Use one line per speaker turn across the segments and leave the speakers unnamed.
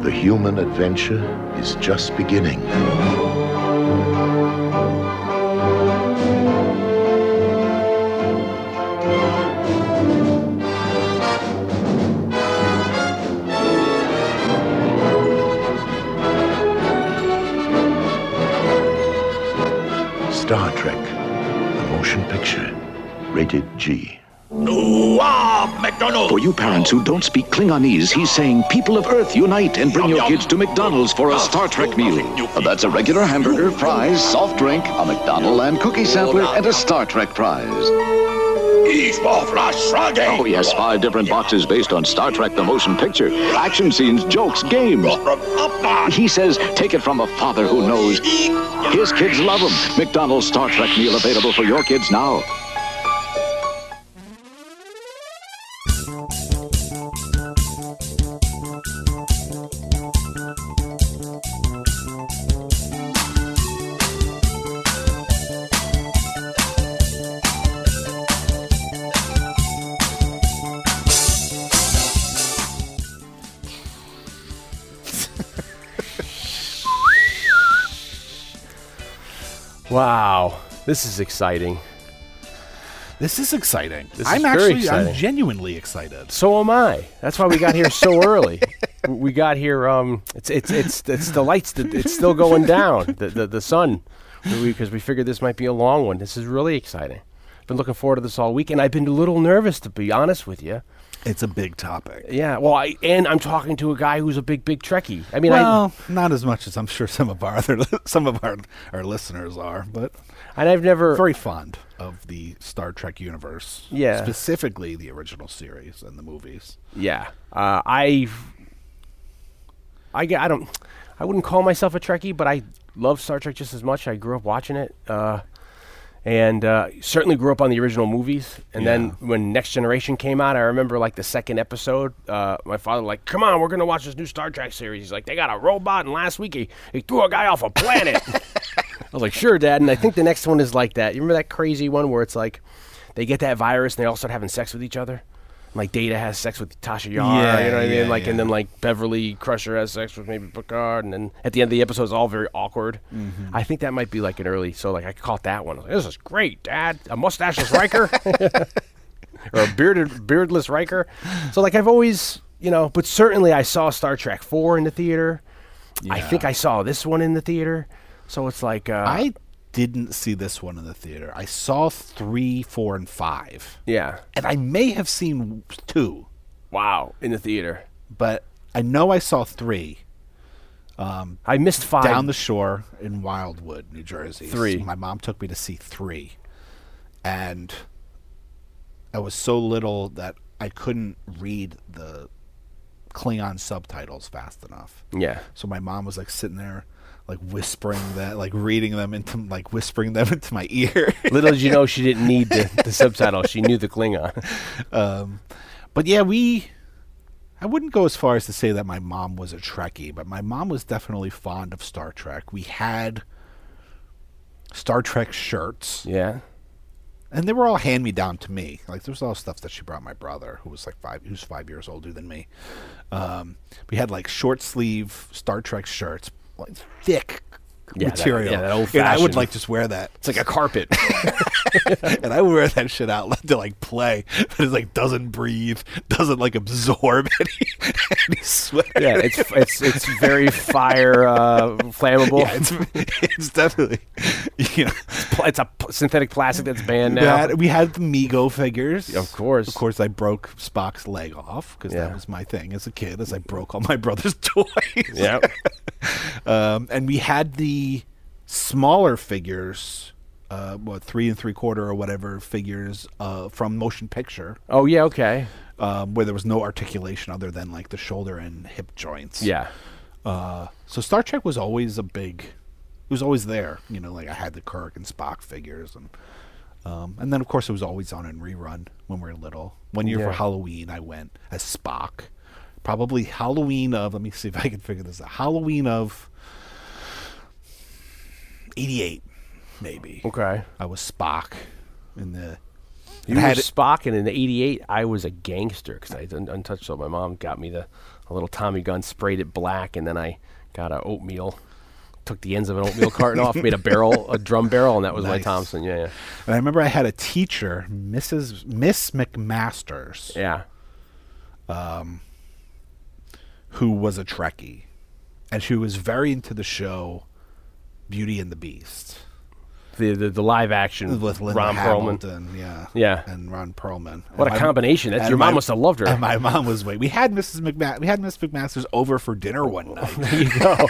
The human adventure is just beginning. Star Trek, the motion picture, rated G.
For you parents who don't speak Klingonese, he's saying, People of Earth, unite and bring your kids to McDonald's for a Star Trek meal.
That's a regular hamburger, fries, soft drink, a McDonald and cookie sampler, and a Star Trek prize.
Oh, yes, five different boxes based on Star Trek the motion picture. Action scenes, jokes, games. He says, Take it from a father who knows. His kids love him. McDonald's Star Trek meal available for your kids now.
Wow, this is exciting.
This is exciting.
This
I'm
is very
actually,
exciting.
I'm genuinely excited.
So am I. That's why we got here so early. We got here. Um, it's it's it's it's the lights. that It's still going down. The the, the sun, because we figured this might be a long one. This is really exciting. Been looking forward to this all week, and I've been a little nervous to be honest with you.
It's a big topic.
Yeah. Well, I and I'm talking to a guy who's a big big Trekkie. I mean,
Well, not as much as I'm sure some of our other some of our our listeners are, but
I and I've never.
very fond of the Star Trek universe.
Yeah.
specifically the original series and the movies.
Yeah. Uh, I, I, g- I don't, I wouldn't call myself a Trekkie, but I love Star Trek just as much. I grew up watching it, uh, and uh, certainly grew up on the original movies. And then when Next Generation came out, I remember like the second episode. Uh, my father like, "Come on, we're gonna watch this new Star Trek series." He's like, "They got a robot, and last week he, he threw a guy off a planet." I was like, "Sure, Dad." And I think the next one is like that. You remember that crazy one where it's like they get that virus and they all start having sex with each other. Like Data has sex with Tasha Yar,
Yeah,
you know what I
yeah,
mean? Like,
yeah.
and then like Beverly Crusher has sex with maybe Picard, and then at the end of the episode, it's all very awkward.
Mm-hmm.
I think that might be like an early. So like, I caught that one. I was like, this is great, Dad. A mustacheless Riker, or a bearded beardless Riker. So like, I've always, you know, but certainly I saw Star Trek four in the theater. I think I saw this one in the theater. So it's like, uh,
I didn't see this one in the theater. I saw three, four, and five,
yeah,
and I may have seen two,
wow, in the theater.
but I know I saw three.
I missed five.
down the shore in Wildwood, New Jersey.
Three.
My mom took me to see three, and I was so little that I couldn't read the Klingon subtitles fast enough.
yeah.
So my mom was like sitting there, like whispering that, like reading them into, like whispering them into my ear.
Little did you know she didn't need the, the subtitle. She knew the Klingon.
um, but yeah, we. I wouldn't go as far as to say that my mom was a Trekkie, but my mom was definitely fond of Star Trek. We had Star Trek shirts.
Yeah.
and they were all hand me down to me. Like there was all stuff that she brought my brother, who was like five, who's five years older than me. Um, we had like short sleeve Star Trek shirts, like thick
Yeah, that-
material.
yeah, that old
and I would
fashioned-
like just wear that,
It's like a carpet.
and I would wear that shit out to like play, but it's like doesn't breathe, doesn't like absorb any, any sweat.
yeah, it's it's it's very fire uh, flammable.
Yeah, it's it's definitely you know
Pl- it's a p- synthetic plastic that's banned now.
That- we had the Mego figures.
Of course.
Of course, I broke Spock's leg off because
Yeah.
that was my thing as a kid, as I broke all my brother's toys.
Yeah.
Um, and we had the smaller figures, uh, what, three and three quarter or whatever figures uh, from Motion Picture,
Oh yeah. Okay.
um, where there was no articulation other than like the shoulder and hip joints.
Yeah.
Uh, so Star Trek was always a big, it was always there. You know, like I had the Kirk and Spock figures, and um, and then of course it was always on in rerun when we were little. One year
Yeah.
for Halloween, I went as Spock. Probably Halloween of. Let me see if I can figure this out. Halloween of '88, maybe.
Okay.
I was Spock in the.
You
I
had
had it-
Spock, and in '88, I was a gangster because I un- untouched. So my mom got me the a little Tommy gun, sprayed it black, and then I got a oatmeal. Took the ends of an oatmeal carton off, made a barrel, a drum barrel, and that was my
Nice.
Thompson. Yeah, yeah,
And I remember I had a teacher, Mrs. Miss McMasters,
yeah.
who was a Trekkie, and she was very into the show Beauty and the Beast
The the, the live action
with Linda
Ron Perlman.
Hamilton, yeah,
Yeah.
and Ron Perlman.
What
And
a
my-
combination! That's,
and
your mom
my-
must have loved her.
And my mom was wait. We had Mrs. McMa- we had Miss McMasters over for dinner one night,
There you go.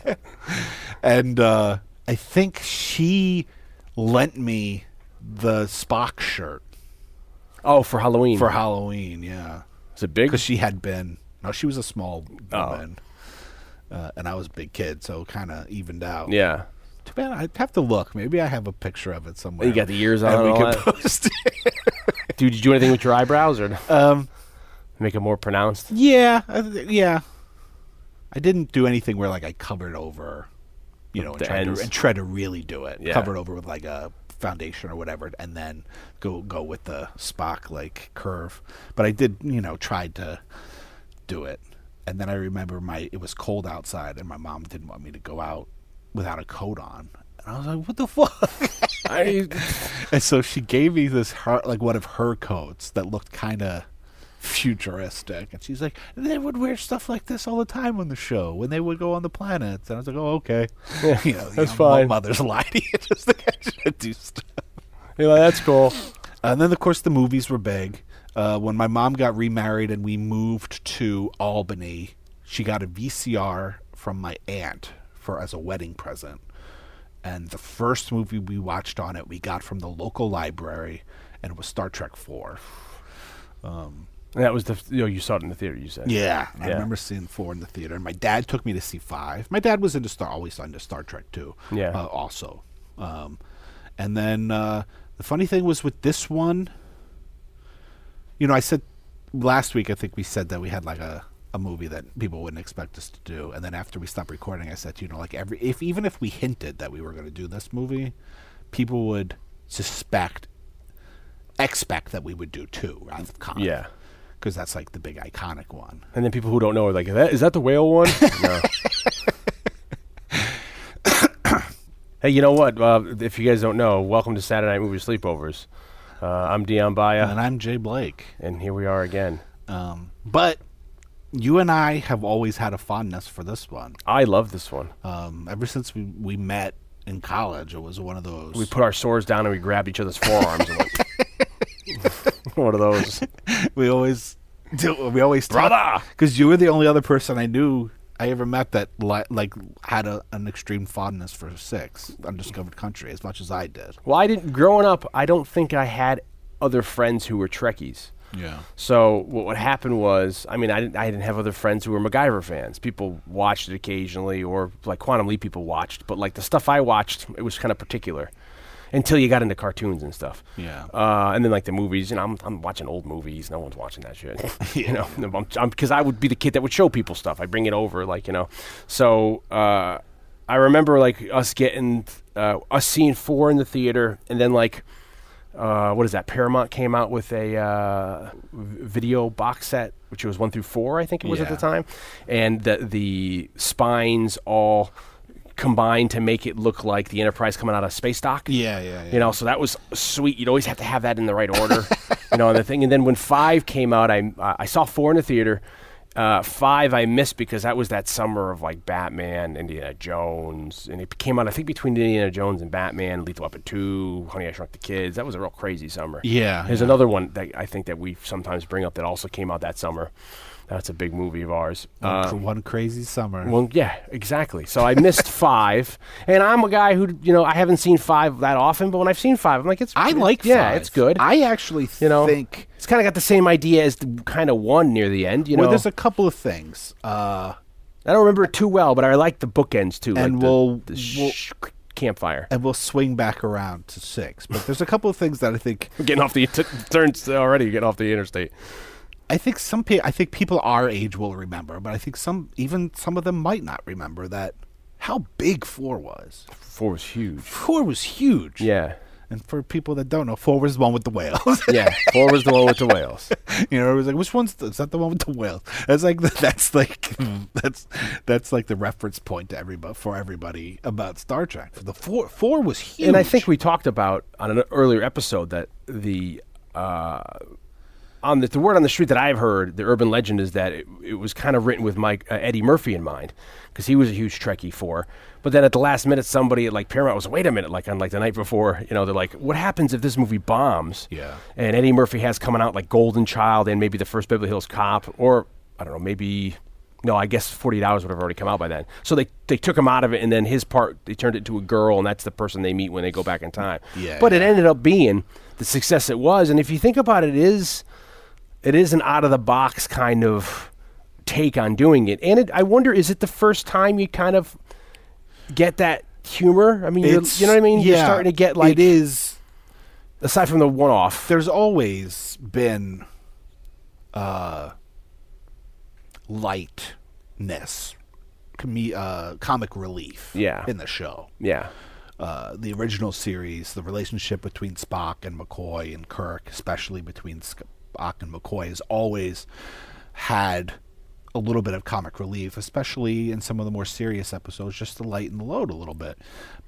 and uh, I think she lent me the Spock shirt
oh, for Halloween.
for Halloween. Yeah,
Is it big?
because she had been no, she was a small
Oh.
woman, uh, and I was a big kid, so kind of evened out.
Yeah.
Too bad. I'd have to look. Maybe I have a picture of it somewhere.
You got the ears on
And we
and all
could post it.
Dude, did you do anything with your eyebrows or
Um,
make it more pronounced?
yeah, I th- yeah. I didn't do anything where like I covered over, you know, and
The
tried, to,
ends.
and tried to really do it.
Yeah.
Covered over with like a foundation or whatever, and then go go with the Spock like curve. But I did, you know, tried to do it. And then I remember my it was cold outside, and my mom didn't want me to go out without a coat on. And I was like, "What the fuck?"
I,
And so she gave me this her, like one of her coats that looked kind of futuristic, and she's like, "They would wear stuff like this all the time on the show when they would go on the planets." And I was like, "Oh, okay, you know, you
that's
know, my
fine.
Mother's lie to you just to get you to do stuff.
you know, that's cool.
And then, of course, the movies were big. Uh, when my mom got remarried and we moved to Albany, she got a VCR from my aunt for as a wedding present. And the first movie we watched on it, we got from the local library, and it was Star Trek Four.
And that was the you know, you saw it in the theater. You said.
Yeah, and I
Yeah.
remember seeing four in the theater. And my dad took me to see five. My dad was into Star, always into Star Trek too.
Yeah.
uh, also. Um, and then uh, the funny thing was with this one, you know, I said last week I think we said that we had like a a movie that people wouldn't expect us to do. And then after we stopped recording, I said, you know, like every if even if we hinted that we were going to do this movie, people would suspect expect that we would do two Wrath of Khan.
Yeah.
Because that's like the big iconic one.
And then people who don't know are like, that, is that the whale one? no. hey, you know what? Uh, if you guys don't know, welcome to Saturday Night Movie Sleepovers. Uh, I'm Dion Baya,
and I'm Jay Blake.
and here we are again.
Um, but you and I have always had a fondness for this one.
I love this one.
Um, ever since we, we met in college, it was one of those.
We put our swords down and we grabbed each other's forearms. and went, one of those.
we always do. We always
Brother!
because you were the only other person I knew I ever met that li- like had a, an extreme fondness for Six Undiscovered Country as much as I did.
Well, I didn't. Growing up, I don't think I had other friends who were Trekkies.
Yeah.
So what would happen was, I mean, I didn't, I didn't have other friends who were MacGyver fans. People watched it occasionally, or like Quantum Leap people watched, but like the stuff I watched, it was kind of particular. Until you got into cartoons and stuff,
Yeah.
uh, and then like the movies, and I'm I'm watching old movies. No one's watching that shit, you know. Because I would be the kid that would show people stuff. I bring it over, like you know. So uh, I remember like us getting uh, us seeing four in the theater, and then like uh, what is that? Paramount came out with a uh, v- video box set, which was one through four, I think it was at the
Yeah.
time, and the the spines all combined to make it look like the Enterprise coming out of space dock.
Yeah, yeah, yeah.
You know, so that was sweet. You'd always have to have that in the right order, you know, and the thing. And then when five came out, I I saw four in the theater. Uh, five I missed because that was that summer of like Batman, Indiana Jones, and it came out I think between Indiana Jones and Batman, Lethal Weapon two, Honey I Shrunk the Kids. That was a real crazy summer.
Yeah,
there's
yeah.
another one that I think that we sometimes bring up that also came out that summer. That's a big movie of ours. Uh,
One cr- one crazy summer.
well, yeah, exactly. So I missed five, and I'm a guy who you know I haven't seen five that often, but when I've seen five, I'm like, it's
I like.
yeah,
five.
it's good.
I actually
you know,
think
it's kind of got the same idea as the kind of one near the end. You
well,
know,
there's a couple of things. Uh,
I don't remember it too well, but I like the bookends too,
And
like the-
we'll-
the sh- campfire.
and we'll swing back around to six. But there's a couple of things that I think
We're getting off the t- turns already. Getting off the interstate.
I think some pe- I think people our age will remember, but I think some even some of them might not remember that how big four was.
Four was huge.
Four was huge.
Yeah,
And for people that don't know, four was the one with the whales.
Yeah, four was the one with the whales.
you know, it was like, which one's the, is that the one with the whales? That's like that's like that's that's like the reference point to everybody for everybody about Star Trek. The four four was huge.
And I think we talked about on an earlier episode that the uh, on the, the word on the street that I've heard, the urban legend is that it, it was kind of written with Mike uh, Eddie Murphy in mind because he was a huge Trekkie for. But then at the last minute, somebody at like Paramount was, wait a minute, like on like the night before, you know, they're like, what happens if this movie bombs?
Yeah.
And Eddie Murphy has coming out like Golden Child and maybe the first Beverly Hills Cop, or I don't know, maybe no, I guess 48 Hours would have already come out by then. So they, they took him out of it, and then his part, they turned it to a girl, and that's the person they meet when they go back in time.
Yeah,
but it
yeah.
ended up being the success it was. And if you think about it, it is, it is an out of the box kind of take on doing it. And it, I wonder, is it the first time you kind of get that humor? I mean, you're,
It's-
you know what I mean? You're
yeah,
starting to get like,
it is
aside from the one off,
there's always been uh lightness com- uh, comic relief
Yeah.
in the show
yeah.
uh, the original series the relationship between spock and mccoy and kirk especially between spock and mccoy has always had a little bit of comic relief especially in some of the more serious episodes just to lighten the load a little bit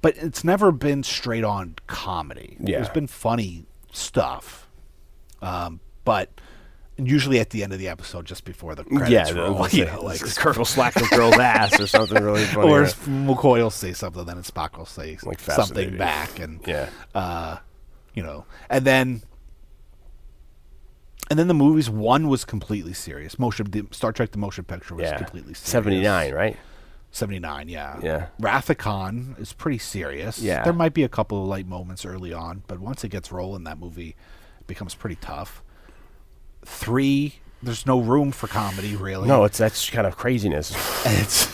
but it's never been straight on comedy
Yeah.
there's been funny stuff um, but usually at the end of the episode, just before the credits
yeah, the,
roll,
like,
you
yeah,
know, like,
like Kurt will slack the girl's ass or something really funny.
or if McCoy will say something, then Spock will say
Like
something
fascinating.
back, and uh,
yeah.
you know, and then and then the movies. One was completely serious. Motion the, Star Trek: The Motion Picture was
yeah.
completely serious.
79, right?
Seventy nine, yeah,
Yeah.
Rathacon is pretty serious.
Yeah.
there might be a couple of light moments early on, but once it gets rolling, that movie becomes pretty tough. Three, there's no room for comedy really.
No, it's that's kind of craziness.
it's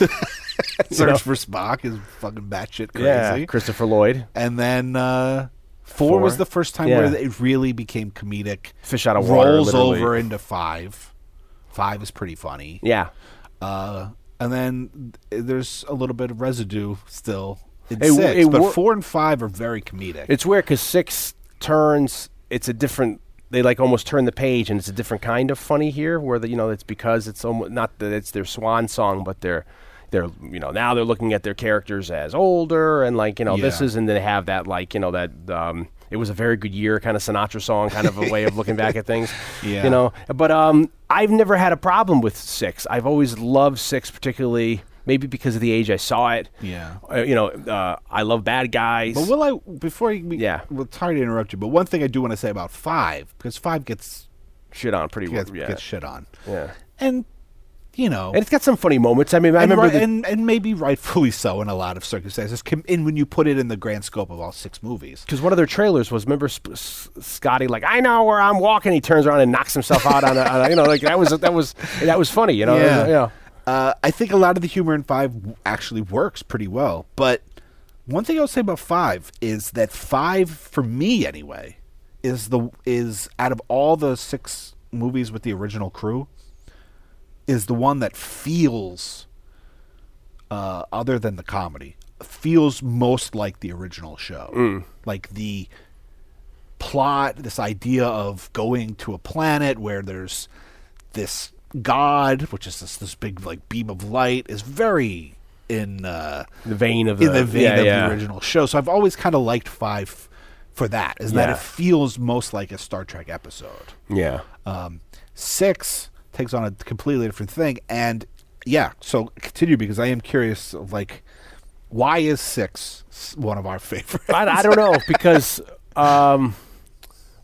Search for Spock is fucking batshit crazy.
Christopher Lloyd,
and then uh, four, was
Four?
the first time
Yeah.
where it really became comedic.
Fish out of water,
rolls
literally.
over into five. Five is pretty funny.
yeah.
Uh, and then th- there's a little bit of residue still in
It w-
six,
it
but
wor-
four and five are very comedic.
It's weird because six turns. It's a different. They like almost turn the page, and it's a different kind of funny here, where the you know it's because it's almost not that it's their swan song, but they're they're you know now they're looking at their characters as older and like you know this
Yeah.
is and they have that like you know that um it was a very good year kind of Sinatra song kind of a way of looking back at things
Yeah.
you know but um I've never had a problem with six I've always loved six particularly maybe because of the age I saw it
Yeah.
uh, you know uh, I love bad guys
But will I before I we,
Yeah.
Well, sorry to interrupt you, but one thing I do want to say about five because five gets
shit on pretty well.
gets,
Yeah.
gets shit on,
yeah.
and you know
And it's got some funny moments. I mean, I
and
remember
ri-
the,
and, and maybe rightfully so in a lot of circumstances. Com- and when you put it in the grand scope of all six movies,
because one of their trailers was remember Sp- S- Scotty like I know where I'm walking. He turns around and knocks himself out on, a, on a, you know like that was that was that was funny. You know
Yeah.
yeah.
uh, I think a lot of the humor in Five w- actually works pretty well. But one thing I'll say about Five is that Five, for me anyway, is the is out of all the six movies with the original crew, is the one that feels, uh, other than the comedy, feels most like the original show.
Mm.
Like the plot, this idea of going to a planet where there's this god, which is this this big like beam of light, is very in uh,
The vein of the,
in the vein
yeah,
of
yeah.
the original show. So I've always kind of liked Five f- for that, is that
Yeah.
it feels most like a Star Trek episode.
Yeah.
Um, six takes on a completely different thing, and yeah. So continue because I am curious of like. Why is six s- one of our favorites?
I, I don't know because um,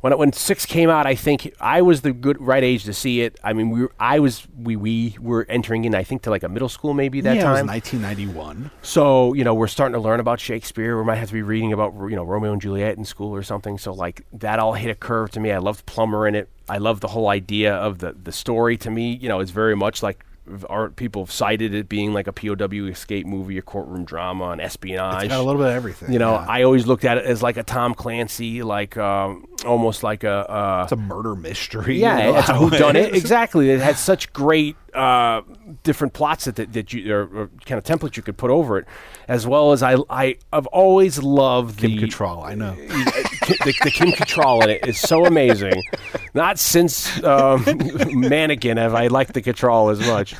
when it- when six came out, I think I was the good right age to see it. I mean, we were, I was we we were entering in I think to like a middle school maybe that
yeah,
time.
it was 1991.
So you know, we're starting to learn about Shakespeare. We might have to be reading about you know Romeo and Juliet in school or something. So like that all hit a curve to me. I loved Plummer in it. I love the whole idea of the the story. To me, you know, it's very much like v- our people have cited it being like a POW escape movie, a courtroom drama, an espionage.
It's got a little bit of everything.
you know,
yeah.
I always looked at it as like a Tom Clancy, like um, almost like a. Uh,
it's a murder mystery.
yeah,
you know,
it's a
in way.
whodunit. Exactly. It had such great uh, different plots that, that, that you, or, or kind of template you could put over it, as well as I, I, I've always loved
Kim
the.
Cattrall, I know.
Ki- the, the Kim Cattrall in it is so amazing. Not since um, Mannequin have I liked the Cattrall as much.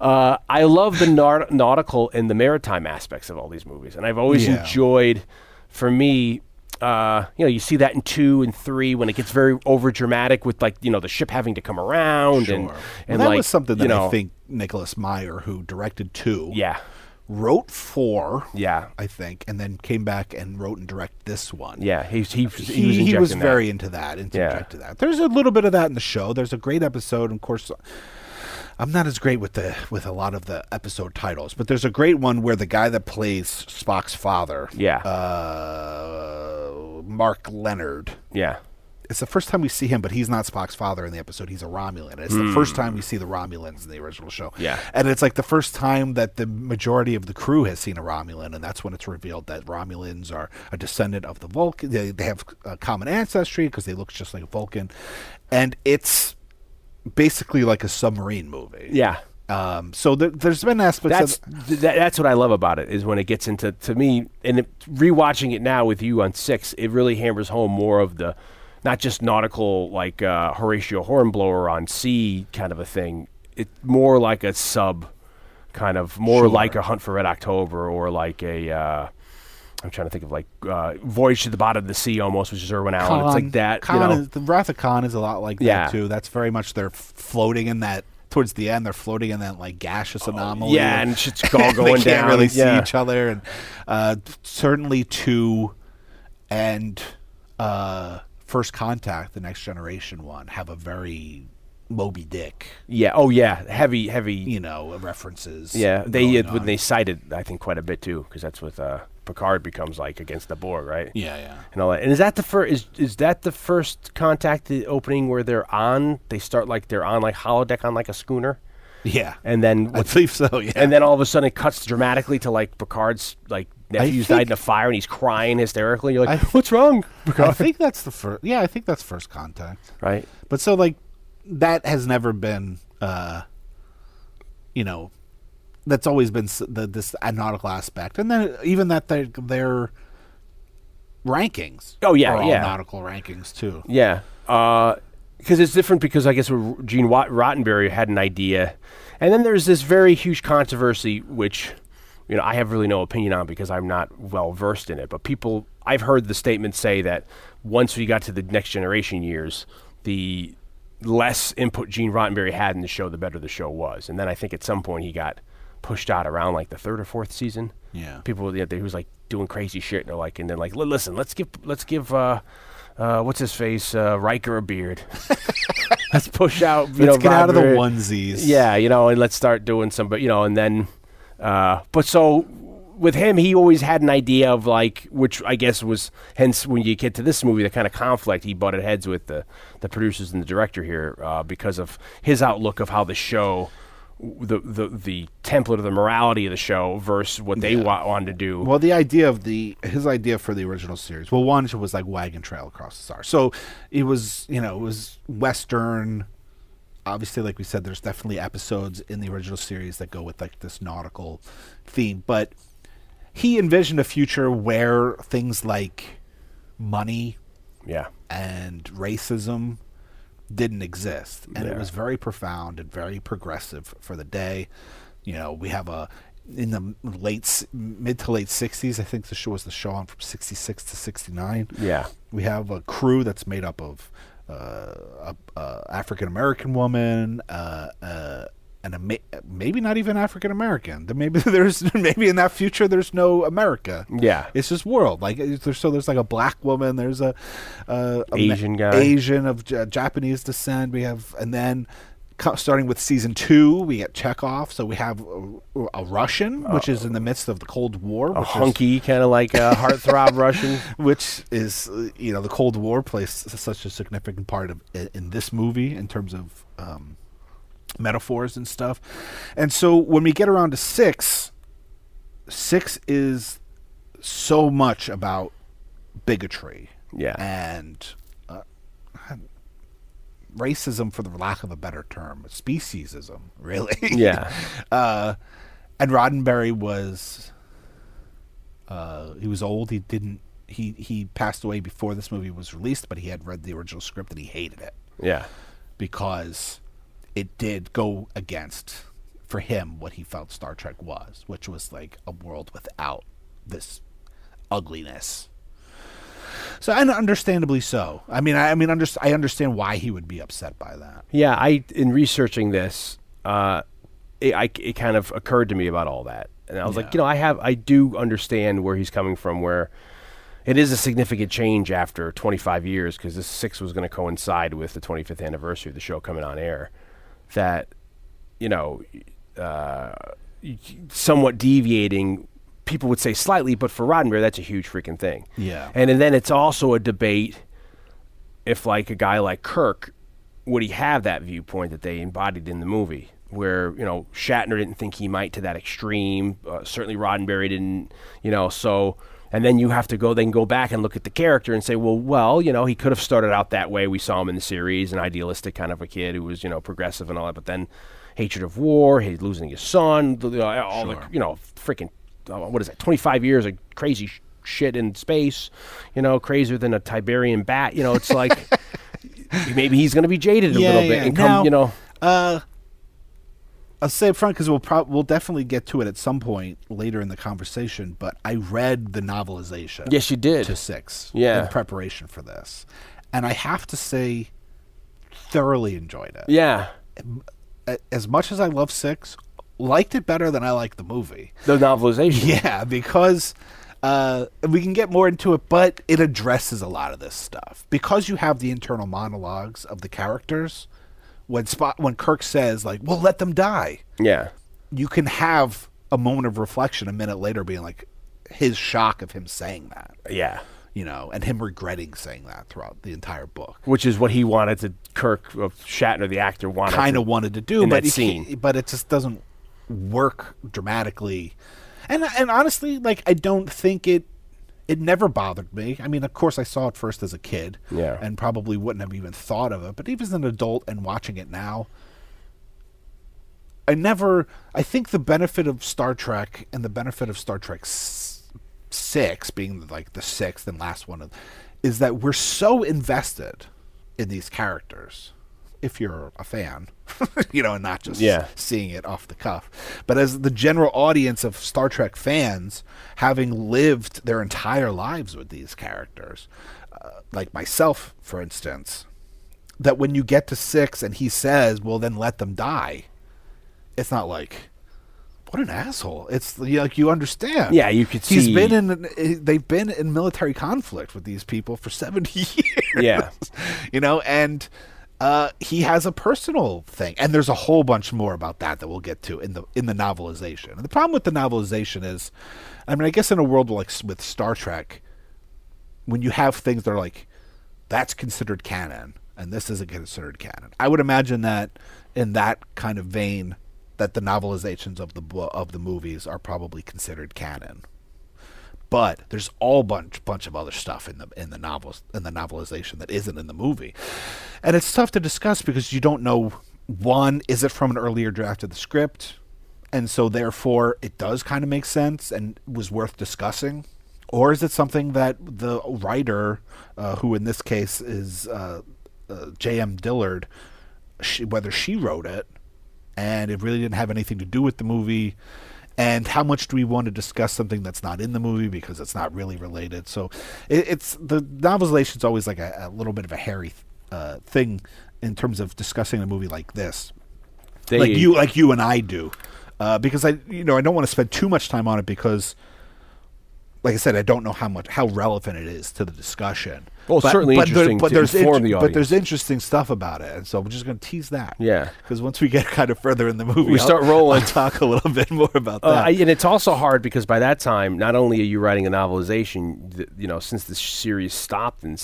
Uh, I love the nau- nautical and the maritime aspects of all these movies, and I've always
Yeah.
enjoyed. For me, uh, you know, you see that in two and three when it gets very over dramatic with like you know the ship having to come around and
Well,
and
that
like,
was something that
you know,
I think Nicholas Meyer, who directed two,
yeah
wrote four,
yeah
I think, and then came back and wrote and directed this one.
yeah he
he,
he, he, was
he was,
injecting that.
very into that, into
Yeah.
injected that. There's a little bit of that in the show. There's a great episode, of course. I'm not as great with the with a lot of the episode titles, but there's a great one where the guy that plays Spock's father,
yeah
uh, Mark Leonard.
yeah
It's the first time we see him, but he's not Spock's father in the episode. He's a Romulan. It's the first time we see the Romulans in the original show.
Yeah.
and it's like the first time that the majority of the crew has seen a Romulan, and that's when it's revealed that Romulans are a descendant of the Vulcan. They, they have a common ancestry because they look just like a Vulcan, and it's basically like a submarine movie.
yeah
Um. So there, there's been aspects.
that's
of,
th- that, that's what I love about it is when it gets into to me and it, rewatching it now with you on six, it really hammers home more of the not just nautical like uh, Horatio Hornblower on sea kind of a thing. It more like a sub kind of more like a Hunt for Red October or like a. Uh, I'm trying to think of like uh, Voyage to the Bottom of the Sea almost, which is Irwin Allen. It's
Khan-
like that.
Khan
you know?
is, the Wrath of Khan is a lot like
Yeah.
that too. That's very much they're f- floating in that towards the end. They're floating in that like gaseous anomaly.
Oh, yeah, and shit's all going
they
down.
Can't really see
Yeah.
each other, and uh, certainly two and uh, First Contact, the Next Generation one, have a very Moby Dick,
yeah. Oh yeah. Heavy, heavy.
you know, references.
Yeah, they
going
uh, when
on.
they cited I think quite a bit too because that's what uh, Picard becomes like against the Borg, right?
yeah yeah.
And all that. And is that the first? Is is that the first contact the opening where they're on? They start like they're on like holodeck on like a schooner,
Yeah,
and then
I
what's-
believe so. Yeah,
and then all of a sudden it cuts dramatically to like Picard's like nephew's
think-
died in a fire and he's crying hysterically. You're like,
I-
what's wrong,
I
Picard?
think that's the first. Yeah, I think that's First Contact.
Right?
But so like that has never been uh you know that's always been s- the this nautical aspect. And then even that their their rankings.
Oh, yeah,
are all
yeah.
nautical rankings too.
Yeah, because it's different because I guess R- Gene Wat- Rottenberry had an idea, and then there's this very huge controversy which, you know, I have really no opinion on because I'm not well versed in it. But people, I've heard the statement say that once we got to the next generation years, the less input Gene Rottenberry had in the show, the better the show was. And then I think at some point he got pushed out around like the third or fourth season.
Yeah.
people yeah, they, he was like doing crazy shit, and they're like, and then like, "Li- listen, let's give let's give uh, uh, what's his face uh, Riker a beard. let's push out. You
Let's
know,
get out of the
Roddenberry.
onesies.
Yeah, you know, and let's start doing some, but you know, and then, uh, but so with him, he always had an idea of like, which I guess was hence when you get to this movie, the kind of conflict he butted heads with the the producers and the director here uh, because of his outlook of how the show. The, the the template of the morality of the show versus what they wa- wanted to do.
Well, the idea of the his idea for the original series. Well, one was like wagon trail across the star. So it was you know it was western. Obviously, like we said, there's definitely episodes in the original series that go with like this nautical theme, but he envisioned a future where things like money
yeah,
and racism didn't exist. And it
Yeah.
was very profound and very progressive for the day. You know, we have a in the m- late s- mid to late 60s, I think the show was the show on from 66 to 69.
Yeah.
We have a crew that's made up of uh, a, a African American woman, uh, uh, and a ma- maybe not even African American. Maybe there's maybe in that future there's no America.
Yeah.
it's just world. Like it's- there's so there's like a black woman. There's a, uh, a Ma-
Asian guy.
Asian of J- Japanese descent. We have, and then co- starting with season two, we get Chekhov. So we have a, a Russian, which is in the midst of the Cold War,
Uh, a
which is,
hunky kind of like a heartthrob Russian.
which is uh, you know the Cold War plays s- such a significant part of i- in this movie in terms of um, metaphors and stuff. And so when we get around to six, six is so much about bigotry,
Yeah.
and uh, racism for the lack of a better term, speciesism, really,
Yeah,
uh, and Roddenberry was uh, he was old. He didn't he he passed away before this movie was released, but he had read the original script and he hated it
Yeah.
because it did go against for him what he felt Star Trek was, which was like a world without this ugliness. So and understandably so. I mean, I, I mean, under, I understand why he would be upset by that.
Yeah, I in researching this, uh, it, I, it kind of occurred to me about all that, and I was like, you know, I have, I do understand where he's coming from. Where it is a significant change after 25 years, because this six was going to coincide with the 25th anniversary of the show coming on air. That you know, uh, somewhat deviating, people would say slightly, but for Roddenberry, that's a huge freaking thing.
Yeah.
and, and then it's also a debate if like a guy like Kirk would he have that viewpoint that they embodied in the movie where you know Shatner didn't think he might to that extreme uh, certainly Roddenberry didn't you know so and then you have to go then go back and look at the character and say well well you know he could have started out that way we saw him in the series an idealistic kind of a kid who was you know progressive and all that but then hatred of war he's losing his son the, the- all the you know freaking uh, what is that 25 years of crazy sh- shit in space you know crazier than a Tiberian bat you know it's like maybe he's going to be jaded a little bit and come,
Now,
you know.
Uh, I'll say up front because we'll prob- we'll definitely get to it at some point later in the conversation. But I read the novelization.
Yes, you did.
to six.
Yeah.
in preparation for this, and I have to say, thoroughly enjoyed it.
Yeah,
A- As much as I love six, liked it better than I like the movie.
the novelization.
Yeah, because uh, we can get more into it, but it addresses a lot of this stuff because you have the internal monologues of the characters. When Spot, when Kirk says like, "Well, let them die,"
Yeah,
you can have a moment of reflection a minute later, being like, his shock of him saying that,
yeah.
you know, and him regretting saying that throughout the entire book.
Which is what he wanted to Kirk of Shatner, the actor, wanted.
kind
to-
of wanted to do,
in
but
that
you can't-
scene.
but it just doesn't work dramatically. And and honestly, like I don't think it it never bothered me. I mean, of course, I saw it first as a kid,
Yeah.
and probably wouldn't have even thought of it. But even as an adult and watching it now. I never. I think the benefit of Star Trek and the benefit of Star Trek s- six being like the sixth and last one of- is that we're so invested in these characters. If you're a fan, you know, and not just
Yeah.
seeing it off the cuff, but as the general audience of Star Trek fans, having lived their entire lives with these characters, uh, like myself, for instance, that when you get to six and he says, "Well, then let them die," it's not like what an asshole. It's you- like you understand.
Yeah, you could
he's
see-
been in. eh, They've been in military conflict with these people for seventy years.
Yeah.
you know, and uh, he has a personal thing, and there's a whole bunch more about that that we'll get to in the in the novelization. And the problem with the novelization is, I mean, I guess in a world like s- with Star Trek, when you have things that are like that's considered canon and this isn't considered canon. I would imagine that in that kind of vein that the novelizations of the bo- of the movies are probably considered canon. But there's all bunch bunch of other stuff in the in the novels in the novelization that isn't in the movie. And it's tough to discuss because you don't know one is it from an earlier draft of the script and so therefore it does kind of make sense and was worth discussing or is it something that the writer uh, who in this case is uh, uh, j.m dillard she, whether she wrote it and it really didn't have anything to do with the movie and how much do we want to discuss something that's not in the movie because it's not really related so it, it's the novelization is always like a, a little bit of a hairy uh, thing in terms of discussing a movie like this
They-
like you like you and I do, uh, because I you know I don't want to spend too much time on it because, like I said, I don't know how much how relevant it is to the discussion.
Well, it's certainly interesting to inform the
But there's interesting stuff about it, and so we're just going to tease that.
Yeah.
because once we get kind of further in the movie,
We
I'll-
start rolling.
I'll talk a little bit more about
Uh,
that.
I- and it's also hard because by that time, not only are you writing a novelization, th- you know, since the series stopped in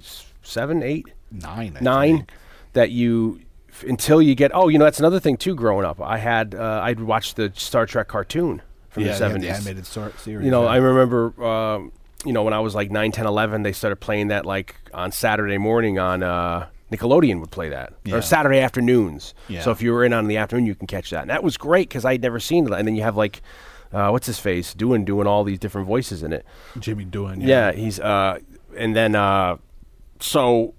'67, eight.
nine, I
nine
think.
that you f- until you get oh you know that's another thing too growing up i had uh, i'd watched the star trek cartoon from
Yeah,
the
yeah,
70s
the animated sor- series.
you know
yeah.
i remember um, you know when i was like 9 10 11 they started playing that like on saturday morning on uh, nickelodeon would play that
Yeah.
or saturday afternoons
Yeah.
so if you were in on the afternoon you can catch that and that was great because i'd never seen that and then you have like uh, what's his face doing doing all these different voices in it.
Jimmy doing.
Yeah, he's uh, and then uh, so,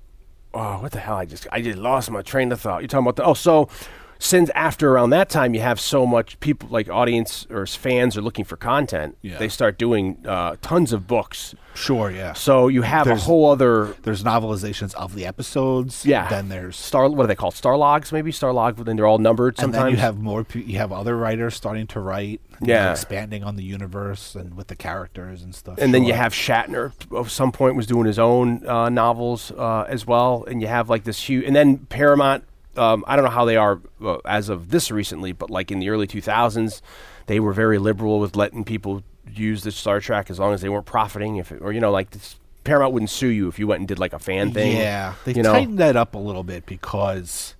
oh, what the hell? I just I just lost my train of thought. You're talking about the oh, so since after around that time you have so much people like audience or s- fans are looking for content,
Yeah.
they start doing uh, tons of books.
Sure. Yeah.
So you have
There's-
a whole other
there's novelizations of the episodes.
yeah.
Then there's
star. What are they called? Star logs, maybe star log. Then they're all numbered.
and
Sometimes
then you have more. pe- You have other writers starting to write. and
Yeah.
Expanding on the universe and with the characters and stuff.
and then you
Sure.
have Shatner at some point was doing his own uh, novels uh, as well, and you have like this huge, and then Paramount. Um, I don't know how they are uh, as of this recently, but like in the early 2000s, they were very liberal with letting people use the Star Trek as long as they weren't profiting, if it, or you know, like this, Paramount wouldn't sue you if you went and did like a fan thing.
Yeah, they
you know,
tightened that up a little bit because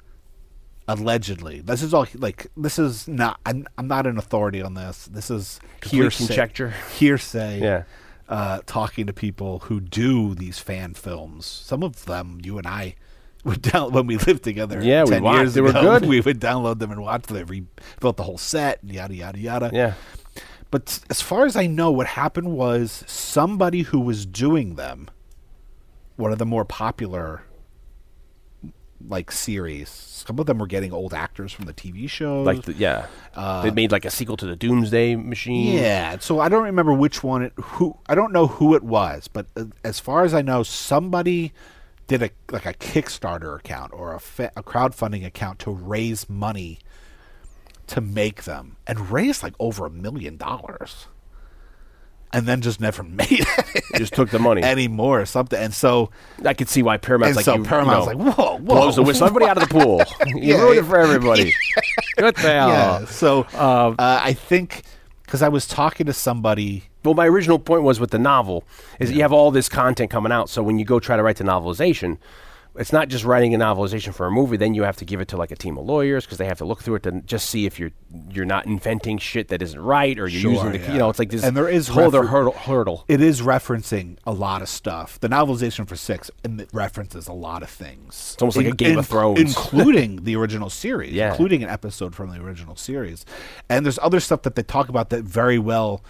allegedly, this is all like this is not. I'm, I'm not an authority on this. This is
Complete
hearsay.
conjecture.
Hearsay.
Yeah.
Uh, talking to people who do these fan films, some of them you and I would down when we lived together.
Yeah, we
10
watched.
years
They were
ago,
good.
We would download them and watch them. We built the whole set. and Yada yada yada.
yeah,
But s- as far as I know, what happened was somebody who was doing them, one of the more popular like series. Some of them were getting old actors from the TV shows.
like the, yeah, they made like a sequel to the Doomsday Machine.
Uh, yeah. So I don't remember which one it who I don't know who it was, but uh, as far as I know, somebody did a like a Kickstarter account or a fa- a crowdfunding account to raise money to make them and raised like over a million dollars. And then just never made it.
just took the money.
anymore or something. And so,
I could see why Paramount's
and
like
so
you, you
Paramount's
know,
like, whoa, whoa,
blows the whistle. Everybody out of the pool. you
Yeah,
ruined
yeah.
it for everybody. Good the hell?
Yeah. So uh, I think because I was talking to somebody.
Well, my original point was with the novel is that you have all this content coming out. So when you go try to write the novelization, it's not just writing a novelization for a movie. Then you have to give it to like a team of lawyers because they have to look through it to n- just see if you're you're not inventing shit that isn't right or you're using the
yeah.
you know it's like this
And there is
whole other
refer-
hurdle hurdle.
It is referencing a lot of stuff. The novelization for six and it references a lot of things. It's
almost like a Game of Thrones.
including the original series,
Yeah.
including an episode from the original series. And there's other stuff that they talk about that very well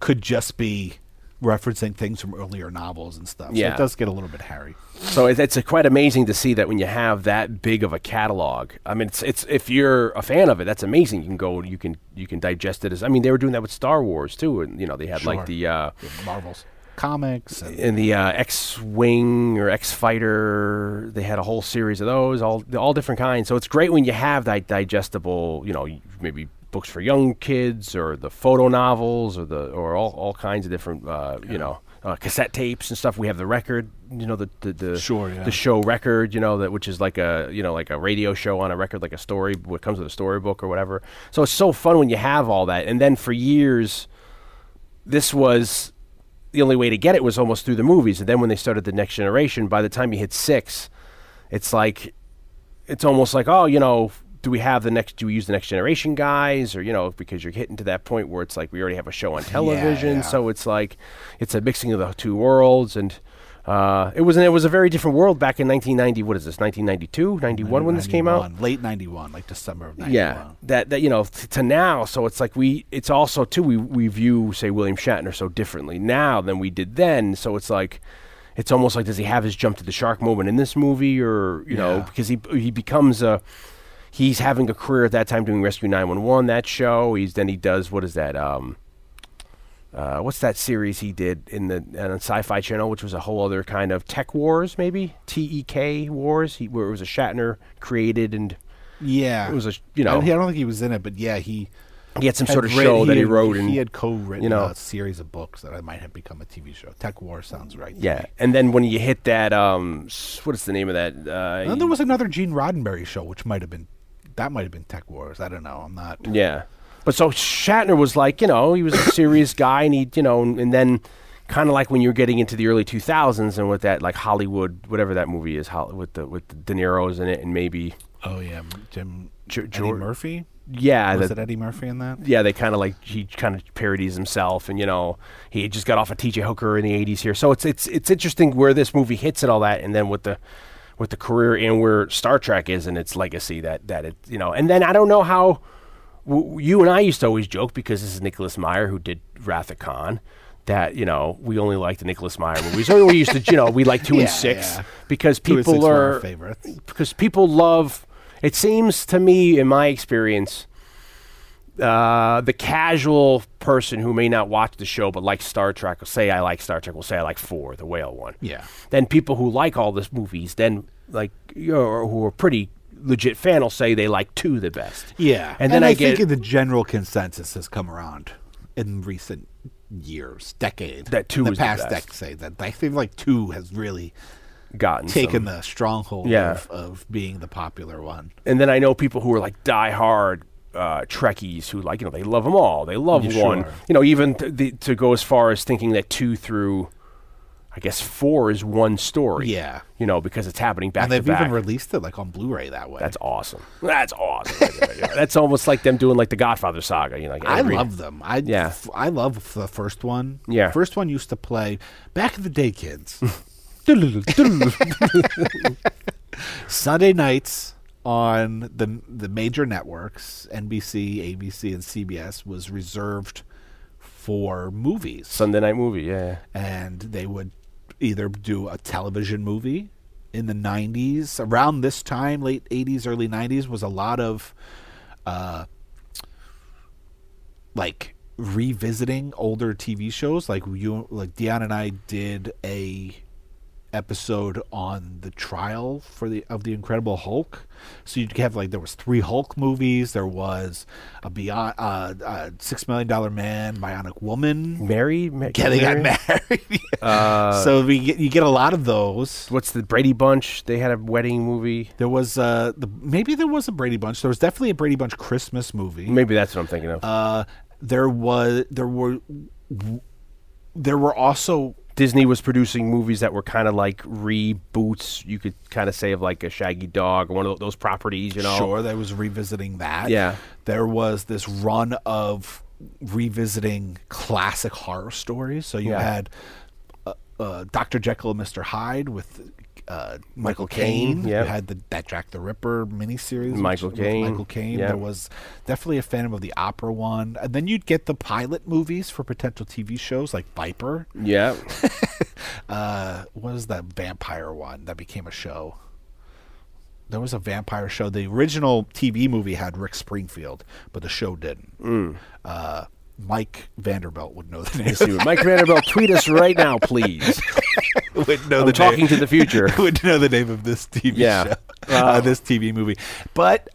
could just be referencing things from earlier novels and stuff. So
Yeah.
it does get a little bit hairy.
So it, it's uh quite amazing to see that when you have that big of a catalog. I mean, it's it's if you're a fan of it, that's amazing. You can go, you can you can digest it as. I mean, they were doing that with Star Wars too, and you know they had
Sure.
like the uh,
Marvel's comics and
in the uh, X Wing or X Fighter. They had a whole series of those, all all different kinds. So it's great when you have that digestible, you know, maybe books for young kids or the photo novels or the or all, all kinds of different, uh, you know. Uh, cassette tapes and stuff. We have the record, you know, the the the,
Sure, yeah.
the show record, you know, that which is like a you know like a radio show on a record, like a story. What comes with a storybook or whatever. So it's so fun when you have all that. And then for years, this was the only way to get it was almost through the movies. And then when they started the next generation, by the time you hit six, it's like it's almost like oh, you know, do we have the next? Do we use the next generation guys, or you know, because you're hitting to that point where it's like we already have a show on television,
yeah.
so it's like it's a mixing of the two worlds and. Uh, it was an, it was a very different world back in 1990. What is this? 1992, 91 when this came out.
91, late 91 like december of 91
Yeah, that that you know t- to now. So it's like we. It's also too we we view say William Shatner so differently now than we did then. So it's like. It's almost like does he have his jump to the shark moment in this movie, or you know,
Yeah.
because he he becomes a he's having a career at that time doing Rescue Nine One One that show. He's then he does what is that um, uh, what's that series he did in the on Sci-Fi Channel, which was a whole other kind of tech wars maybe T E K wars, he, where it was a Shatner created and
yeah
it was a sh- you know
I, don't- I don't think he was in it but yeah he
he had some
had
sort of
writ-
show that he
had-
wrote and
he had co-written
you know.
a series of books that i might have become a tv show tech war sounds right to
yeah
me.
and then when you hit that um s- what is the name of that uh
and there was another gene roddenberry show which might have been that might have been tech wars i don't know i'm not
yeah but so shatner was like you know he was a serious guy and he you know and, and then kind of like when you're getting into the early 2000s and with that like hollywood whatever that movie is Hol- with the with the de niro's in it and maybe
oh yeah jim
Jo-
Eddie
Jor-
murphy
yeah
was
the-
it eddie murphy in that
yeah, they kind of like he kind of parodies himself, and you know he had just got off a T.J. Hooker in the '80s here, so it's it's it's interesting where this movie hits and all that, and then with the with the career and where Star Trek is and its legacy that that it you know, and then I don't know how w- you and I used to always joke because this is Nicholas Meyer who did Wrath of Khan that you know we only liked the Nicholas Meyer movies. Or we used to, you know, we like two
Yeah,
and six
yeah.
because
Two and
people
six were our
are
favorites.
because people love. It seems to me, in my experience, uh, the casual person who may not watch the show but likes Star Trek will say I like Star Trek. Will say I like four, the whale one.
Yeah.
Then people who like all the movies, then like you know, or who are pretty legit fan, will say they like two the best.
Yeah,
And then I, get
think the general consensus has come around in recent years, decade.
That two
the
is the
past
best.
decade. That I feel like two has really
gotten
taken
some.
the stronghold
Yeah.
of, of being the popular one.
And then I know people who are like diehard uh, Trekkies who like you know they love them all. They love
Yeah,
one.
sure.
You know, even t- the, to go as far as thinking that two through, I guess four is one story.
Yeah.
You know, because it's happening back
and they've
to back.
even released it like on Blu-ray that way.
That's awesome. That's awesome. That's almost like them doing like the Godfather saga. You know, like
I
every-
love them. I
Yeah.
f- I love the first one.
Yeah.
first one used to play back in the day, kids. Sunday nights on the the major networks, NBC, ABC, and CBS was reserved for movies,
Sunday night movie. Yeah.
and they would either do a television movie in the '90s. Around this time, late '80s, early '90s, was a lot of uh, like revisiting older TV shows. Like you, like Dion and I did a episode on the trial for the of the Incredible Hulk. So you'd have like there was three Hulk movies. There was a Beyond uh, uh, Six Million Dollar Man, Bionic Woman.
Married. Ma-
Getting got married. so we get, you get a lot of those.
What's the Brady Bunch? They had a wedding movie.
There was uh, the, maybe there was a Brady Bunch. There was definitely a Brady Bunch Christmas movie.
Maybe that's what I'm thinking of.
Uh, there was there were there were also
Disney was producing movies that were kind of like reboots, you could kind of say, of like a Shaggy Dog or one of tho- those properties, you know?
sure that was revisiting that.
Yeah.
there was this run of revisiting classic horror stories. So you
Yeah.
had uh, uh, Doctor Jekyll and Mister Hyde with. Uh, Michael
Caine,
Caine.
yep.
You had the, that Jack the Ripper miniseries. which-
Michael
with
Caine,
Michael Caine.
yep.
There was definitely a Phantom of the Opera one. And then you'd get the pilot movies for potential TV shows like Viper.
Yeah.
uh what is that vampire one that became a show there was a vampire show the original tv movie had rick springfield but the show didn't
Mm.
uh mike vanderbilt would know the name
Let's see what- Mike Vanderbilt, tweet us right now, please.
would know
I'm talking to the future.
would know the name of this tv
Yeah.
show uh, this tv movie but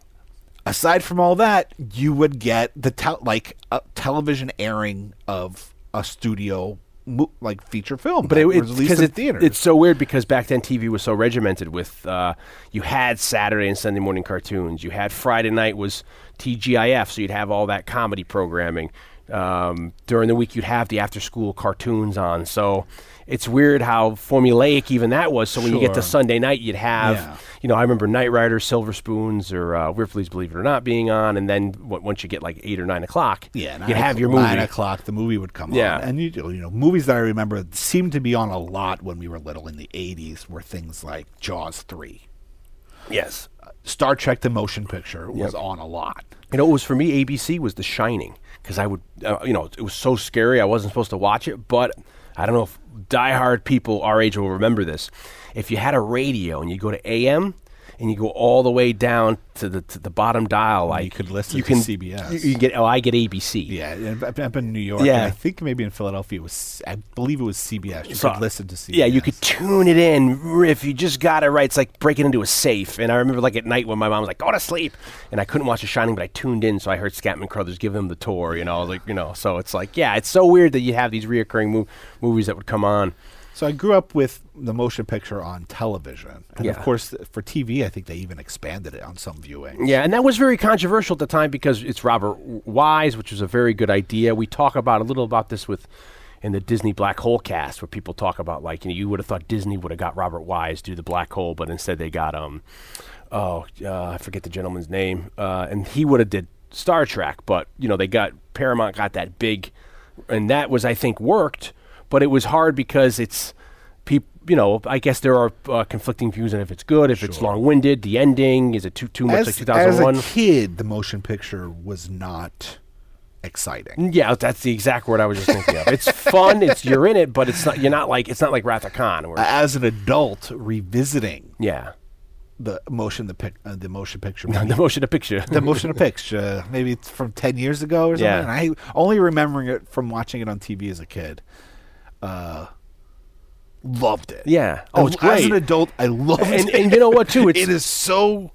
aside from all that you would get the tel- like a television airing of a studio mo- like feature film
But
that
it,
was
it's
released
because
in
it,
theaters.
it's so weird because back then TV was so regimented with uh, you had Saturday and Sunday morning cartoons. You had Friday night was TGIF, so you'd have all that comedy programming. Um, during the week, you'd have the after school cartoons on. So it's weird how formulaic even that was. So when you get
Sure.
to Sunday night, you'd have
Yeah.
you know I remember Night Rider, Silver Spoons, or uh, Ripley's Believe It or Not being on, and then w- once you get like eight or nine o'clock,
Yeah, nine
you'd have
o'clock-
your movie.
Nine o'clock, the movie would come
Yeah.
on, and you you know movies that I remember seemed to be on a lot when we were little in the '80s were things like Jaws three,
Yes,
Star Trek the motion picture was on a lot.
You know, it was for me. ABC was The Shining because I would, uh, you know, it was so scary. I wasn't supposed to watch it, but I don't know if diehard people our age will remember this. If you had a radio and you go to AM and you go all the way down to the to the bottom dial, like
you could listen to CBS.
You, you can get oh, I get ABC.
Yeah, and up, up in New York,
Yeah.
and I think maybe in Philadelphia it was I believe it was CBS. You
So-
could listen to CBS.
Yeah, you could tune it in if you just got it right. It's like breaking into a safe. And I remember like at night when my mom was like, "Go to sleep," and I couldn't watch The Shining, but I tuned in, so I heard Scatman Crothers give him the tour. You know, like you know, so it's like, yeah, it's so weird that you have these reoccurring mo- movies that would come on.
So I grew up with the motion picture on television, and of
Yeah.
course for TV, I think they even expanded it on some viewing.
Yeah, and that was very controversial at the time because it's Robert Wise, which was a very good idea. We talk about a little about this with in the Disney Black Hole cast, where people talk about like you know you would have thought Disney would have got Robert Wise to do the Black Hole, but instead they got um oh uh, I forget the gentleman's name, uh, and he would have did Star Trek, but you know they got Paramount got that big, and that was I think worked, but it was hard because it's people, you know, I guess there are uh, conflicting views on if it's good, if it's long-winded, the ending is it too too
As,
much like
as
2001.
a kid, the motion picture was not exciting.
Yeah, that's the exact word I was just thinking of. It's fun. It's you're in it, but it's not. You're not like it's not like Wrath of Khan. Where,
As an adult, revisiting
yeah,
the motion the pic, uh, the motion picture
the motion to picture.
the motion of picture. uh, Maybe it's from ten years ago or something.
Yeah.
And I only remembering it from watching it on TV as a kid. Uh, loved it.
Yeah. Oh, it's
As an
great.
adult, I loved
and,
it.
and you know what too? It's
it is so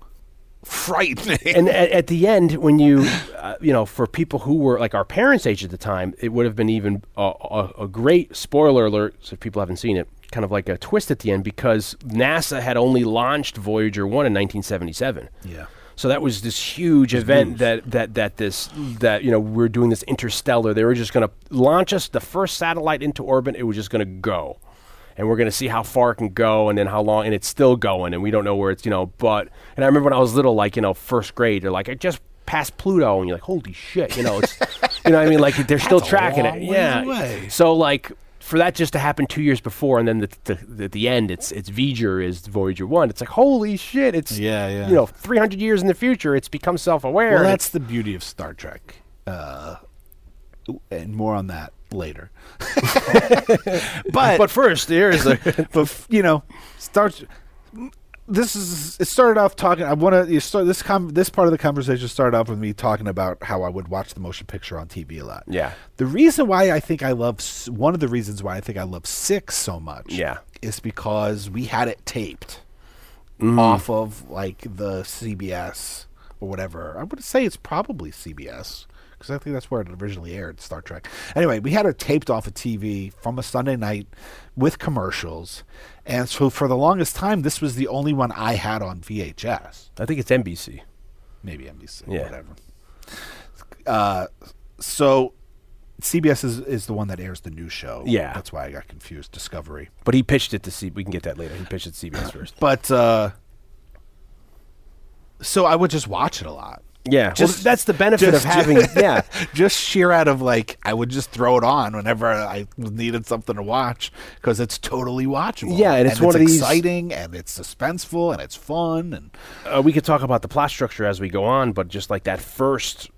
frightening.
and at, at the end when you uh, you know for people who were like our parents age at the time it would have been even a, a, a great spoiler alert so if people haven't seen it kind of like a twist at the end because nasa had only launched voyager 1 in 1977
Yeah.
so that was this huge event that, that that this that you know we're doing this interstellar they were just going to launch us the first satellite into orbit it was just going to go and we're going to see how far it can go and then how long and it's still going and we don't know where it's you know but and i remember when i was little like you know first grade they're like i just passed pluto and you're like holy shit you know it's you know what i mean like they're still tracking
long
it
ways
yeah
away.
so like for that just to happen two years before and then the the, the, the end it's it's voyager E is voyager one it's like holy shit it's
Yeah, yeah.
you know 300 years in the future it's become self-aware
Well,
and
that's the beauty of Star Trek, uh, and more on that later. but
but first here's the
but f- you know, starts. This is it. Started off talking. I want to. You start this. Com- this part of the conversation started off with me talking about how I would watch the motion picture on TV a lot.
Yeah.
The reason why I think I love s- one of the reasons why I think I love Six so much.
Yeah.
Is because we had it taped
Mm.
off of like the CBS or whatever. I would say it's probably CBS because I think that's where it originally aired Star Trek. Anyway, we had it taped off a TV from a Sunday night with commercials, and so for the longest time, this was the only one I had on VHS,
i think it's nbc
maybe NBC,
Yeah.
whatever. Uh, so. CBS is, is the one that airs the new show.
Yeah.
That's why I got confused. Discovery.
but he pitched it to see we can get that later he pitched it to cbs first
But uh so I would just watch it a lot.
yeah
Just-
well, that's the benefit
just-
of having yeah
Just sheer out of like I would just throw it on whenever I needed something to watch because it's totally watchable.
Yeah, and it's one of these-
exciting and it's suspenseful and it's fun and
uh, we could talk about the plot structure as we go on, but just like that first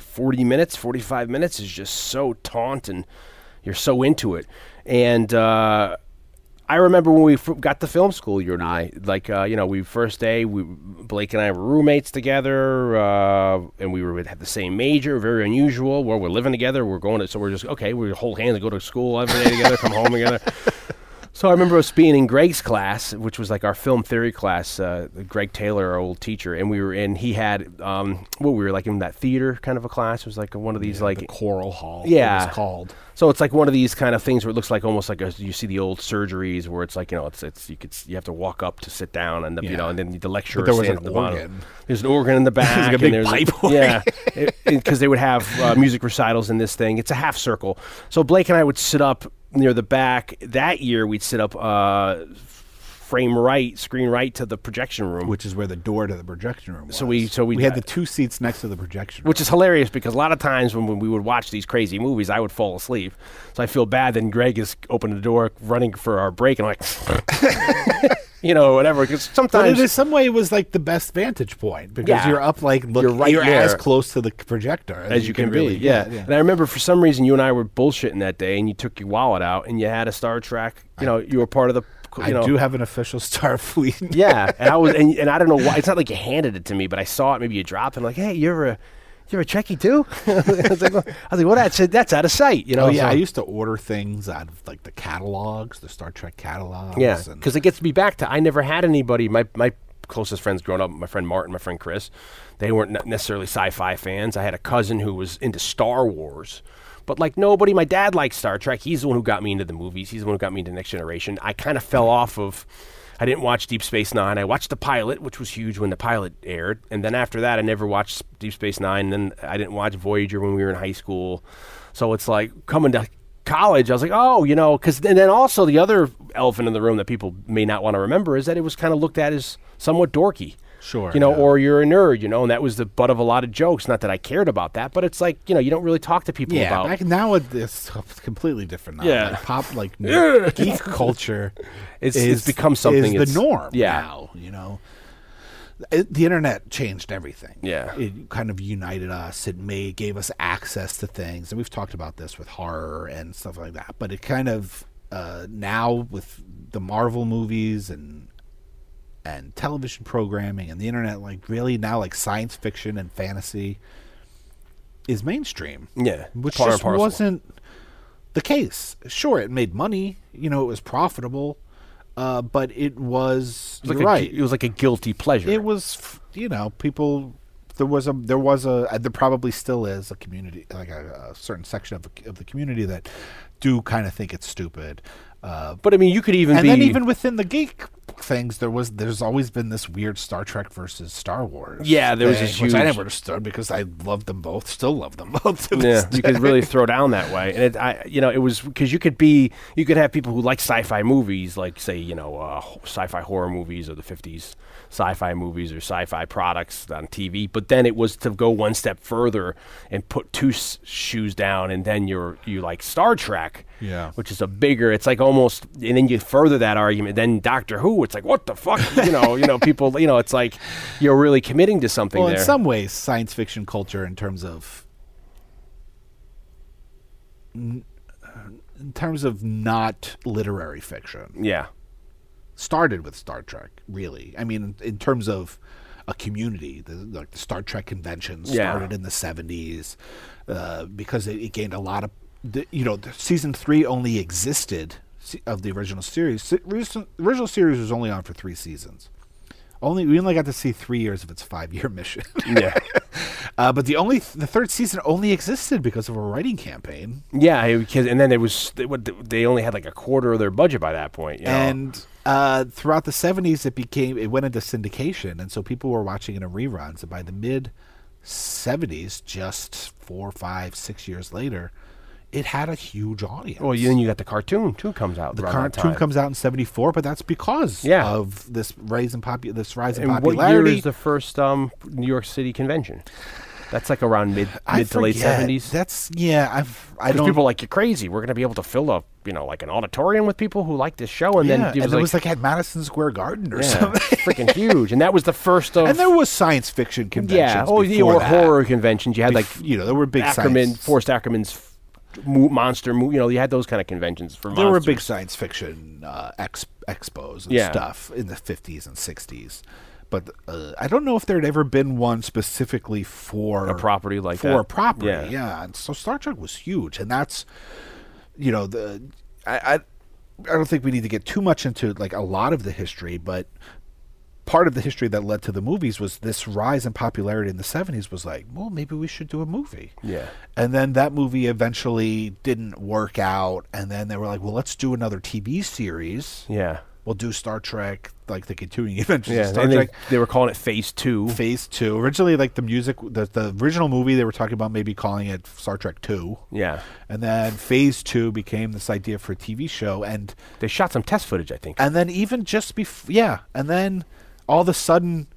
40 minutes, 45 minutes is just so taunt and you're so into it. And uh, I remember when we f- got to film school, you and I, like, uh, you know, we first day, we Blake and I were roommates together, uh, and we were had the same major, very unusual. Where we're living together, we're going to, so we're just okay. We hold hands and go to school every day together, come home together. So I remember us being in Greg's class, which was like our film theory class. Uh, Greg Taylor, our old teacher, and we were in. He had um, well, we were like in that theater kind of a class. It was like one of these like
Coral Hall.
Yeah.
It was called.
so it's like one of these kind of things where it looks like almost like a, you see the old surgeries where it's like you know it's it's you could s- you have to walk up to sit down and the, you know and then the lecturer
there was
stands
an
at the bottom.
organ.
There's an organ in the back.
like a
and
big
there's
pipe organ.
yeah, because they would have uh, music recitals in this thing. It's a half circle. So Blake and I would sit up near the back. That year we'd sit up uh, frame right, screen right to the projection room,
Which is where the door to the projection room was.
So we- so we-
had the two seats next to the projection room.
which is hilarious because a lot of times when, when we would watch these crazy movies, I would fall asleep. So I feel bad. Then Greg is opening the door, running for our break, and I'm like, you know, whatever. Because
But
sometimes
it in some way it was like the best vantage point because
Yeah.
you're up like look,
You're
you're,
right there.
as close to the projector
as you, can, really, be, yeah. And I remember for some reason you and I were bullshitting that day, and you took your wallet out and you had a Star Trek. You know, you were part of the. You
I
know,
do have an official Starfleet.
Yeah, and I was, and, and I don't know why. It's not like you handed it to me, but I saw it. Maybe you dropped, and like, hey, you're a, you're a Trekkie too. I was like, well, I was like, well, that's that's out of sight, you know.
Oh yeah,
so-
I used to order things out of like the catalogs, the Star Trek catalogs.
Yeah,
and-
because it gets me back to I never had anybody. My my closest friends growing up, my friend Martin, my friend Chris, they weren't ne- necessarily sci-fi fans. I had a cousin who was into Star Wars, but like nobody. My dad liked Star Trek. He's the one who got me into the movies. He's the one who got me into Next Generation. I kind of fell off of. I didn't watch Deep Space Nine. I watched the pilot, which was huge when the pilot aired, and then after that, I never watched Deep Space Nine. And then I didn't watch Voyager when we were in high school. So it's like coming to college, I was like, oh, you know, because and then also the other elephant in the room that people may not want to remember is that it was kind of looked at as somewhat dorky.
Sure,
You know,
yeah.
or you're a nerd, you know, and that was the butt of a lot of jokes. Not that I cared about that, but it's like, you know, you don't really talk to people
Yeah,
about
back now it- it's completely different. Now.
Yeah.
like pop like nerd- geek culture
It's- it's become something,
is
it's-
the norm.
yeah.
now, you know, It- the internet changed everything.
Yeah.
it kind of united us. It made gave us access to things, and we've talked about this with horror and stuff like that. But it kind of uh, now with the Marvel movies and and television programming and the internet, like really now like science fiction and fantasy is mainstream
Yeah.
which
Par and
just
parcel.
wasn't the case. Sure, it made money. You know, it was profitable, uh, but it was,
It was like
you're
a,
right.
gu- It was like a guilty pleasure.
it was f- you know people. There was a there was a uh, there probably still is a community like a, a certain section of of the community that do kind of think it's stupid. Uh,
but I mean, you could even
and
be
then even within the geek things, there was there's always been this weird Star Trek versus Star Wars.
Yeah, there was this
which I
huge-
never understood because I loved them both, still love them both. to this
yeah, you could really throw down that way, and it, I, you know, it was because you could be, you could have people who like sci-fi movies, like say, you know, uh, ho- sci-fi horror movies or the '50s sci-fi movies or sci-fi products on TV. But then it was to go one step further and put two s- shoes down, and then you're you like Star Trek,
Yeah.
which is a bigger. It's like almost, and then you further that argument. Then Doctor Who, it's like what the fuck, you know, you know, people, you know, it's like you're really committing to something
well,
there.
in some ways, science fiction culture, in terms of, uh, in terms of not literary fiction,
yeah,
started with Star Trek. Really, I mean, in terms of a community, the, like the Star Trek convention
Yeah.
started in the seventies uh, because it, it gained a lot of, the, you know, the season three only existed se- of the original series. Se- recent- Original series was only on for three seasons. Only we only got to see three years of its five-year mission.
yeah.
Uh, but the only the third season only existed because of a writing campaign,
Yeah, it- 'cause- and then it was they, what- they only had like a quarter of their budget by that point. You know?
and uh, throughout the seventies, it became it went into syndication, and so people were watching it in reruns. And by the mid seventies, just four, five, six years later, it had a huge audience.
well, you- then you got the cartoon too comes out.
the
around that
cartoon
time.
comes out in seventy four, but that's because
Yeah.
of this rise in popu- this rise in
And what
popularity.
year is the first um, New York City convention? That's like around mid
I
mid to late
forget.
seventies.
That's yeah. I've I
Because
don't
people are like you're crazy. We're gonna be able to fill a you know like an auditorium with people who like this show, and
yeah.
then it was
and
like,
it was like at Madison Square Garden or
yeah,
something.
freaking huge. And that was the first of
and there was science fiction conventions.
yeah, oh yeah,
before
or
that.
horror conventions. You had like
Bef- you know, there were big
Ackerman,
science.
Forrest Ackerman's f- mo- monster. Mo- you know, you had those kind of conventions for
there were
monsters.
big science fiction uh, ex- expos and
Yeah.
stuff in the fifties and sixties. But uh, I don't know if there had ever been one specifically for
A property like
for
that.
a property.
Yeah.
Yeah. and so Star Trek was huge, and that's you know the I, I I don't think we need to get too much into like a lot of the history, but part of the history that led to the movies was this rise in popularity in the 70s was like well maybe we should do a movie
Yeah.
and then that movie eventually didn't work out and then they were like well let's do another tv series
yeah.
we'll do star trek like the continuing adventures
Yeah,
of star
and
trek
They, they were calling it Phase Two.
phase two originally like the music the, the original movie they were talking about maybe calling it star trek 2
yeah,
and then phase two became this idea for a tv show and
they shot some test footage, I think.
and then even just before, yeah, and then all of a sudden,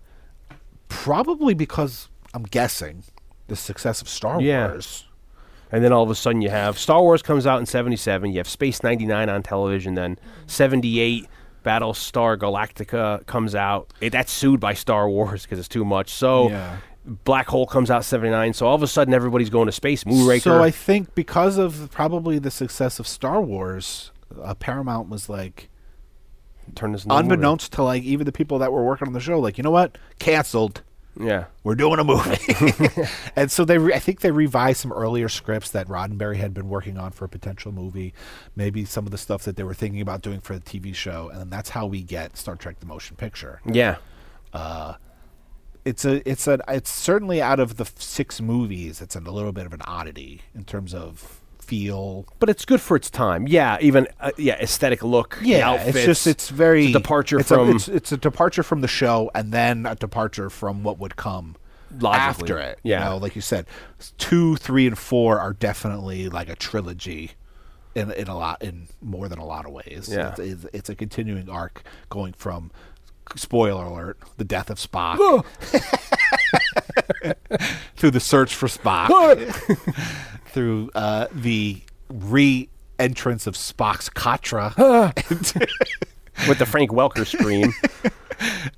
probably because I'm guessing the success of Star
Yeah.
Wars,
And then all of a sudden, you have Star Wars comes out in '77. You have Space '99 on television. Then '78, Battlestar Galactica comes out. It, that's sued by Star Wars because it's too much. So.
Yeah.
Black Hole comes out '79, so all of a sudden everybody's going to space. Moonraker,
so I think because of probably the success of Star Wars, uh, Paramount was like,
turn this into a movie.
unbeknownst to like even the people that were working on the show, like you know what, canceled.
Yeah,
We're doing a movie, and so they. Re- I think they revised some earlier scripts that Roddenberry had been working on for a potential movie, maybe some of the stuff that they were thinking about doing for the TV show, and then that's how we get Star Trek: The Motion Picture.
yeah,
It's a. It's a. It's certainly out of the f- six movies, it's a little bit of an oddity in terms of feel.
but it's good for its time. Yeah, even uh, yeah, aesthetic look. the outfits,
it's just it's very
a departure
it's
from-
A, it's, it's a departure from the show, and then a departure from what would come.
Logically,
After it,
yeah.
you know, like you said, s- two, three, and four are definitely like a trilogy, in in a lot, in more than a lot of ways.
Yeah.
it's, it's, it's a continuing arc going from spoiler alert, the death of Spock. through the search for Spock. through uh, the re entrance of Spock's Katra.
with the Frank Welker scream,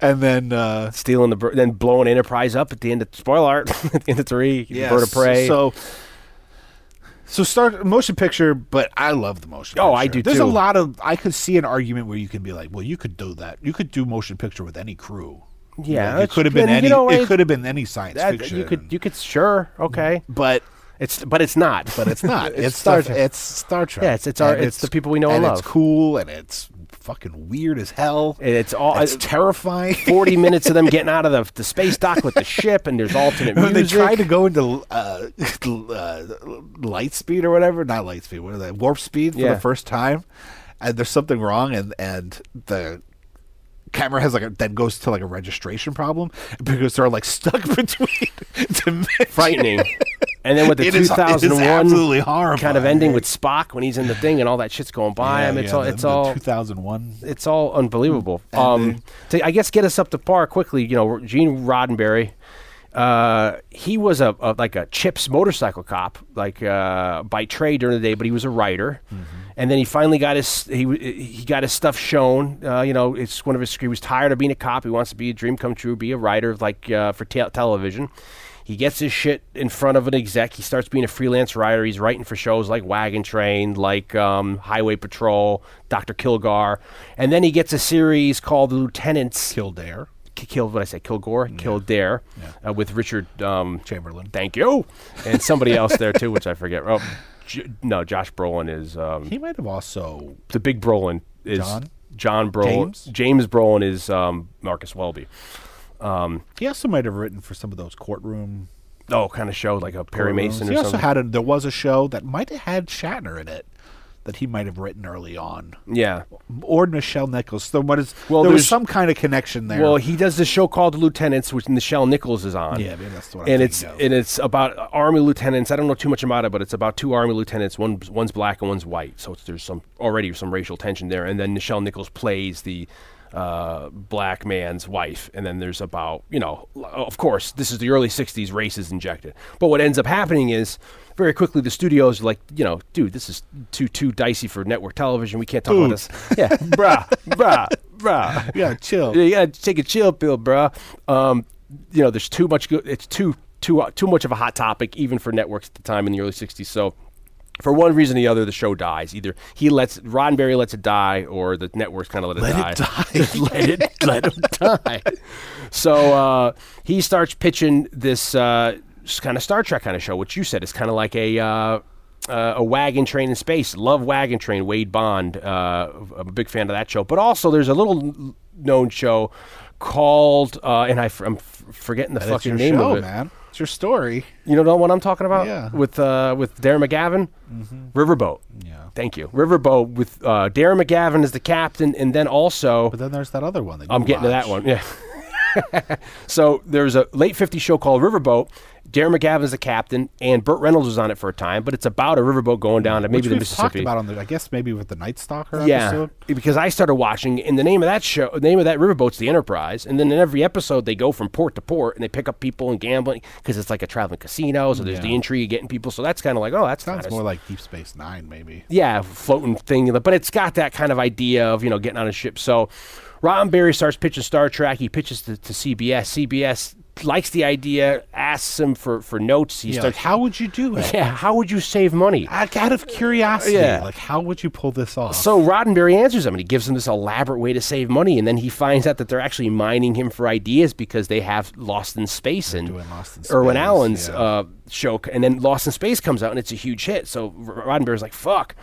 and then uh,
stealing the Ver- then blowing Enterprise up at the end of spoiler art at the end of three, Bird of Prey.
So, so start motion picture, but I love the motion.
Oh, I
picture.
do,
There's a
too.
lot of I could see an argument where you can be like, well, you could do that. You could do motion picture with any crew.
Yeah,
Like, it
that's-
could have been
and
any.
you know,
it
I-
could have been any science
that-
fiction.
you could you could sure okay,
but
it's but it's not.
but it's not. it's,
Star
Star.
Trek.
It's Star Trek.
Yeah, it's- it's our-
And
it's the people we know and
It's
love.
cool and it's fucking weird as hell.
And it's all-
It's
it-
terrifying.
Forty minutes of them getting out of the, the space dock with the ship, and there's alternate
When
music.
they tried to go into uh, uh, light speed or whatever, not light speed, what are they? Warp speed for
Yeah.
the first time, and there's something wrong, and and the camera has like a, then goes to like a registration problem because they're like stuck between dimensions.
frightening. and then with the
It is- it is
2001
absolutely
kind of
horrifying.
ending with Spock when he's in the thing and all that shit's going by
Yeah,
him. It's
yeah,
all
the- Mm-hmm.
it's
the
all
2001.
it's all unbelievable. Um, to, I guess get us up to par quickly. You know, Gene Roddenberry. Uh, he was a, a like a Chips motorcycle cop, like uh, by trade during the day, but he was a writer. And then he finally got his he w- he got his stuff shown. Uh, you know, it's one of his. He was tired of being a cop. He wants to be a dream come true, be a writer like uh, for te- television. He gets his shit in front of an exec. He starts being a freelance writer. He's writing for shows like Wagon Train, like um, Highway Patrol, Doctor Kilgar, and then he gets a series called The Lieutenants.
Kildare.
K- Kill what I say, Kilgore, Kildare, uh, with Richard um,
Chamberlain.
Thank you, and somebody else there too, which I forget. Oh, J- no, Josh Brolin is um,
He might have also
the big Brolin is
John?
John Brolin.
James?
Brolin is um, Marcus Welby.
he also might have written for some of those courtroom.
Oh, kind of show like a Perry
courtrooms.
Mason or
He also
something.
had a, there was a show that might have had Shatner in it that he might have written early on.
yeah.
or Michelle Nichols. So what is
Well,
there was
there's-
some kind of connection there.
Well, he does this show called The Lieutenants, which Michelle Nichols is on.
Yeah, maybe that's what I'm
and it's
thinking of.
and it's about army lieutenants. I don't know too much about it, but it's about two army lieutenants. One one's black and one's white, so it's, there's some already some racial tension there. And then Michelle Nichols plays the uh, black man's wife, and then there's about you know, l- of course, this is the early '60s. Race is injected, but what ends up happening is. Very quickly, the studios are like, you know, dude, this is too too dicey for network television. We can't talk about this. Yeah, bruh, bruh, bruh.
yeah, chill.
Yeah, you gotta take a chill pill, bruh. Um, you know, there's too much. Go- it's too too uh, too much of a hot topic, even for networks at the time in the early '60s. So, for one reason or the other, the show dies. Either he lets Roddenberry lets it die, or the networks kind of let it die.
let it let him die.
So uh, he starts pitching this uh, kind of Star Trek kind of show, which you said is kind of like a. Uh, uh, a wagon train in space. Love wagon train. Wade Bond. Uh, I'm a big fan of that show. But also, there's a little known show called, uh, and I, am f- forgetting the
That's
fucking
your
name
show,
of it.
man. It's your story.
You know the one I'm talking about?
Yeah. Mm-hmm.
With uh, with Darren McGavin, Riverboat.
Yeah.
Thank you, Riverboat with uh, Darren McGavin as the captain, and then also
But then there's that other one. That
I'm
you
getting to that
watched.
one. Yeah. so there's a late 50s show called Riverboat. Darren McGavin is the captain, and Burt Reynolds was on it for a time, but it's about a riverboat going down to maybe
Which
the
we've talked
Mississippi.
about on the. I guess maybe with the Night Stalker
yeah,
episode.
because I started watching, and the name of that show, the name of that riverboat's the Enterprise, and then in every episode they go from port to port and they pick up people and gambling because it's like a traveling casino, so there's
Yeah.
the intrigue of getting people. So that's kind of like, oh, that's
Sounds
not
more like Deep Space Nine, maybe.
yeah, floating thing, but it's got that kind of idea of you know getting on a ship. So Roddenberry starts pitching Star Trek. He pitches to, to CBS. CBS likes the idea, asks him for for notes. He
Yeah, like,
starts,
how would you do it?
yeah, how would you save money?
Out out of curiosity,
Yeah.
like how would you pull this off?
So Roddenberry answers him, and he gives him this elaborate way to save money, and then he finds out that they're actually mining him for ideas because they have Lost in Space and
doing Lost in
Irwin
Space,
Allen's
yeah.
uh, show, c- and then Lost in Space comes out, and it's a huge hit. So R- Roddenberry's like, "Fuck."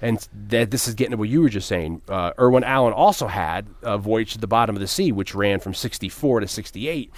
And th- this is getting to what you were just saying. Uh, Irwin Allen also had a Voyage to the Bottom of the Sea, which ran from 64 to 68.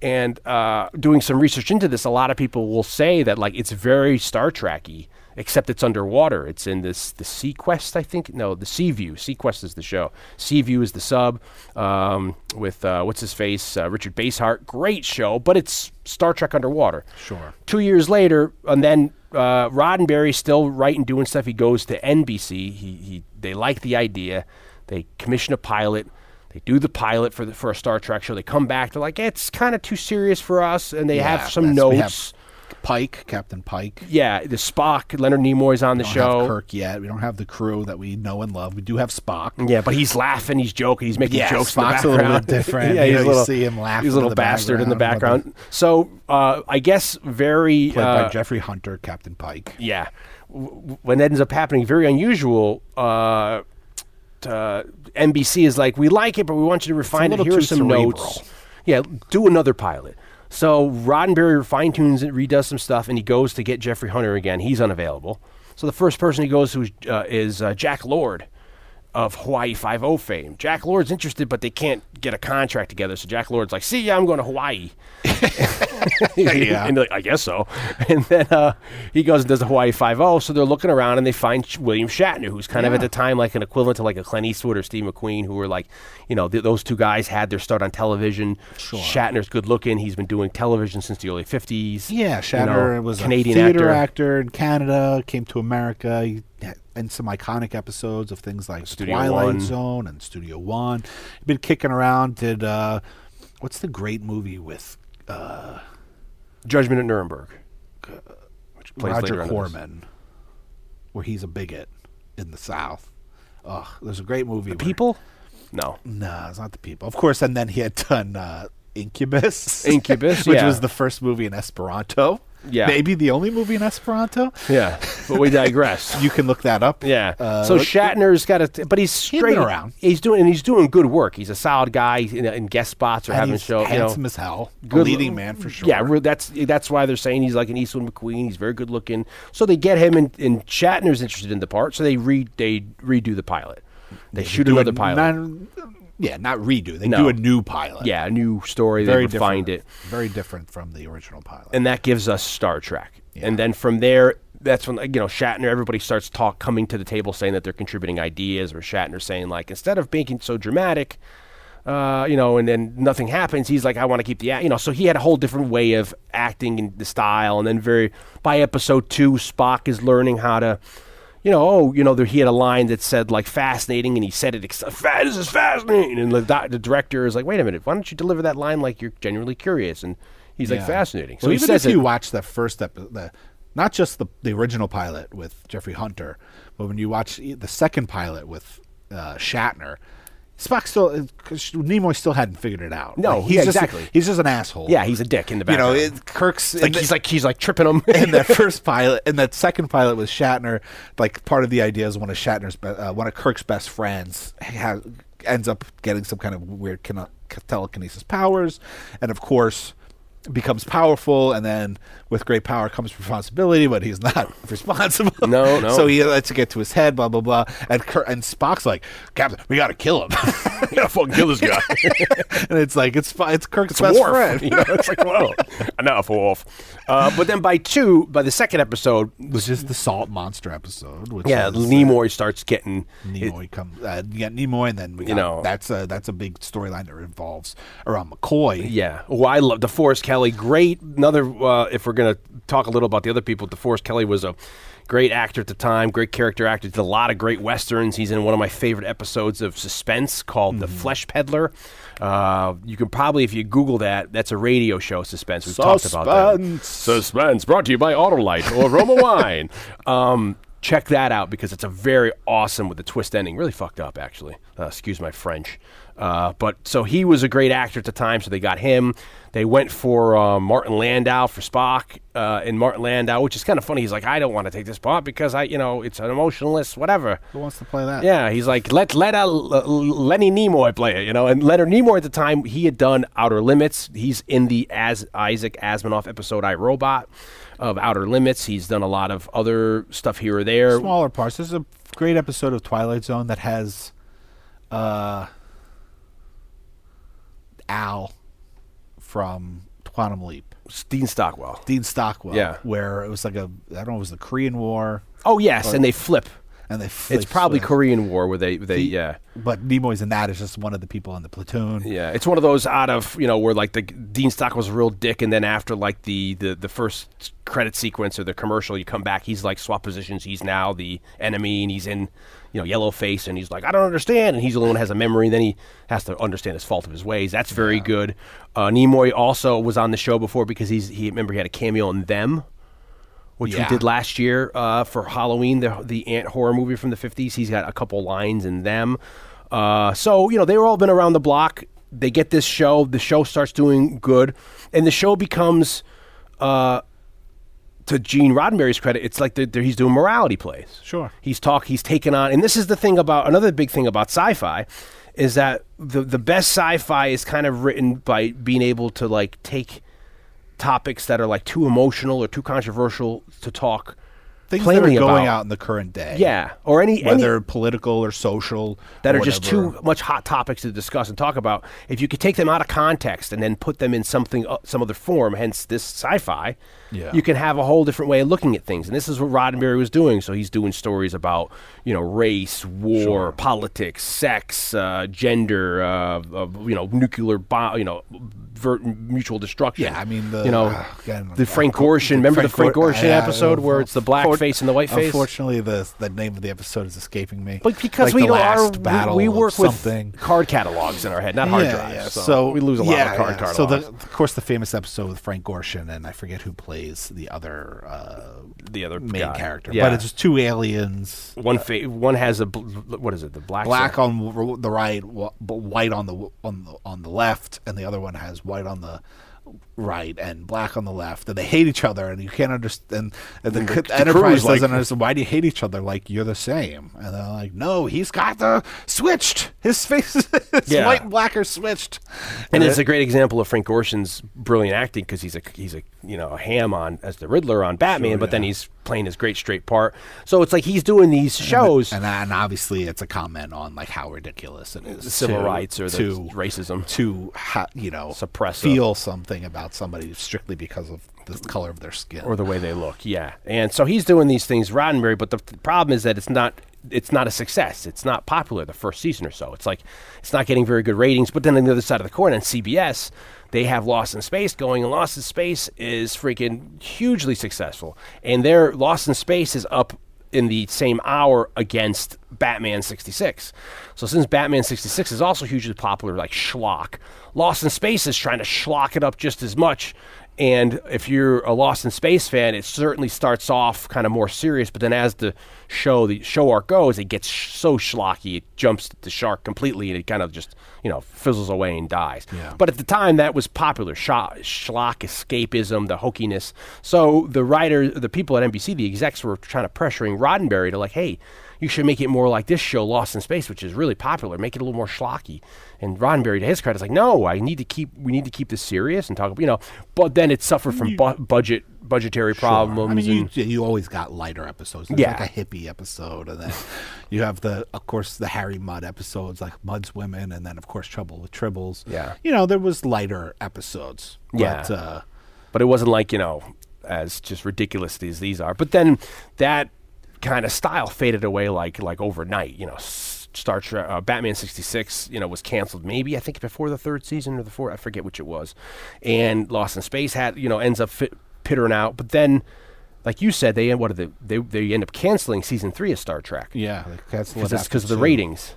And uh, doing some research into this, a lot of people will say that like it's very Star Trekky, except it's underwater. It's in this the Sea Quest, I think. No, the Sea View. Sea Quest is the show. Sea View is the sub um, with uh, what's his face, uh, Richard Basehart. Great show, but it's Star Trek underwater.
Sure.
Two years later, and then uh, Roddenberry's still writing, doing stuff. He goes to NBC. He, he they like the idea. They commission a pilot. They do the pilot for the, for a Star Trek show. They come back. They're like, it's kind of too serious for us, and they
Yeah,
have some
that's- we have
notes.
Pike, Captain Pike.
yeah, the Spock, Leonard Nimoy's on the
We don't
show.
have Kirk yet. We don't have the crew that we know and love. We do have Spock.
Yeah, but he's laughing, he's joking, he's making
Yeah,
jokes.
Spock's a
in the
little bit
background.
different.
yeah,
You
he's
know,
a
you
little,
see him laughing
He's a little
in the
bastard in the
background,
background. So uh, I guess very
Played
uh,
by Jeffrey Hunter, Captain Pike.
yeah, w- w- when that ends up happening, very unusual. Uh, t- uh, NBC is like, we like it, but we want you to refine it.
little
Here are
too
some
cerebral."
notes. Yeah, do another pilot. So Roddenberry fine tunes it, redoes some stuff, and he goes to get Jeffrey Hunter again. He's unavailable. So the first person he goes to is, uh, is uh, Jack Lord of Hawaii Five O fame. Jack Lord's interested, but they can't get a contract together. So Jack Lord's like, "See ya, I'm going to Hawaii."
Yeah.
and they're like, I guess so. And then uh, he goes and does the Hawaii Five O. So they're looking around and they find Sh- William Shatner, who's kind of at the time like an equivalent to like a Clint Eastwood or Steve McQueen, who were like, you know, th- those two guys had their start on television. Shatner's good looking. He's been doing television since the early fifties.
Yeah,
you know,
Shatner was
Canadian
a theater
actor.
actor. in Canada, came to America, he had- and some iconic episodes of things like
Studio
Twilight
One.
Zone and Studio One. Been kicking around. Did uh, what's the great movie with
Judgment at Nuremberg. Which plays later
Roger
on in this.
Corman, where he's a bigot in the South? Ugh, there's a great movie. where-
People? No.
No, it's not the people. Of course, and then he had done uh, Incubus.
Incubus,
which
yeah.
was the first movie in Esperanto.
Yeah.
Maybe the only movie in Esperanto.
Yeah. But we digress.
You can look that up.
Yeah.
Uh,
so
look-
Shatner's got a, t- but he's
been
straight
around.
He's doing and he's doing good work. He's a solid guy in, in guest spots or
and
having
he's
show. you know.
handsome as hell.
Good-
Good leading man for sure.
Yeah, re- that's that's why they're saying he's like an Eastwood McQueen. He's very good looking. So they get him, and, and Shatner's interested in the part. So they re they redo the pilot. They shoot
Do a
another pilot.
non- yeah, not redo. They
No.
do a new pilot.
yeah, a new story.
very
they
different.
refined it.
Very different from the original pilot.
and that gives us Star Trek. And then from there, that's when like, you know Shatner. Everybody starts talk coming to the table saying that they're contributing ideas, or Shatner saying like instead of being so dramatic, uh, you know, and then nothing happens. He's like, I want to keep the act, you know. So he had a whole different way of acting and the style. And then very by episode two, Spock is learning how to. You know, oh, you know, there, he had a line that said like fascinating, and he said it. Ex- "Fa- this is fascinating, and the, doc- the director is like, "Wait a minute, why don't you deliver that line like you're genuinely curious?" And he's like,
Yeah.
"Fascinating."
So
he
even
says
if
it-
you watch the first episode, the, not just the, the original pilot with Jeffrey Hunter, but when you watch e- the second pilot with uh, Shatner, Spock still uh, 'cause Nimoy still hadn't figured it out.
No,
he's
yeah,
just a-
exactly.
he's just an asshole.
Yeah, he's a dick in the
you know,
background.
it, Kirk's
like he's like he's like tripping him.
in that first pilot, in that second pilot with Shatner, like part of the idea is one of Shatner's, be- uh, one of Kirk's best friends ha ends up getting some kind of weird kino- telekinesis powers, and of course becomes powerful. And then with great power comes responsibility, but he's not responsible.
No, no.
So he lets it get to his head, blah blah blah. And Kirk, and Spock's like, Captain, we gotta kill him. we gotta fucking kill this guy. and it's like it's Sp- it's Kirk's best
Worf,
friend.
you know, it's like whoa, enough Worf. Uh, but then by two, by the second episode,
Which is the salt monster episode. Which
yeah,
is,
Nimoy starts getting
Nimoy comes. Uh, you got Nimoy, and then we
You
got,
know.
that's a that's a big storyline that revolves around McCoy.
Yeah. Oh, I love DeForest Kelly. Great. Another, uh, if we're going to talk a little about the other people, DeForest Kelly was a great actor at the time, great character actor. Did a lot of great westerns. He's in one of my favorite episodes of Suspense called The Flesh Peddler. Uh, you can probably, if you Google that, that's a radio show, Suspense. We've talked about that.
Suspense.
Suspense, brought to you by Autolite or Roma Wine. Um, check that out because it's a very awesome with the twist ending. Really fucked up, actually. Uh, excuse my French. Uh, but so he was a great actor at the time, so they got him. They went for uh, Martin Landau for Spock, uh, and Martin Landau, which is kind of funny. He's like, I don't want to take this part because I, you know, it's an emotionless, whatever.
Who wants to play that?
Yeah, he's like let let uh, L- L- Lenny Nimoy play it, you know. And Leonard Nimoy at the time he had done Outer Limits. He's in the as Isaac Asimov episode I Robot of Outer Limits. He's done a lot of other stuff here or there.
smaller parts. This is a great episode of Twilight Zone that has, uh, Al from Quantum Leap,
Dean Stockwell.
Dean Stockwell.
Yeah.
where it was like a I don't know, it was the Korean War.
Oh yes, and they flip.
and they. f-
It's
they-
probably
uh,
Korean War where they, they
the-
yeah.
But Nimoy's in that is just one of the people in the platoon.
Yeah, it's one of those out of you know where like the Dean Stock was a real dick, and then after like the, the the first credit sequence or the commercial, you come back, he's like swap positions. He's now the enemy, and he's in you know yellow face, and he's like I don't understand, and he's the one who has a memory. And then he has to understand his fault of his ways. That's very good. Uh, Nimoy also was on the show before because he's he remember he had a cameo in Them. Which
Yeah.
we did last year uh, for Halloween, the the ant horror movie from the fifties. He's got a couple lines in them. Uh, so you know they've all been around the block. They get this show. The show starts doing good, and the show becomes, uh, to Gene Roddenberry's credit, it's like the, the, he's doing morality plays.
Sure.
he's talk. He's taken on, and this is the thing about another big thing about sci-fi, is that the the best sci-fi is kind of written by being able to like take topics that are like too emotional or too controversial to talk
Things that are
plainly
going
about.
out in the current day.
Yeah, or any any
Whether political or social,
that
or
are just
whatever.
too much hot topics to discuss and talk about. If you could take them out of context and then put them in something, uh, some other form, hence this sci-fi,
Yeah.
you can have a whole different way of looking at things. And this is what Roddenberry was doing. So he's doing stories about you know race, war, politics, sex, uh, gender, uh, of, you know nuclear bomb, you know ver- mutual destruction.
Yeah, I mean, the-
you know
ah, again,
the
I-
Frank Gorshin. Remember the Frank
Gor-
Gorshin
yeah,
episode where it's the black
unfor-
face and the white face.
Unfortunately, the the name of the episode is escaping me.
But because
Like
we
the
don't- our,
last battle
we, we
of
work
something.
with card catalogs in our head, not hard drives. So, we lose a lot
yeah,
of card
yeah.
catalogs.
So the, of course, the famous episode with Frank Gorshin and I forget who plays the other uh,
The other
main
guy.
character,
Yeah.
but it's just two aliens,
one fa- one has a bl- what is it? The black
black
side.
on w- the right, wh- but white on the w- on the on the left, and the other one has white on the right and black on the left, and they hate each other, and you can't understand. And the, c- Enterprise
crew's like-
doesn't understand why do you hate each other? Like you're the same, and they're like, no, he's got the switched. His face, his
Yeah.
white and black are switched.
And it's a great example of Frank Gorshin's brilliant acting because he's a he's a you know a ham on as the Riddler on Batman, but then he's playing his great straight part. So it's like he's doing these shows,
and, and obviously it's a comment on like how ridiculous it is
civil
to-
rights or the
to
racism.
to ha- you know
Suppress a-
feel something about somebody strictly because of the color of their skin
or the way they look. Yeah, and so he's doing these things, Roddenberry. But the f- problem is that it's not it's not a success. It's not popular the first season or so. It's like it's not getting very good ratings. But then on the other side of the coin, on CBS, they have Lost in Space going, and Lost in Space is freaking hugely successful. And their Lost in Space is up in the same hour against Batman 66. So since Batman 66 is also hugely popular, like schlock, Lost in Space is trying to schlock it up just as much. And if you're a Lost in Space fan, it certainly starts off kind of more serious, but then as the show the show arc goes, it gets sh- so schlocky, it jumps the shark completely, and it kind of just you know fizzles away and dies. But at the time, that was popular sh- schlock escapism, the hokiness. So the writer, the people at NBC, the execs were trying to pressuring Roddenberry to like, hey, you should make it more like this show, Lost in Space, which is really popular. Make it a little more schlocky. And Roddenberry, to his credit, is like, no, I need to keep. We need to keep this serious and talk. about You know, but then it suffered from bu- budget budgetary problems.
I mean,
and-
you, you always got lighter episodes. There's
Yeah.
like a hippie episode, and then you have the, of course, the Harry Mudd episodes, like Mudd's Women, and then of course Trouble with Tribbles.
Yeah.
you know, there was lighter episodes.
Yeah.
but, uh,
but it wasn't like you know as just ridiculous as these are but then that kind of style faded away like like overnight you know S- star trek uh, batman 66 you know was canceled maybe i think before the third season or the fourth i forget which it was and lost in space had you know ends up fit, pittering out but then like you said they what are the, they they end up canceling season 3 of star trek
yeah, that's
because it's because of the ratings.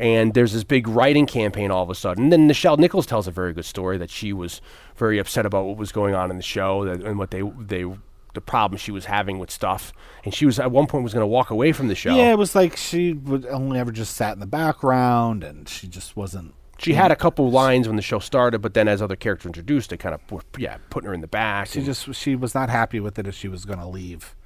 And there's this big writing campaign all of a sudden. And then Nichelle Nichols tells a very good story that she was very upset about what was going on in the show that, and what they they the problem she was having with stuff. And she was at one point was going to walk away from the show.
Yeah, it was like she would only ever just sat in the background, and she just wasn't.
She had a couple lines when the show started, but then as other characters introduced, they kind of were, yeah putting her in the back.
She
and-
just she was not happy with it if she was going to leave,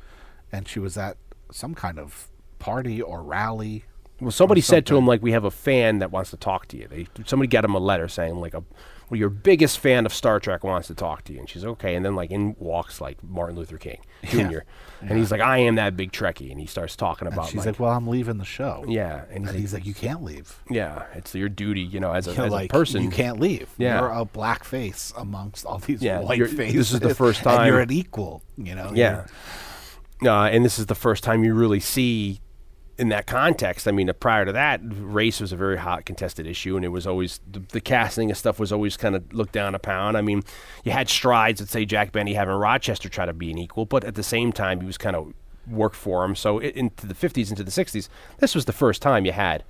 and she was at some kind of party or rally.
Well, somebody said to him like, "We have a fan that wants to talk to you." They somebody got him a letter saying like, a, "Well, your biggest fan of Star Trek wants to talk to you," and she's okay. And then like in walks like Martin Luther King Jr. and he's like, "I am that big Trekkie," and he starts talking
And
about
she's
like,
like, "Well, I'm leaving the show."
"Yeah," and he's
and
like,
he's like, "You can't leave."
"Yeah, it's your duty, you know, as a,
you know,
as
like
a person."
you can't leave.
Yeah.
You're a black face amongst all these
Yeah,
white
you're-
faces.
this is the first
and you're
time-
an equal. You know.
Yeah. Uh, and this is the first time you really see in that context, I mean, uh, prior to that, race was a very hot contested issue, and it was always the, the casting of stuff was always kind of looked down upon. I mean, you had strides that say Jack Benny having Rochester try to be an equal, but at the same time, he was kind of worked for him. So it, into the fifties, into the sixties, this was the first time you had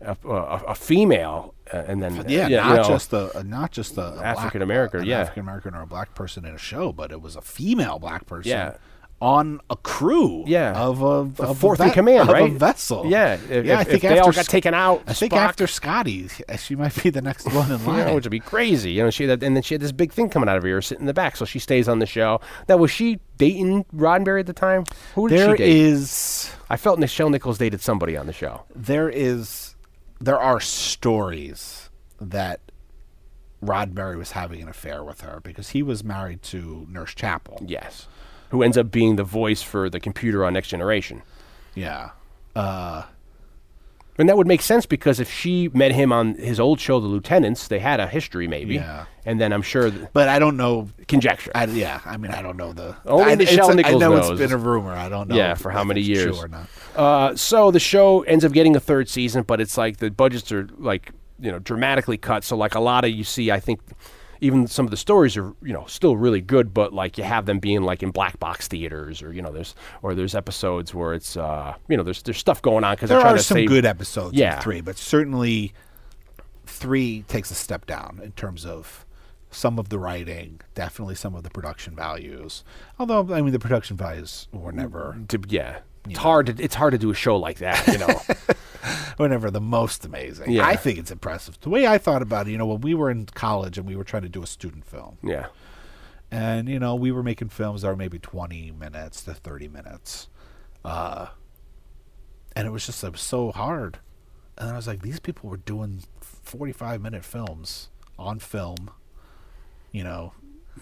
a, a, a female, uh, and then
yeah,
you
not
know,
just a a- not just a, a
African American, yeah.
African American or a black person in a show, but it was a female black person,
Yeah.
on a crew,
Yeah.
of a, of a
fourth in
ve-
command,
of
right?
a vessel,
Yeah, if- if- if they all got
Sc-
taken out,
I think
Spock-
after Scotty, she might be the next one in
you know,
line.
which would be crazy. You know, she had, and then she had this big thing coming out of her ear, sitting in the back. So she stays on the show. Now, was she dating Roddenberry at the time? Who did
There
she date?
is
I felt Nichelle Nichols dated somebody on the show.
there is there are stories that Roddenberry was having an affair with her because he was married to Nurse Chapel.
Yes, who ends up being the voice for the computer on Next Generation.
Yeah.
And that would make sense because if she met him on his old show, The Lieutenants, they had a history maybe.
Yeah.
And then I'm sure th-
But I don't know.
conjecture.
I, yeah, I mean, I don't know the.
Only
I,
Michelle
it's a- I
Nichols
know
knows.
it's been a rumor. I don't know.
Yeah, for how
if
many
it's
years?
True or not?
Uh, so the show ends up getting a third season, but it's like the budgets are like you know dramatically cut. So like a lot of you see, I think even some of the stories are you know still really good, but like you have them being like in black box theaters or you know there's or there's episodes where it's uh you know there's there's stuff going on because
There
they're trying
are
to
some
save-
good episodes. Yeah,
Yeah.
of three, but certainly three takes a step down in terms of some of the writing, definitely some of the production values. Although, I mean, the production values were never
To, yeah, it's hard to it's hard to do a show like that. You know,
were never the most amazing.
Yeah.
I think it's impressive. The way I thought about it, you know, when we were in college and we were trying to do a student film,
yeah.
and you know we were making films that were maybe 20 minutes to 30 minutes uh and it was just it was so hard and then i was like these people were doing 45 minute films on film you know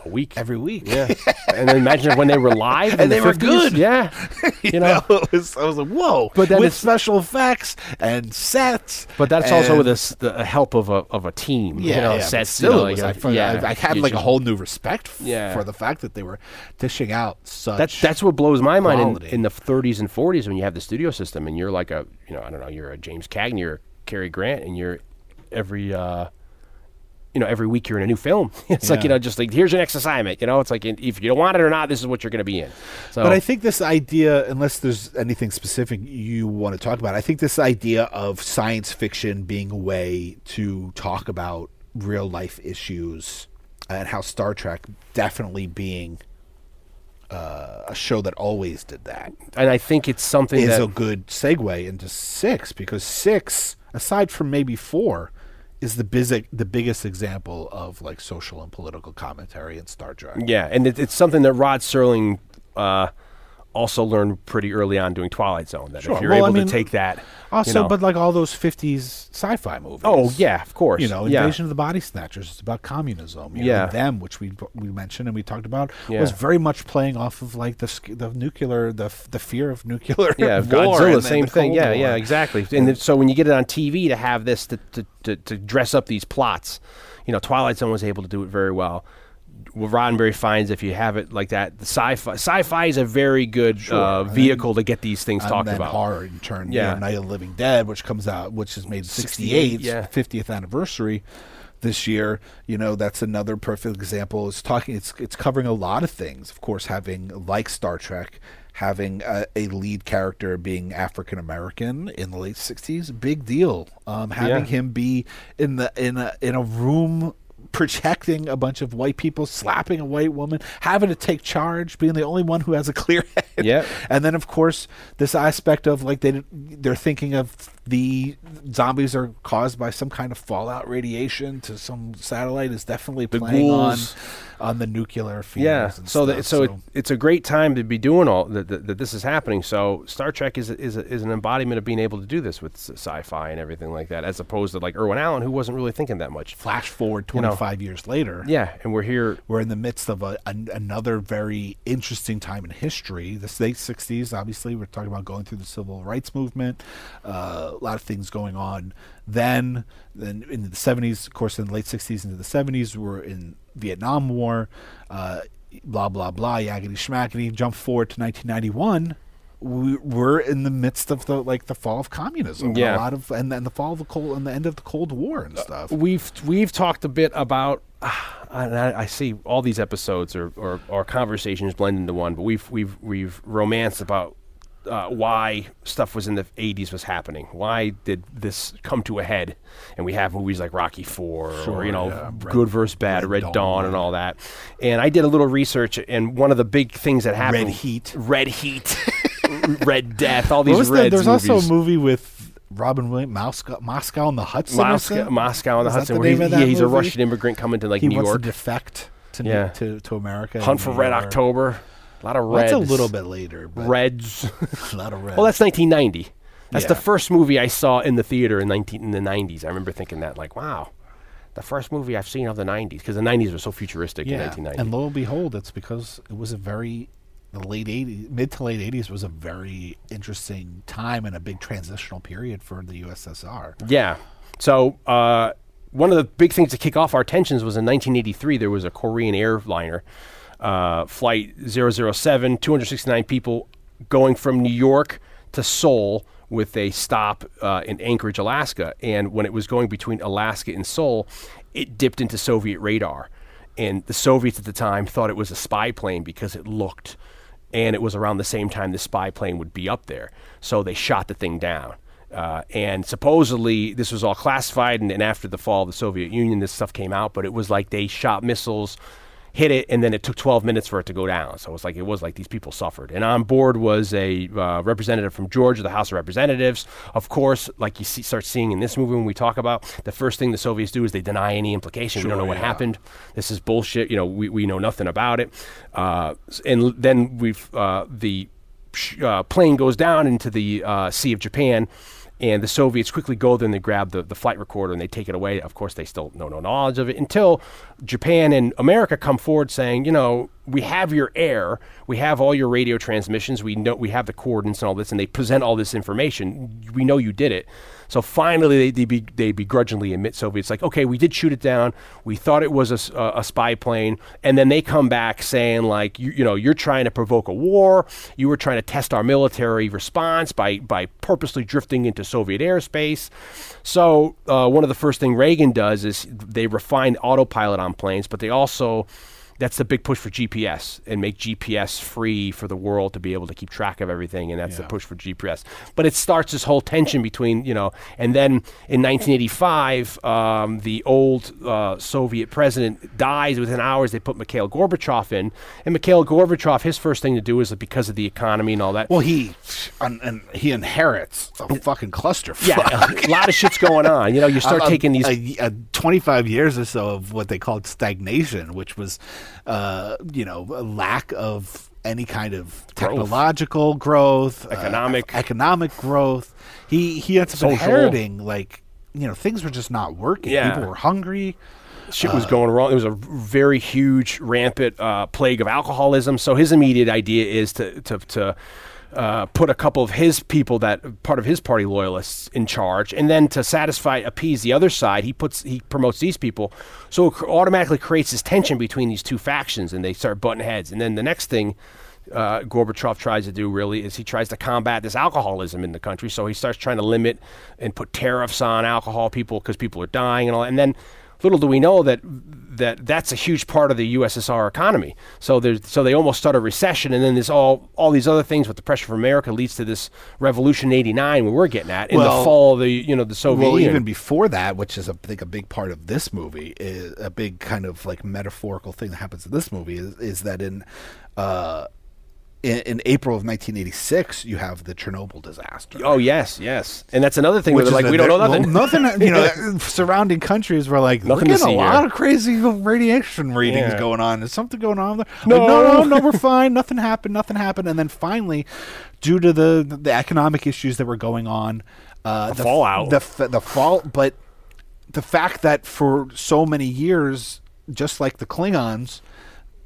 A week,
every week
yeah, and then imagine when they were live in
And
the
they were
50s.
good.
yeah.
you,
You know?
know, it was, i was like whoa
But then
with
it's-
special effects and sets
But that's also
and-
with us the help of a of a team.
yeah,
you know,
yeah, but
sets, you
still,
know,
it was,
like
I,
a-
fi-
yeah,
I, I had
you
like a
just-
whole new respect f-
Yeah.
for the fact that they were dishing out such
That's that's what blows my mind in,
quality.
in the 30s and 40s when you have the studio system and you're like a you know I don't know you're a James Cagney or Cary Grant and you're every uh, you know every week you're in a new film. It's like you
Yeah.
know just like here's your next assignment. You know it's like and if you don't want it or not, this is what you're going to be in. So
But I think this idea, unless there's anything specific you want to talk about, I think this idea of science fiction being a way to talk about real life issues and how Star Trek definitely being uh, a show that always did that
and I think it's something
is
that
a good segue into six because six, aside from maybe four, is the busy, the biggest example of like social and political commentary in Star Trek.
Yeah, and it, it's something that Rod Serling uh, also learned pretty early on doing Twilight Zone. That
Sure,
if you're
well, I
able
mean,
to take that, you
Also,
know-
but like all those '50s sci-fi movies.
oh yeah, of course,
you know,
yeah.
Invasion of the Body Snatchers. It's about communism. You
Yeah.
know, them, which we we mentioned and we talked about,
Yeah.
was very much playing off of like the sc- the nuclear, the f- the fear of nuclear.
Yeah,
war
Godzilla,
and the-
same
the
thing.
Cold
Yeah,
War.
yeah, exactly. And then- so when you get it on TV to have this to, to, to, to dress up these plots, you know, Twilight Zone was able to do it very well. What Roddenberry finds if you have it like that, the sci-fi sci-fi is a very good uh,
and then-
vehicle to get these things
And
talked
then
about.
horror in turn.
Yeah.
Yeah, Night of the Living Dead, which comes out, which is made 68,
68, yeah.
50th anniversary this year. You know, that's another perfect example. It's talking, it's it's covering a lot of things. Of course, having like Star Trek, having a, a lead character being African American in the late 60s, big deal. Um, having
Yeah.
him be in the in a in a room. Protecting a bunch of white people, slapping a white woman, having to take charge, being the only one who has a clear head.
Yep.
And then, of course, this aspect of like they they're thinking of the zombies are caused by some kind of fallout radiation to some satellite is definitely playing
ghouls.
on on the nuclear fields.
Yeah.
and
So,
stuff,
that, so it, it's a great time to be doing all that. That, that this is happening. So Star Trek is a- is a, is an embodiment of being able to do this with s- sci-fi and everything like that, as opposed to like Irwin Allen, who wasn't really thinking that much.
flash forward
know,
twenty five years later.
Yeah, and we're here.
We're in the midst of a, an, another very interesting time in history. The late 60s, obviously, we're talking about going through the civil rights movement, uh, a lot of things going on then. Then in the 70s, of course, in the late 60s into the 70s, we're in Vietnam War, uh, blah, blah, blah, yaggity schmackety. Jump forward to 1991. we were in the midst of the like the fall of communism.
Yeah.
a lot of and then the fall of the cold and the end of the Cold War and stuff.
we've we've talked a bit about ah, and I, I see all these episodes or, or, or conversations blend into one but we've we've we've romanced about uh, why stuff was in the 80s was happening why did this come to a head and we have movies like rocky 4 or you know
yeah. Red-
good versus bad
Red Dawn.
red, dawn, and all that and i did a little research and one of the big things that happened
Red Heat.
red heat red death all
What
these
was the-
red
there's
movies.
also a movie with Robin Williams, Moscow, Moscow and the Hudson. or
Moscow,
something?
Moscow on the
Is that
Hudson.
the
where
name
he's,
of that
yeah, he's a
movie?
Russian immigrant coming to like
he
New
wants
York.
to defect to, New-
Yeah.
to to America.
Hunt
and
for
New
Red
York.
October. A lot of
Well,
reds.
That's a little bit later. But
reds.
A lot of red.
well, that's 1990. That's the
Yeah.
first movie I saw in the theater in 19 in the 90s. I remember thinking that, like, wow, the first movie I've seen of the 90s because the 90s were so futuristic in
yeah.
1990.
And lo and behold, it's because it was a very the late '80s, mid to late '80s was a very interesting time and a big transitional period for the USSR.
Yeah. So uh, one of the big things to kick off our tensions was in 1983 there was a Korean airliner, uh, flight 007, 269 people going from New York to Seoul with a stop uh, in Anchorage, Alaska. And when it was going between Alaska and Seoul, it dipped into Soviet radar. And the Soviets at the time thought it was a spy plane because it looked, and it was around the same time the spy plane would be up there. So they shot the thing down. Uh, and supposedly this was all classified, and, and after the fall of the Soviet Union, this stuff came out. But it was like they shot missiles, hit it, and then it took 12 minutes for it to go down. So it was like it was like these people suffered. And on board was a uh, representative from Georgia, the House of Representatives. Of course, like you see, start seeing in this movie when we talk about the first thing the Soviets do is they deny any implication. we don't know what happened. This is bullshit. You know, we, we know nothing about it. Uh, s- and l- then we've uh, the sh- uh, plane goes down into the uh, Sea of Japan, and the Soviets quickly go there and they grab the, the flight recorder and they take it away. Of course, they still know no knowledge of it until Japan and America come forward saying, you know, we have your air, we have all your radio transmissions, we know we have the coordinates and all this, and they present all this information. We know you did it. So finally, they, they, be, they begrudgingly admit Soviets like, okay, we did shoot it down. We thought it was a, s- a- a spy plane, and then they come back saying like, you, you know, you're trying to provoke a war. You were trying to test our military response by by purposely drifting into Soviet airspace. So uh, one of the first thing Reagan does is they refine autopilot on planes, but they also that's the big push for GPS and make GPS free for the world to be able to keep track of everything. And that's the push for GPS. But it starts this whole tension between, you know, and then in 1985, um, the old uh, Soviet president dies within hours. They put Mikhail Gorbachev in. And Mikhail Gorbachev, his first thing to do is because of the economy and all that.
Well, he and, and he inherits a fucking clusterfuck.
yeah, a lot of shit's going on. You know, you start
a-
taking these.
a, a 25 years or so of what they called stagnation, which was, uh, you know, a lack of any kind of technological growth, uh,
Economic.
economic growth. He he ends up
Social.
inheriting like you know things were just not working.
Yeah.
People were hungry.
shit was going wrong. There was a very huge, rampant uh, plague of alcoholism. So his immediate idea is to to to. Uh, put a couple of his people that part of his party loyalists in charge, and then to satisfy appease the other side, he puts he promotes these people, so it cr- automatically creates this tension between these two factions, and they start butting heads. And then the next thing uh, Gorbachev tries to do really is he tries to combat this alcoholism in the country, so he starts trying to limit and put tariffs on alcohol people because people are dying and all. And then little do we know that that that's a huge part of the USSR economy. So there's so they almost start a recession, and then there's all all these other things with the pressure from America leads to this revolution '89 where we're getting at in
Well-
the fall of the you know the Soviet
Well,
Union.
even before that, which is I think a big part of this movie, is a big kind of like metaphorical thing that happens in this movie is, is that in, uh, in in April of 1986, you have the Chernobyl disaster.
oh yes, yes, and that's another thing where
is
they're like
the-
we don't know
well,
nothing.
nothing, you know, surrounding countries were like,
Nothing
we're
to
getting a
see
lot
here."
of crazy radiation readings
Yeah.
going on. Is something going on there? No, no, no, no, we're fine. Nothing happened. Nothing happened. And then finally, due to the the economic issues that were going on, uh, the, f-
fallout.
the f- the fall, but the fact that for so many years, just like the Klingons,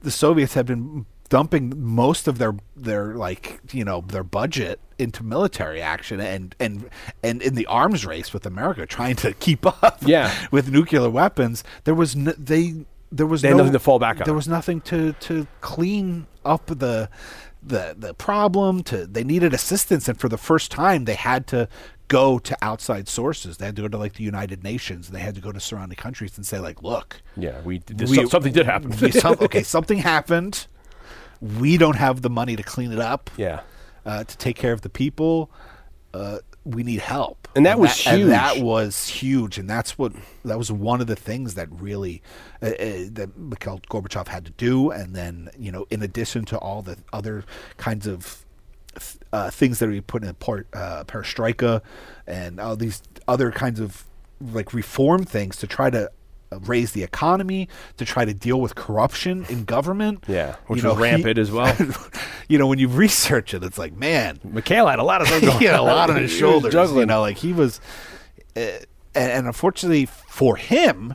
the Soviets have been dumping most of their their like you know their budget into military action and and and in the arms race with America trying to keep up
Yeah.
with nuclear weapons there was n they there was
They had
no,
nothing to fall back on.
there was nothing to to clean up the the the problem to they needed assistance and for the first time they had to go to outside sources they had to go to like the united nations and they had to go to surrounding countries and say like look
Yeah, we, this, something did happen.
we- some- okay something happened we don't have the money to clean it up
yeah.
uh, to take care of the people uh, we need help
And that was
and that
huge.
was huge and that's what that was one of the things that really uh, uh, that Mikhail Gorbachev had to do and then you know in addition to all the other kinds of th- uh, things that we put in part uh, perestroika and all these other kinds of like reform things to try to uh, raise the economy to try to deal with corruption in government
Yeah,
You
which
know,
was
he-
rampant as well.
you know when you research it it's like man
Mikhail had a lot of things
he had a lot on his
He was
shoulders. You
juggling.
know, like he was, uh, and, and unfortunately for him,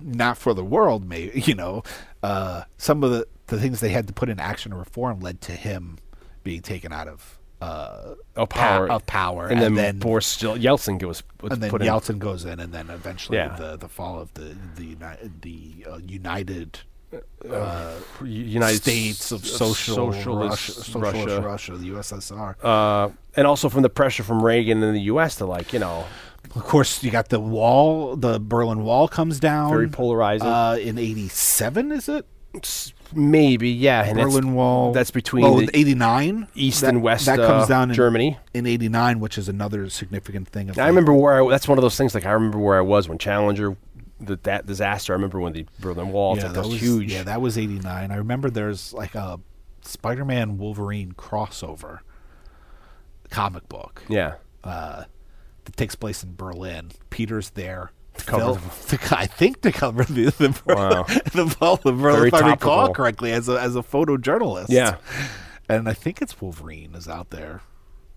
not for the world. Maybe you know, uh, some of the the things they had to put in action or reform led to him being taken out of uh,
of
pa-
power,
of power,
and, then, Boris Still, Yeltsin was, was
and then
put
Yeltsin goes in, and then eventually
Yeah.
the the fall of the the United the uh, United
in U- United
States of
S-
Social Russia,
Socialist
Socialist
Russia.
Russia, the USSR.
Uh, and also from the pressure from Reagan in the U.S. to like you know
of course, you got the wall. The Berlin Wall comes down.
Very polarizing.
Uh, in '87, is it?
s- maybe yeah and that's-
Berlin Wall.
that's between
oh,
the
'89,
East and West,
That
uh,
comes down in-
Germany.
in '89, which is another significant thing. Of
I
like-
remember where I, that's one of those things like I remember where I was when Challenger that that disaster I remember when the Berlin Wall
Yeah,
yeah, that was
was
huge
Yeah, that was '89. I remember there's like a Spider-Man Wolverine crossover comic book
yeah
that takes place in Berlin. Peter's there.
cover
Phil- to co- I think to cover the the, Berlin,
Wow.
the fall of Berlin,
Very
if I recall
topical.
correctly, as a as a photojournalist.
Yeah.
and I think it's Wolverine is out there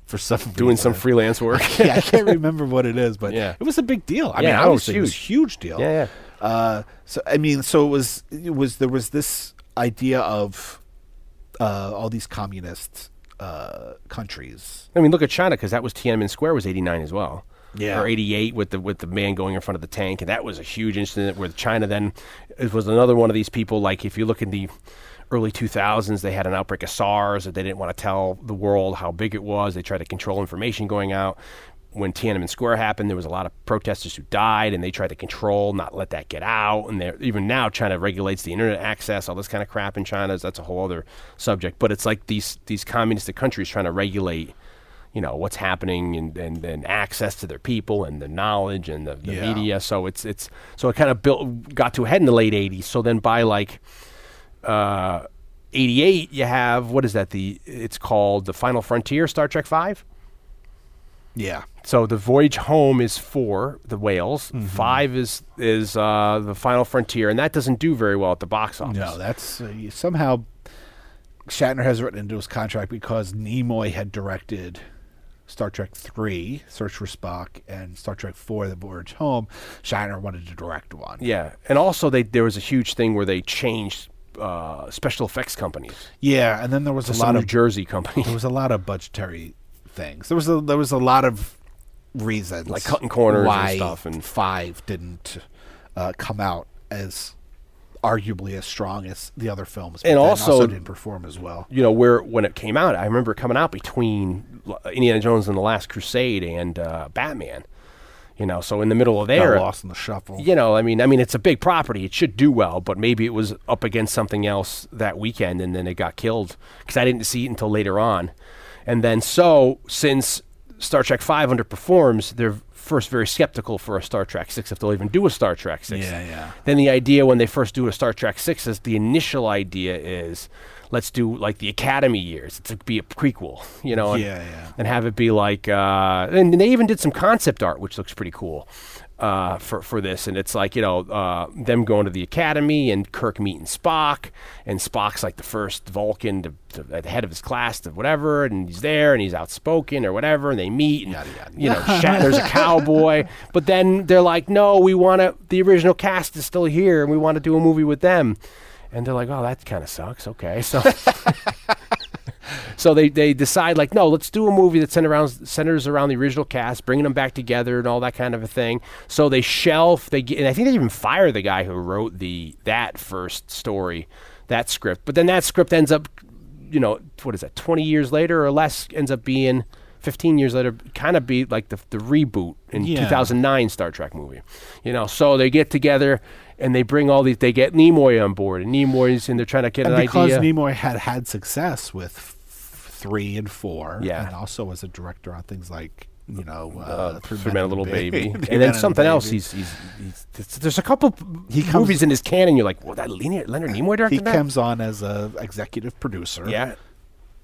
for some
doing some
reason.
freelance work
yeah, I can't remember what it is, but
Yeah.
it was a big deal. I
Yeah,
mean,
no, it was
obviously, it was,
huge.
huge deal.
Yeah,
Uh, so I mean, so it was it was there was this idea of uh, all these communist uh, countries.
I mean look at China because that was Tiananmen Square was eighty nine as well
Yeah.
or eighty eight with the with the man going in front of the tank and that was a huge incident where China then it was another one of these people like if you look in the early 2000s they had an outbreak of SARS that they didn't want to tell the world how big it was they tried to control information going out when Tiananmen Square happened there was a lot of protesters who died and they tried to control not let that get out and they're, even now China regulates the internet access all this kind of crap in China that's a whole other subject but it's like these these communistic countries trying to regulate you know what's happening and, and, and access to their people and the knowledge and the, the
Yeah.
media so it's it's so it kind of built got to a head in the late 80s so then by like uh, 88 you have what is that the it's called the final frontier star trek 5
Yeah,
so the voyage home is four the whales
Mm-hmm.
five is is uh, the final frontier and that doesn't do very well at the box office
no, that's uh, you- somehow Shatner has written into his contract because Nimoy had directed Star Trek Three: Search for Spock and Star Trek Four: The Voyage Home. Shatner wanted to direct one.
yeah and also they there was a huge thing where they changed uh, special effects companies
Yeah, and then there was a
to
lot
some new
of
jersey company
there was a lot of budgetary things. There was a there was a lot of reasons
Like cutting corners and
why
stuff and-
five didn't uh, come out as arguably as strong as the other films, but
And
then
also-
didn't perform as well.
you know where when it came out i remember it coming out between L- indiana jones and the last crusade and uh, batman you know so in the middle of there
Got lost in the shuffle.
you know i mean i mean it's a big property it should do well but maybe it was up against something else that weekend and then it got killed because i didn't see it until later on and then so since star trek 5 underperforms they're first very skeptical for a star trek 6 if they'll even do a star trek 6
Yeah, yeah.
then the idea when they first do a Star Trek Six is the initial idea is let's do like the Academy years. It's like be a prequel, you know, and,
Yeah, yeah.
and have it be like. Uh, and they even did some concept art, which looks pretty cool uh, for for this. And it's like you know uh, them going to the Academy and Kirk meeting Spock, and Spock's like the first Vulcan to, to at the head of his class to whatever, and he's there and he's outspoken or whatever, and they meet and you know Shatner's a cowboy, but then they're like, no, we want to. The original cast is still here, and we want to do a movie with them. And they're like, oh, that kind of sucks. Okay, so so they, they decide like, no, let's do a movie that center around, centers around the original cast, bringing them back together and all that kind of a thing. So they shelf they get, and I think they even fire the guy who wrote the that first story, that script. But then that script ends up you know, what is that, 20 years later or less, ends up being 15 years later, kind of be like the, the reboot in
Yeah.
2009 Star Trek movie. You know, so they get together and they bring all these, they get Nimoy on board, and Nimoy's, and they're trying to get
and
an
because
idea.
Nimoy had had success with f- three and four,
Yeah.
and also was a director on things like you know, uh, Three
Three Men and a Little Baby,
Three Men
and then
a
something else.
Baby.
He's, he's, he's there's- there's a couple he
comes- Uh,
movies in his canon. You're like, well, that Leonard, Leonard Nimoy directed
he
that.
comes on as a executive producer,
yeah,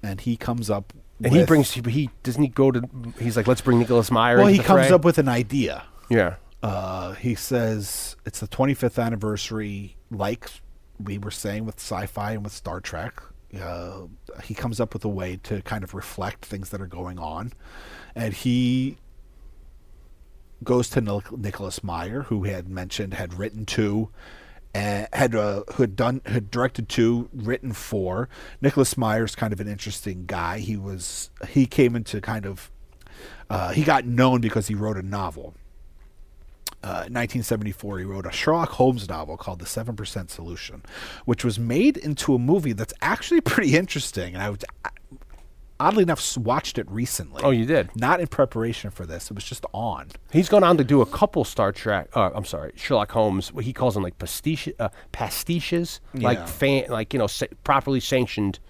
and he comes up
and he
with-
brings he, he doesn't he go to he's like let's bring Nicholas Meyer.
Well,
into
he
the
comes
fray.
up with an idea.
yeah,
Uh, he says it's the 25th anniversary, like we were saying with sci-fi and with Star Trek. Uh, he comes up with a way to kind of reflect things that are going on, and he goes to Nil- Nicholas Meyer, who he had mentioned had written two, uh, had uh, who had done had directed two, written four. Nicholas Meyer's kind of an interesting guy. He was he came into kind of uh, he got known because he wrote a novel. Uh, in 1974, he wrote a Sherlock Holmes novel called The Seven Percent Solution, which was made into a movie that's actually pretty interesting. And I would, oddly enough, s- watched it recently.
Oh, you did?
Not in preparation for this; it was just on.
he's gone on to do a couple Star Trek. Uh, I'm sorry, Sherlock Holmes. What he calls them like pastiche, uh, pastiches,
Yeah.
like fan, like you know, sa- properly sanctioned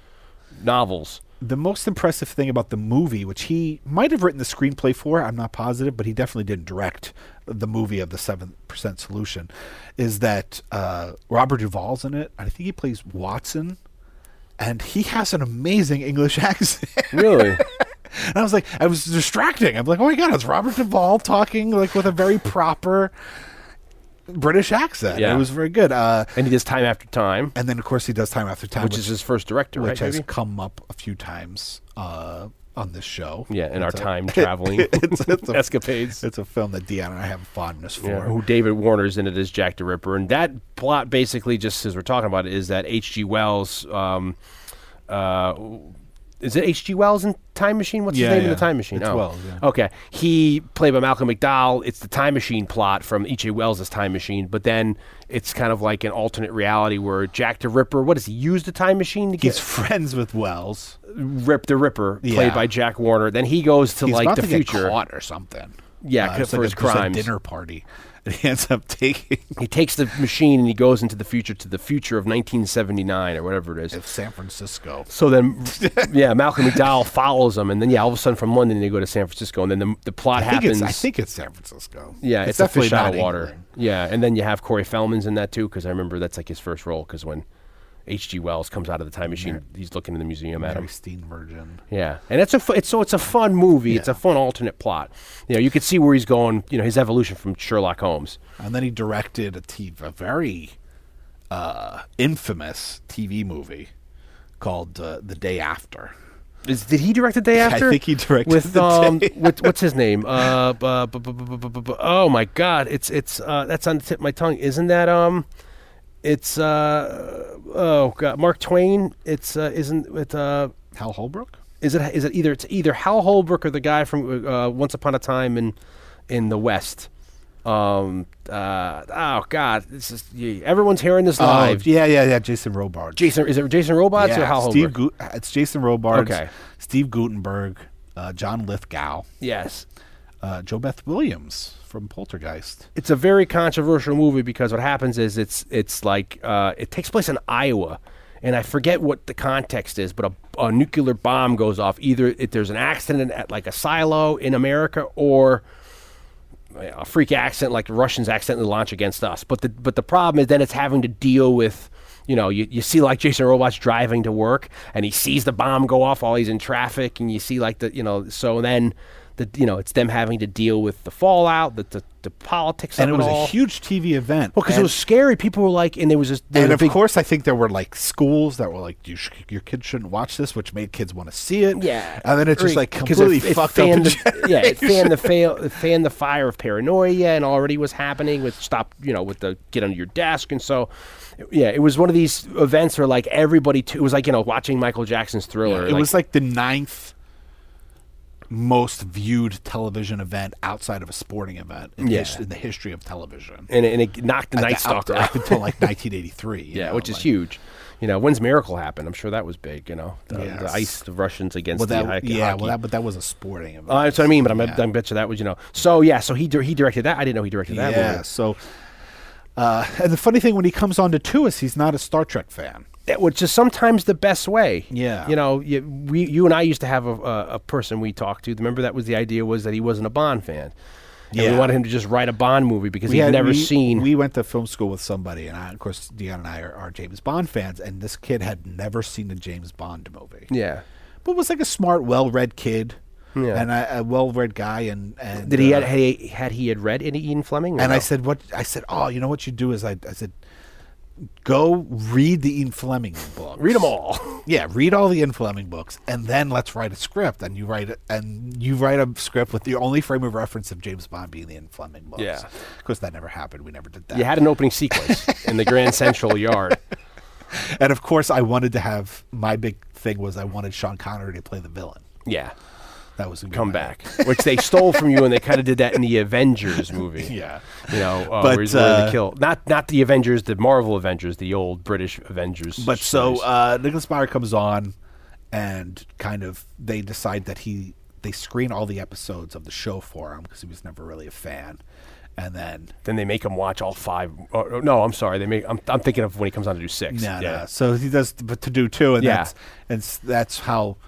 novels.
the most impressive thing about the movie, which he might have written the screenplay for, I'm not positive, but he definitely didn't direct the movie of the Seven Percent Solution, is that uh, Robert Duvall's in it. I think he plays Watson, and he has an amazing English accent.
Really?
and I was like, I was distracting. I'm like, oh my god, it's Robert Duvall talking like with a very proper British accent.
Yeah.
It was very good. Uh,
and he does time after time,
and then of course he does time after time,
which is his first director,
which
right?
has
maybe?
come up a few times uh, on this show. uh,
Yeah, in our
It's a-
time traveling
it's, it's a,
escapades.
It's a film that Deanna and I have fondness for.
Yeah, who David Warner's in it as Jack the Ripper, and that plot basically, just as we're talking about it, is that H.G. Wells, um, uh, is it H.G. Wells in Time Machine? What's
Yeah,
his name in
yeah.
the Time Machine?
It's
oh.
Wells, yeah.
Okay, he played by Malcolm McDowell. It's the Time Machine plot from H.G. Wells' Time Machine, but then it's kind of like an alternate reality where Jack the Ripper, what does he use the Time Machine to get?
He's friends with Wells.
Rip the Ripper,
Yeah.
played by Jack Warner. Then he goes to
He's
like
about
the
to
future.
get caught or something. Uh,
Yeah,
it's
for
like
his
a, there's
crimes.
A dinner party, and he ends up taking
he takes the machine and he goes into the future to the future of 1979 or whatever it is.
San Francisco.
So then, yeah, Malcolm McDowell follows him, and then yeah, all of a sudden from London they go to San Francisco, and then the, the plot
I think,
happens.
it's, I think it's San Francisco.
yeah, it's, a fish out of
not
water.
England.
Yeah, and then you have Corey Feldman's in that too, because I remember that's like his first role. Because when H.G. Wells comes out of the time machine, he's looking in the museum at him.
Mary Steen Virgin.
Yeah, and it's a fu- it's, so it's a fun movie. It's a fun alternate plot. You know, you could see where he's going. You know, his evolution from Sherlock Holmes.
And then he directed a, TV, a very uh, infamous TV movie called uh, The Day After.
Is, did he direct the day
I
after?
think he directed
with
The
um,
Day
with, what's his name? Uh, bu- bu- bu- bu- bu- bu- bu- bu- oh my God, it's it's uh, that's on the tip of my tongue. Isn't that um, it's uh, oh God, Mark Twain. It's uh, isn't it uh,
Hal Holbrook?
is it is it either it's either Hal Holbrook or the guy from uh, Once Upon a Time in in the West. Um. Uh. Oh God. This is yeah, everyone's hearing this live.
yeah, yeah, yeah. Jason Robards.
Jason. Is it Jason Robots
Oh. Yeah,
or Hal
Steve
Holbrook?
Gu- uh, it's Jason Robards.
Okay.
Steve Gutenberg, uh, John Lithgow,
yes.
uh, Joe Beth Williams from Poltergeist.
it's a very controversial movie because what happens is it's it's like uh, it takes place in Iowa, and I forget what the context is, but a, a nuclear bomb goes off. Either it, there's an accident at like a silo in America, or a freak accident like the Russians accidentally launch against us. But the but the problem is then it's having to deal with you know you, you see like Jason Robots driving to work and he sees the bomb go off while he's in traffic and you see like the you know so then the you know it's them having to deal with the fallout the the, the politics
And it
of
was
all.
a huge TV event.
well because it
And-
was scary people were like and there was this there
and
was a
of
big-
course, I think there were like schools that were like, you sh- "Your kids shouldn't watch this," which made kids want to see it.
Yeah,
and then it's just
Or
like
'cause it-
completely
it
fucked up.
fanned
the
The, yeah, it fanned the fail, it fanned the fire of paranoia, and already was happening with stop, you know, with the get under your desk, and so, yeah, it was one of these events where like everybody, too, it was like you know watching Michael Jackson's Thriller.
it was like the ninth most viewed television event outside of a sporting event in,
Yeah.
his- in the history of television.
and it, and it knocked the
At
Night
up-
Stalker
up,
out.
until like 1983. you
yeah,
know,
which is
like-
huge. You know, when's Miracle happen? I'm sure that was big. You know, the, the
Yes.
ice, the Russians against
Well,
the
that,
hockey.
yeah,
hockey.
well, that, but that was a sporting event.
Uh, that's what I mean, but I'm,
Yeah.
I bet you that was, you know. So, yeah, so he dir- he directed that. I didn't know he directed that
yeah,
movie.
so. Uh, and the funny thing, when he comes on to Tuis, he's not a Star Trek fan.
that, which is sometimes the best way.
Yeah.
you know, you, we, you and I used to have a, a, a person we talked to. Remember that was the idea was that he wasn't a Bond fan. And we
Yeah.
wanted him to just write a Bond movie because
we
he'd
had-
never
we-
seen.
We went to film school with somebody, and I, of course, Dion and I are, are James Bond fans, and this kid had never seen a James Bond movie.
yeah,
but was like a smart, well-read kid,
Yeah.
and a, a well-read guy. And, and
did he
uh,
had, had he had he had read any Ian Fleming? or
and I
no?
said, "What?" I said, "Oh, you know what you do is I, I said, go read the Ian Fleming books.
read them all.
Yeah, read all the Ian Fleming books, and then let's write a script. And you write it, and you write a script with the only frame of reference of James Bond being the Ian Fleming books.
Yeah.
of course that never happened. We never did that.
you had an opening sequence in the Grand Central Yard.
and of course I wanted to have my big thing was I wanted Sean Connery to play the villain.
Yeah,
That was gonna be
come
my-
back, which they stole from you, and they kind of did that in the Avengers movie.
Yeah.
You know, uh,
But,
where he's willing to
uh,
kill not not the Avengers, the Marvel Avengers, the old British Avengers.
But so
series.
uh, Nicholas Meyer comes on, and kind of they decide that he they screen all the episodes of the show for him because he was never really a fan, and then
then they make him watch all five. Or, no, I'm sorry. They make. I'm, I'm thinking of when he comes on to do six.
no,
yeah.
no, so he does th- but to do two, and
Yeah.
that's and s- that's how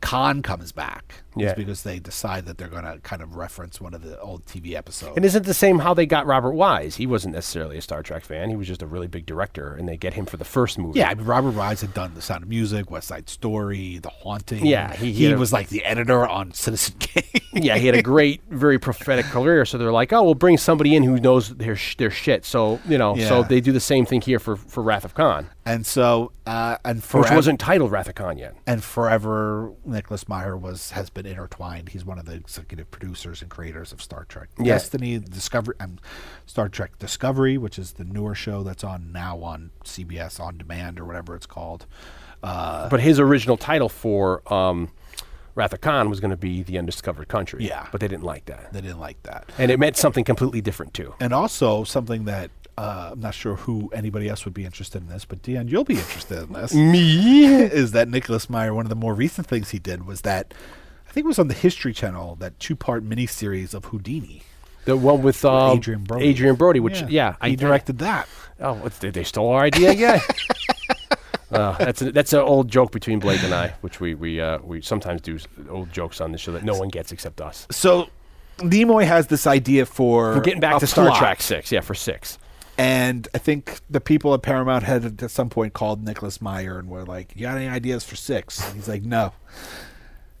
Khan comes back. is
Yeah.
because they decide that they're going to kind of reference one of the old TV episodes.
And isn't the same how they got Robert Wise? He wasn't necessarily a Star Trek fan. He was just a really big director, and they get him for the first movie.
Yeah, I mean, Robert Wise had done The Sound of Music, West Side Story, The Haunting.
Yeah, he-
he,
he had a-
was like the editor on Citizen Kane.
yeah. He had a great, very prophetic career. So they're like, oh, we'll bring somebody in who knows their sh- their shit. So you know, so
Yeah.
they do the same thing here for for Wrath of Khan,
and so, uh, and
which
forever,
wasn't titled Wrath of Khan yet.
and forever, Nicholas Meyer was has been intertwined. He's one of the executive producers and creators of Star Trek
Yeah.
Destiny, Discovery, um, Star Trek Discovery, which is the newer show that's on now on CBS on demand or whatever it's called. Uh,
But his original title for um, Wrath of Khan was going to be The Undiscovered Country.
Yeah.
but they didn't like that,
they didn't like that.
and it meant something completely different too.
and also something that uh, I'm not sure who anybody else would be interested in this, but Dion, you'll be interested in this. Me is that Nicholas Meyer. One of the more recent things he did was that I think it was on the History Channel that two part miniseries of Houdini.
The one with um,
Adrian Brody.
Adrian Brody, which yeah,
he directed that.
oh, what, did they stole our idea again? Uh, that's a, that's an old joke between Blake and I, which we we uh, we sometimes do s- old jokes on the show that no one gets except us.
So Nimoy has this idea for
We're getting back
a
to Star
plot.
Trek Six, yeah, for six.
and I think the people at Paramount had at some point called Nicholas Meyer and were like, "You got any ideas for six? And he's like, "No."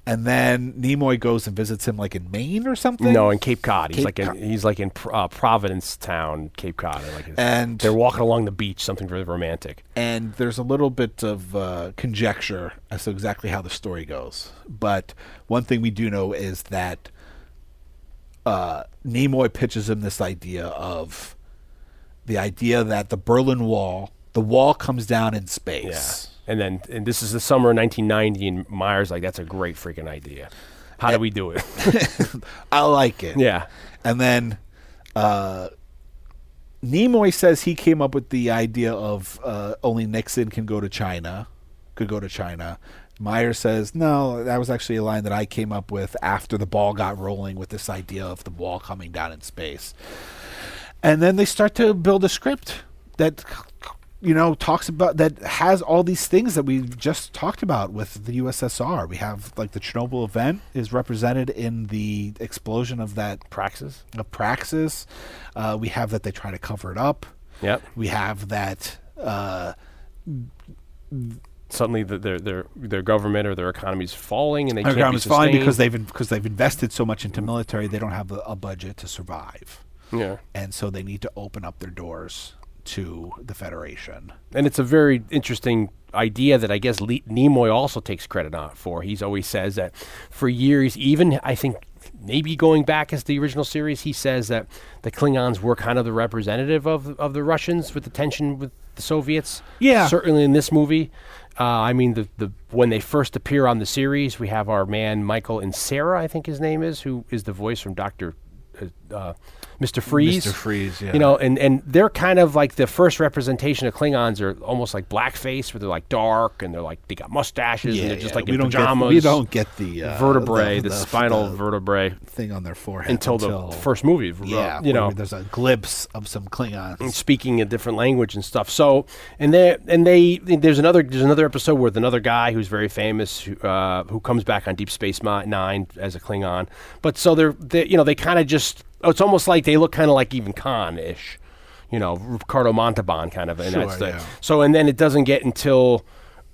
And then Nimoy goes and visits him like in Maine or something.
No, in Cape Cod, he's
Cape
like in,
Cod.
he's like in Pro- uh, Providence Town, Cape Cod, and, like
And-
they're walking along the beach, something very romantic.
and there's a little bit of uh, conjecture as to exactly how the story goes. But one thing we do know is that uh, Nimoy pitches him this idea of the idea that the Berlin Wall, the wall comes down in space.
And then and this is the summer of 1990, and Myers like that's a great freaking idea. How do we do it?
I like it.
yeah,
And then uh, Nimoy says he came up with the idea of uh, only Nixon can go to China, could go to China. Meyer says, no, that was actually a line that I came up with after the ball got rolling with this idea of the wall coming down in space. And then they start to build a script that, you know, talks about, that has all these things that we just talked about with the USSR. We have, like, the Chernobyl event is represented in the explosion of that
praxis.
of praxis. Uh, we have that they try to cover it up.
Yep.
We have that. Uh,
suddenly the, their their their government or their economy is falling and they
our
can't be
government's fine because
sustained.
they've because they've invested so much into military, they don't have a, a budget to survive,
yeah.
and so they need to open up their doors to the Federation.
And it's a very interesting idea that I guess Le- Nimoy also takes credit on for. He's always says that for years, even I think maybe going back as the original series, he says that the Klingons were kind of the representative of of the Russians with the tension with the Soviets.
Yeah.
certainly in this movie. Uh, I mean, the, the when they first appear on the series, we have our man Michael and Sarah, I think his name is, who is the voice from Doctor uh, uh, Mr. Freeze.
Mr. Freeze, yeah.
You know, and and they're kind of like the first representation of Klingons are almost like blackface, where they're like dark and they're like they got mustaches and they're just like
we
in
don't
pajamas.
Get, we don't get the uh,
vertebrae, the,
the-
spinal
the
vertebrae,
thing on their forehead
until, the first movie. uh,
Yeah,
you know,
where there's a glimpse of some Klingons.
speaking a different language and stuff. So and they and they there's another there's another episode with another guy who's very famous who, uh, who comes back on Deep Space Mi- Nine as a Klingon. But so they're they, you know they kind of just oh, it's almost like they look kind of like even Khan ish, you know Ricardo Montalban kind of. And
Sure,
that's the,
yeah.
So and then it doesn't get until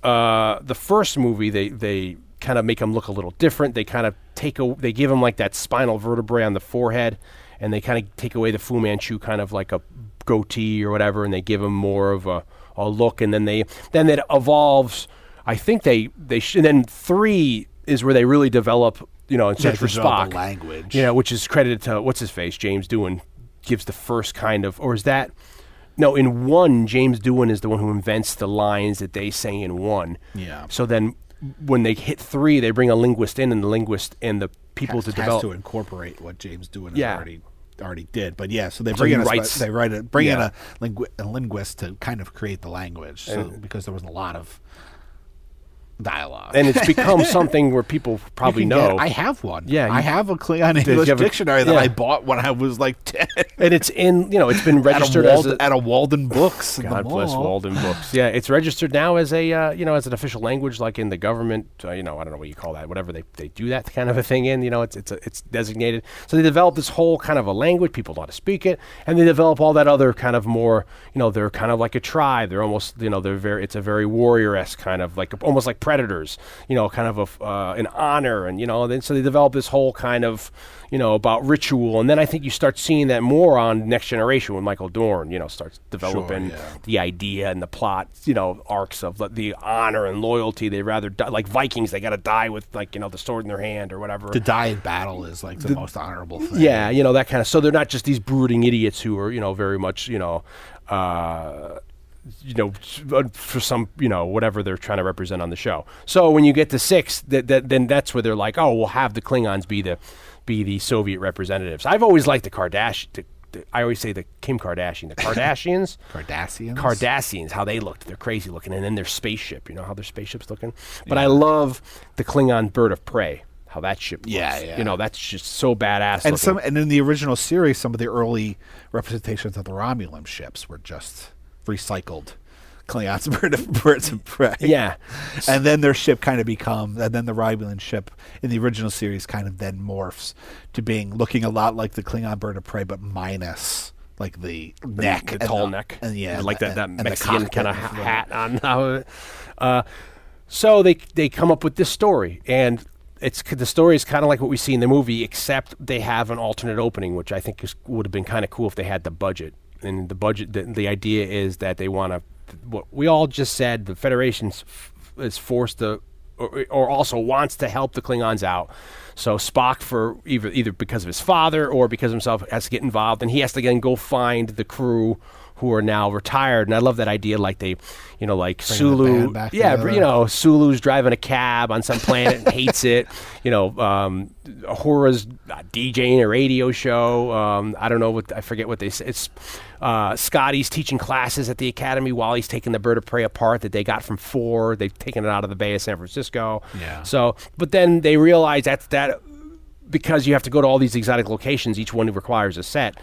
uh, the first movie they they kind of make him look a little different. They kind of take a, they give him like that spinal vertebrae on the forehead, and they kind of take away the Fu Manchu kind of like a goatee or whatever, and they give him more of a, a look. And then they then it evolves. I think they they sh- and then three is where they really develop. You know, in search for
develop a
Spock
language.
You know, which is credited to what's his face James Doohan gives the first kind of or is that no in one James Doohan is the one who invents the lines that they say in one
Yeah.
so then when they hit three they bring a linguist in and the linguist and the people
has,
to
has
develop
to incorporate what James Doohan
Yeah.
already already did. But yeah, so they bring
he
in a,
writes-
spe- they write a, bring in
Yeah.
a, lingu- a linguist to kind of create the language so, because there was a lot of dialogue.
and it's become something where people
You
probably
can
know
get- I have one.
Yeah,
I
you-
have a Klingon English
have a-
dictionary that
yeah.
I bought when I was like ten
and it's in you know it's been
at, a
registered
Wald,
as a,
at a Walden Books. in the
God bless
mall.
Walden Books. Yeah, it's registered now as a uh, you know as an official language, like in the government. Uh, you know, I don't know what you call that. Whatever they, they do that kind of a thing in. You know, it's it's a, it's designated. So they develop this whole kind of a language. People know how to speak it, and they develop all that other kind of more. You know, they're kind of like a tribe. They're almost you know they're very. It's a very warrior esque kind of like almost like predators. You know, kind of a f- uh, an honor, and you know, then so they develop this whole kind of you know about ritual, and then I think you start seeing that more on Next Generation when Michael Dorn you know starts developing
yeah.
the idea and the plot, you know, arcs of the, the honor and loyalty. They rather die, like Vikings, they got to die with like you know the sword in their hand or whatever.
To die in battle is like the, most honorable thing.
yeah, you know that kind of. So they're not just these brooding idiots who are you know very much you know. Uh, you know, for some, you know, whatever they're trying to represent on the show. So when you get to six, that, that then that's where they're like, oh, we'll have the Klingons be the be the Soviet representatives. I've always liked the Kardashian. The, the, I always say the Kim Kardashian, the Kardashians.
Cardassians.
Cardassians, how they looked. They're crazy looking. And then their spaceship, you know how their spaceship's looking? But I love the Klingon bird of prey, how that ship looks.
Yeah, yeah.
You know, that's just so badass. looking.
and some and in the original series, some of the early representations of the Romulan ships were just recycled Klingons bird of birds of prey.
Yeah.
and then their ship kind of become, and then the Romulan ship in the original series kind of then morphs to being looking a lot like the Klingon bird of prey, but minus like the neck,
the
and
tall
the-
neck.
and yeah,
like that,
and-
that
and the
Mexican
cockpit
kind of
and the-
hat on. Uh, uh, so they they come up with this story, and it's the story is kind of like what we see in the movie, except they have an alternate opening, which I think is, would have been kind of cool if they had the budget. And the budget, the, the idea is that they want to. What we all just said, the Federation's f- is forced to. Or, or also wants to help the Klingons out, so Spock, for either either because of his father or because himself, has to get involved, and he has to then go find the crew who are now retired. And I love that idea, like they, you know, like Sulu,
band back
yeah,
together.
you know, Sulu's driving a cab on some planet and hates it. You know, um, Hora's uh, DJing a radio show. Um, I don't know what I forget what they say. It's uh, Scotty's teaching classes at the academy while he's taking the bird of prey apart that they got from four. They've taken it out of the Bay of San Francisco.
Yeah.
So, but then they realize that that because you have to go to all these exotic locations, each one requires a set.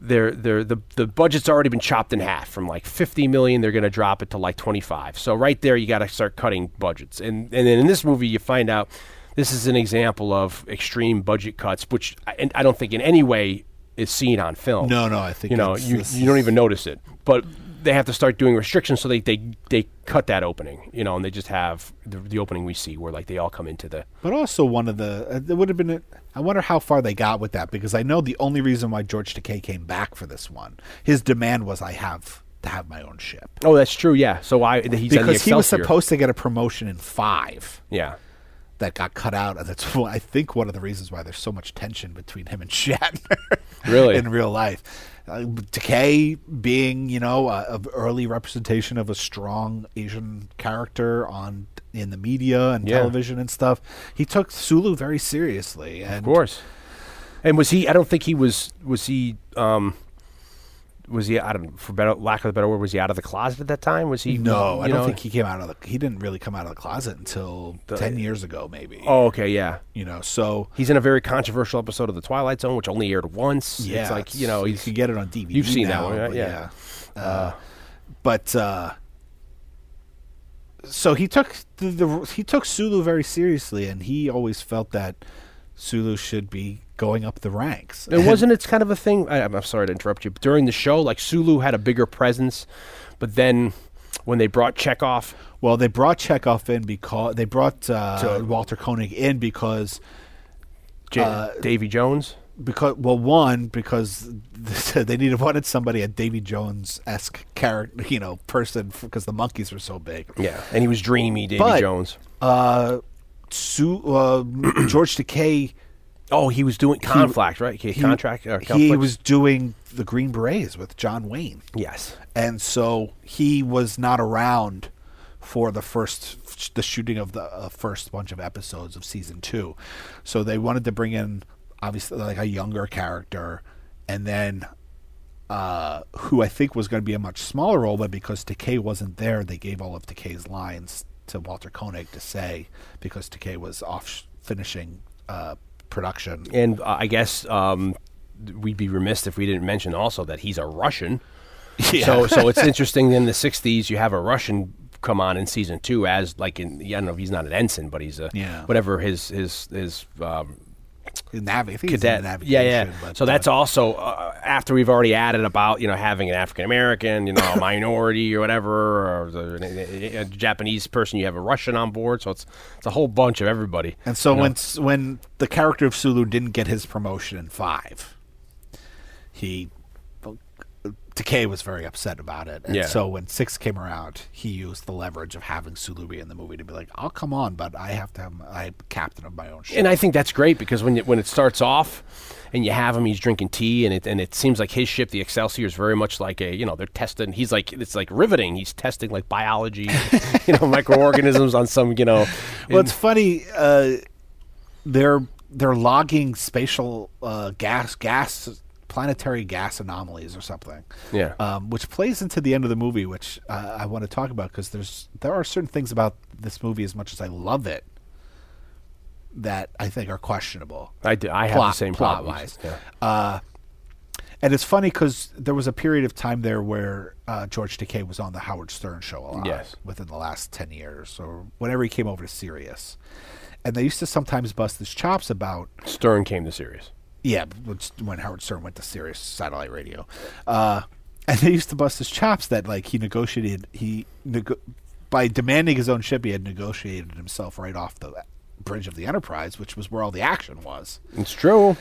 They're, they're, the the budget's already been chopped in half from like 50 million they're going to drop it to like 25 so right there you got to start cutting budgets and and then in this movie you find out this is an example of extreme budget cuts which I, and I don't think in any way is seen on film
No, no, I think
you know
it's-
you,
this
you don't even notice it but they have to start doing restrictions so they, they they cut that opening you know and they just have the, the opening we see where like they all come into the
But also one of the uh, it would have been. A, I wonder how far they got with that because I know the only reason why George Takei came back for this one, his demand was I have to have my own ship
oh that's true yeah so I he's on the
because he was
Excelsior.
supposed to get a promotion in five,
yeah
that got cut out, and that's why- I think one of the reasons why there's so much tension between him and Shatner.
Really?
in real life, uh, Decay being you know a, a early representation of a strong Asian character on in the media and
Yeah.
television and stuff, he took Sulu very seriously. And
Of course. And was he? I don't think he was. Was he? Um, was he? I don't. For better lack of a better word, was he out of the closet at that time? Was he?
No,
you
I don't
know?
think he came out of the. He didn't really come out of the closet until ten years ago, maybe.
Oh, okay, yeah.
you know, so
He's in a very controversial episode of The Twilight Zone, which only aired once.
yeah,
it's like you know,
you
he's,
can get it on DVD.
you've seen that
now,
one, right?
but
Yeah.
yeah. Uh, but uh, so he took the, the he took Sulu very seriously, and he always felt that Sulu should be going up the ranks.
it wasn't. It's kind of a thing. I, I'm I'm sorry to interrupt you. But during the show, like Sulu had a bigger presence, but then when they brought Chekhov,
Well, they brought Chekhov in because they brought uh, Walter Koenig in because
J-
Uh,
Davy Jones,
because well one because they needed wanted somebody a Davy Jones esque character you know person because the monkeys were so big.
yeah, and he was dreamy. Davy
But-
Jones.
Uh, Sue uh, George Takei
Oh, he was doing conflict, right? He,
he-
contract. uh, Or
he
conflict?
was doing the Green Berets with John Wayne,
Yes.
and so he was not around for the first the shooting of the uh, first bunch of episodes of season two. So they wanted to bring in obviously like a younger character, and then uh, who I think was going to be a much smaller role, but because Decay wasn't there, they gave all of Decay's lines to Walter Koenig to say because Decay was off finishing uh, production.
And uh, I guess um, th- we'd be remiss if we didn't mention also that he's a Russian. So so it's interesting. In the '60s, you have a Russian come on in season two as like in I don't know if he's not an ensign, but he's a
Yeah.
whatever his his his um,
Navi- I think it's in
cadet. yeah, yeah.
navigation, but,
so
uh,
that's also uh, after we've already added about you know having an African American, you know, a minority or whatever, or the, a, a Japanese person. You have a Russian on board, so it's it's a whole bunch of everybody.
And so when s when the character of Sulu didn't get his promotion in five, he Decay was very upset about it. And
Yeah.
so when six came around, he used the leverage of having Sulu be in the movie to be like, "I'll come on, but I have to have I'm captain of my own ship."
and I think that's great because when it, when it starts off and you have him, he's drinking tea, and it and it seems like his ship, the Excelsior, is very much like a you know they're testing. He's like it's like riveting. He's testing like biology, you know, microorganisms on some you know.
well, it's funny. Uh, they're they're logging spatial uh, gas gas planetary gas anomalies or something.
Yeah.
Um, which plays into the end of the movie, which uh, I want to talk about because there's there are certain things about this movie as much as I love it that I think are questionable.
I do- I have the same
plot
problems,
wise.
yeah.
Uh, and it's funny because there was a period of time there where uh, George Takei was on the Howard Stern show a lot
Yes.
within the last 10 years or whenever he came over to Sirius. And they used to sometimes bust his chops about,
Stern came to Sirius.
yeah, when S- when Howard Stern went to Sirius satellite radio. Uh, and they used to bust his chops that, like, he negotiated, he, nego- by demanding his own ship, he had negotiated himself right off the bridge of the Enterprise, which was where all the action was.
It's true.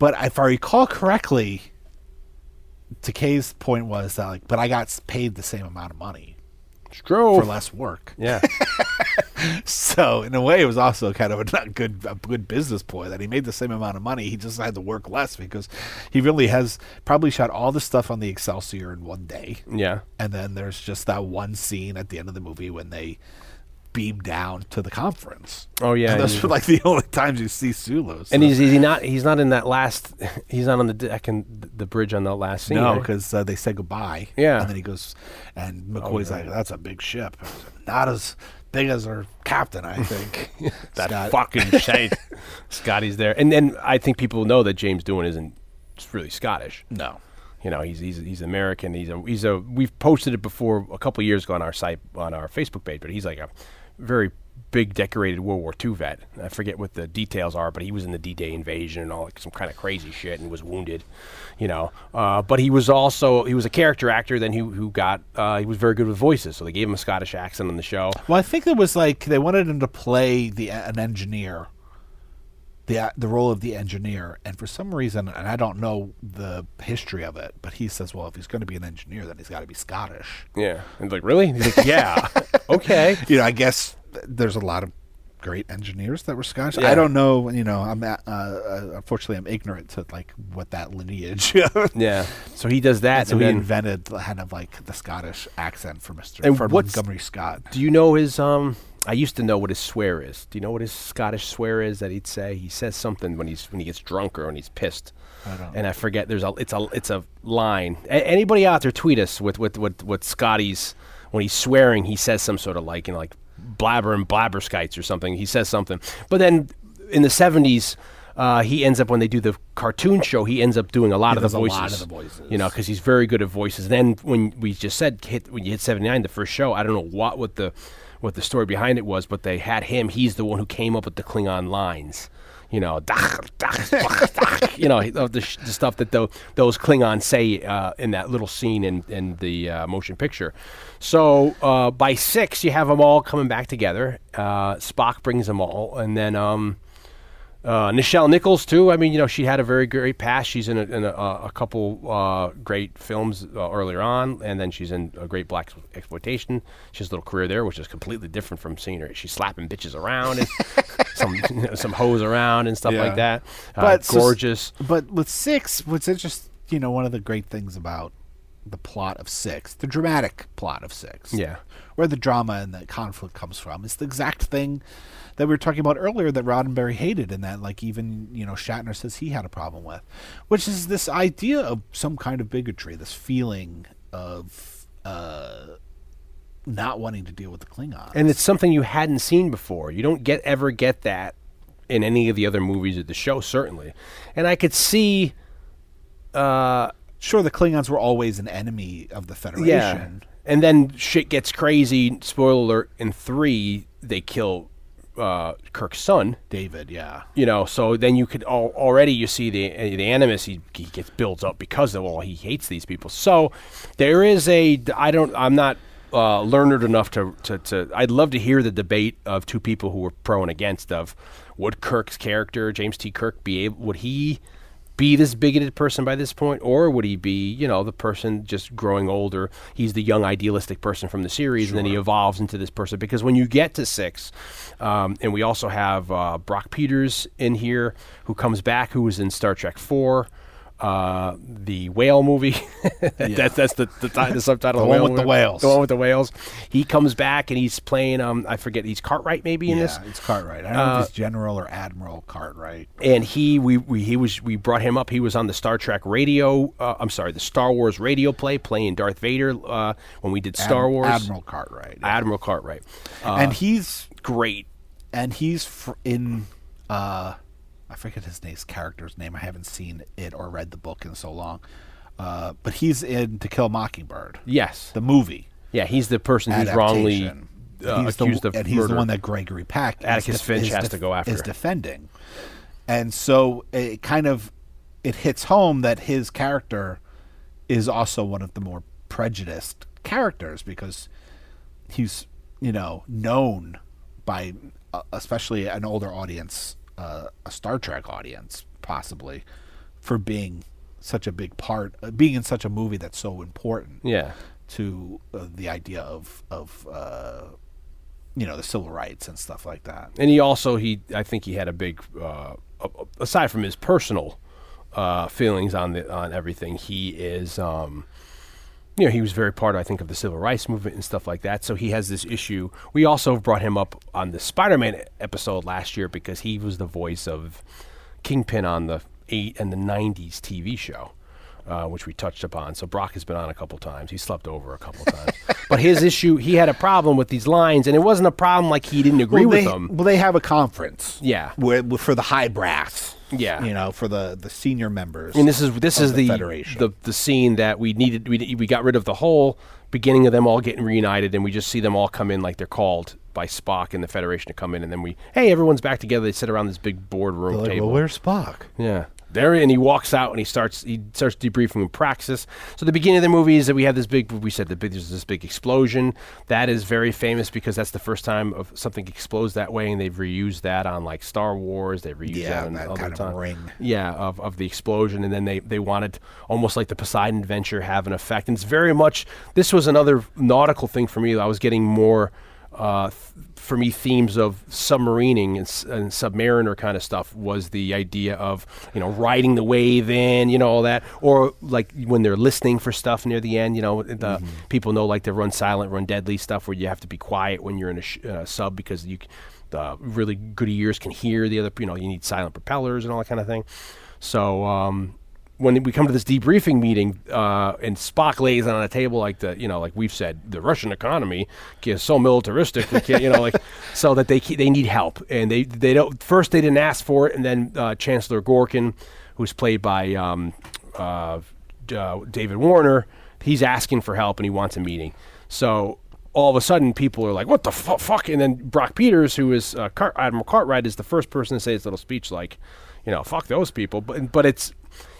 But if I recall correctly, Takei's point was that like, but I got s- paid the same amount of money
It's true.
for less work.
yeah.
So in a way, it was also kind of a not good a good business ploy that he made the same amount of money. He just had to work less because he really has probably shot all the stuff on the Excelsior in one day.
Yeah.
And then there's just that one scene at the end of the movie when they beam down to the conference.
Oh, yeah,
and those
and-
were like the only times you see Sulu.
And
so-
he's is he not he's not in that last he's not on the deck and th- the bridge on the last scene. eh?
No,
right?
because uh, they said goodbye.
Yeah. Oh,
and then he goes, and McCoy's like, "That's a big ship, not as big as our captain, I think."
that
Scott-
fucking shit. Scotty's there, and then I think people know that James Doohan isn't really Scottish.
No,
you know he's he's he's American. He's a he's a. We've posted it before a couple years ago on our site on our Facebook page, but he's like a very big decorated World War II vet. I forget what the details are, but he was in the D-Day invasion and all like some kind of crazy shit and was wounded, you know. Uh, but he was also he was a character actor. Then who who got uh, he was very good with voices, so they gave him a Scottish accent on the show.
well, I think it was like they wanted him to play the uh, an engineer, the uh, the role of the engineer, and for some reason, and I don't know the history of it, but he says, "Well, if he's going to be an engineer, then he's got to be Scottish."
Yeah, and like really, he's like yeah, okay.
You know, I guess th- there's a lot of great engineers that were Scottish.
Yeah.
I don't know. You know, I'm at, uh, uh, unfortunately I'm ignorant to like what that lineage.
Yeah. So he does that.
so
and
he
then-
invented kind of like the Scottish accent for Mister
And
for
what's-
Montgomery Scott.
Do you know his um? I used to know what his swear is. Do you know what his Scottish swear is that he'd say? He says something when he's when he gets drunk or when he's pissed. I
don't-
And I forget. There's a it's a it's a line. A- anybody out there tweet us with with with with Scotty's when he's swearing. He says some sort of like you know like blabber and blabberskites or something. He says something. But then in the seventies. Uh, he ends up when they do the cartoon show. He ends up doing a lot of the
does a lot
voices.
of the voices.
You know, because he's very good at voices. Then when we just said hit when you hit seventy nine, the first show, I don't know what what the what the story behind it was, but they had him. He's the one who came up with the Klingon lines. You know, dach, dach, dach, dach, you know of the, sh- the stuff that tho- those Klingons say uh, in that little scene in in the uh, motion picture. So uh, by six, you have them all coming back together. Uh, Spock brings them all, and then. Um, uh, Nichelle Nichols too. I mean, you know, she had a very great past. She's in a, in a, a couple uh, great films uh, earlier on, and then she's in a great black exploitation. She has a little career there, which is completely different from seeing her. She's slapping bitches around and some you know, some hoes around and stuff like
Yeah.
that. Uh,
But so-
gorgeous.
But with six, what's interesting, you know, one of the great things about the plot of six, the dramatic plot of six,
Yeah.
where the drama and the conflict comes from, is the exact thing that we were talking about earlier that Roddenberry hated, and that like even you know Shatner says he had a problem with, which is this idea of some kind of bigotry, this feeling of uh, not wanting to deal with the Klingons,
and it's something you hadn't seen before. You don't get ever get that in any of the other movies of the show, certainly. And I could see.
sure the Klingons were always an enemy of the Federation.
And then shit gets crazy. Spoiler alert: in three, they kill uh, Kirk's son.
David, yeah.
You know, so then you could al- already you see the uh, the animus he, he gets builds up because of well he hates these people. So there is a I don't I'm not uh, learned enough to, to to I'd love to hear the debate of two people who were pro and against of would Kirk's character James T. Kirk be able would he be this bigoted person by this point, or would he be, you know, the person just growing older? He's the young idealistic person from the series, and then he evolves into this person. Because when you get to six, um, and we also have uh, Brock Peters in here, who comes back, who was in Star Trek Four, uh, the whale movie. that's that's the the, ti- the subtitle.
The one
of
with the
movie.
whales.
The one with the whales. He comes back and he's playing. Um, I forget. He's Cartwright maybe in this. Uh,
Yeah, it's Cartwright. I don't know if it's General or Admiral Cartwright.
and he we, we he was we brought him up. He was on the Star Trek radio. Uh, I'm sorry, the Star Wars radio play playing Darth Vader uh, when we did Star
Ad-
Wars.
Admiral Cartwright. yeah.
Admiral Cartwright, uh,
and he's
great.
and he's fr- in uh I forget his name's character's name. I haven't seen it or read the book in so long. Uh, but he's in To Kill a Mockingbird.
Yes,
The movie.
yeah, he's the person who's wrongly
adaptation.
uh,
he's
accused
the,
of
and
murder.
he's the one that Gregory Pack is
Atticus Finch has to go after.
is defending, and so it kind of it hits home that his character is also one of the more prejudiced characters because he's you know known by uh, especially an older audience, uh, a Star Trek audience possibly, for being such a big part, uh, being in such a movie that's so important
yeah,
to uh, the idea of of uh, you know the civil rights and stuff like that.
and he also he I think he had a big uh, a- aside from his personal uh, feelings on the on everything. He is. Um, you know, he was very part, I think, of the civil rights movement and stuff like that. So he has this issue. We also brought him up on the Spider-Man episode last year because he was the voice of Kingpin on the eight and the '90s TV show, uh, which we touched upon. So Brock has been on a couple times. He slept over a couple times, but his issue, he had a problem with these lines, and it wasn't a problem like he didn't agree
well,
with
they,
them.
Well, they have a conference.
Yeah.
where, where- for the high brass.
Yeah.
you know, for the the senior members.
And this is this
of
is
the
the
Federation.
the, the scene that we needed. We, we got rid of the whole beginning of them all getting reunited, and we just see them all come in like they're called by Spock and the Federation to come in, and then we hey everyone's back together. They sit around this big boardroom
like,
table.
well, where's Spock?
Yeah. There and he walks out and he starts he starts debriefing with Praxis. So the beginning of the movie is that we have this big we said the big there's this big explosion that is very famous because that's the first time of something explodes that way and they've reused that on like Star Wars they've reused
Yeah,
that on
that
other
kind of
time.
ring.
yeah of, of the explosion and then they they wanted almost like the Poseidon Adventure have an effect and it's very much this was another nautical thing for me I was getting more uh, th- for me themes of submarining and, s- and submariner kind of stuff was the idea of you know riding the wave in you know all that or like when they're listening for stuff near the end you know the people know like the run silent run deadly stuff where you have to be quiet when you're in a sh- uh, sub because you c- the really good ears can hear the other you know you need silent propellers and all that kind of thing so um, when we come to this debriefing meeting uh, and Spock lays on a table like the you know like we've said the Russian economy is so militaristic we can't you know like so that they ke- they need help and they they don't first they didn't ask for it and then uh, Chancellor Gorkin who's played by um, uh, D- uh, David Warner he's asking for help and he wants a meeting so all of a sudden people are like, "What the fu- fuck?" And then Brock Peters, who is uh, Car- Admiral Cartwright, is the first person to say his little speech, like, you know, "Fuck those people." But but it's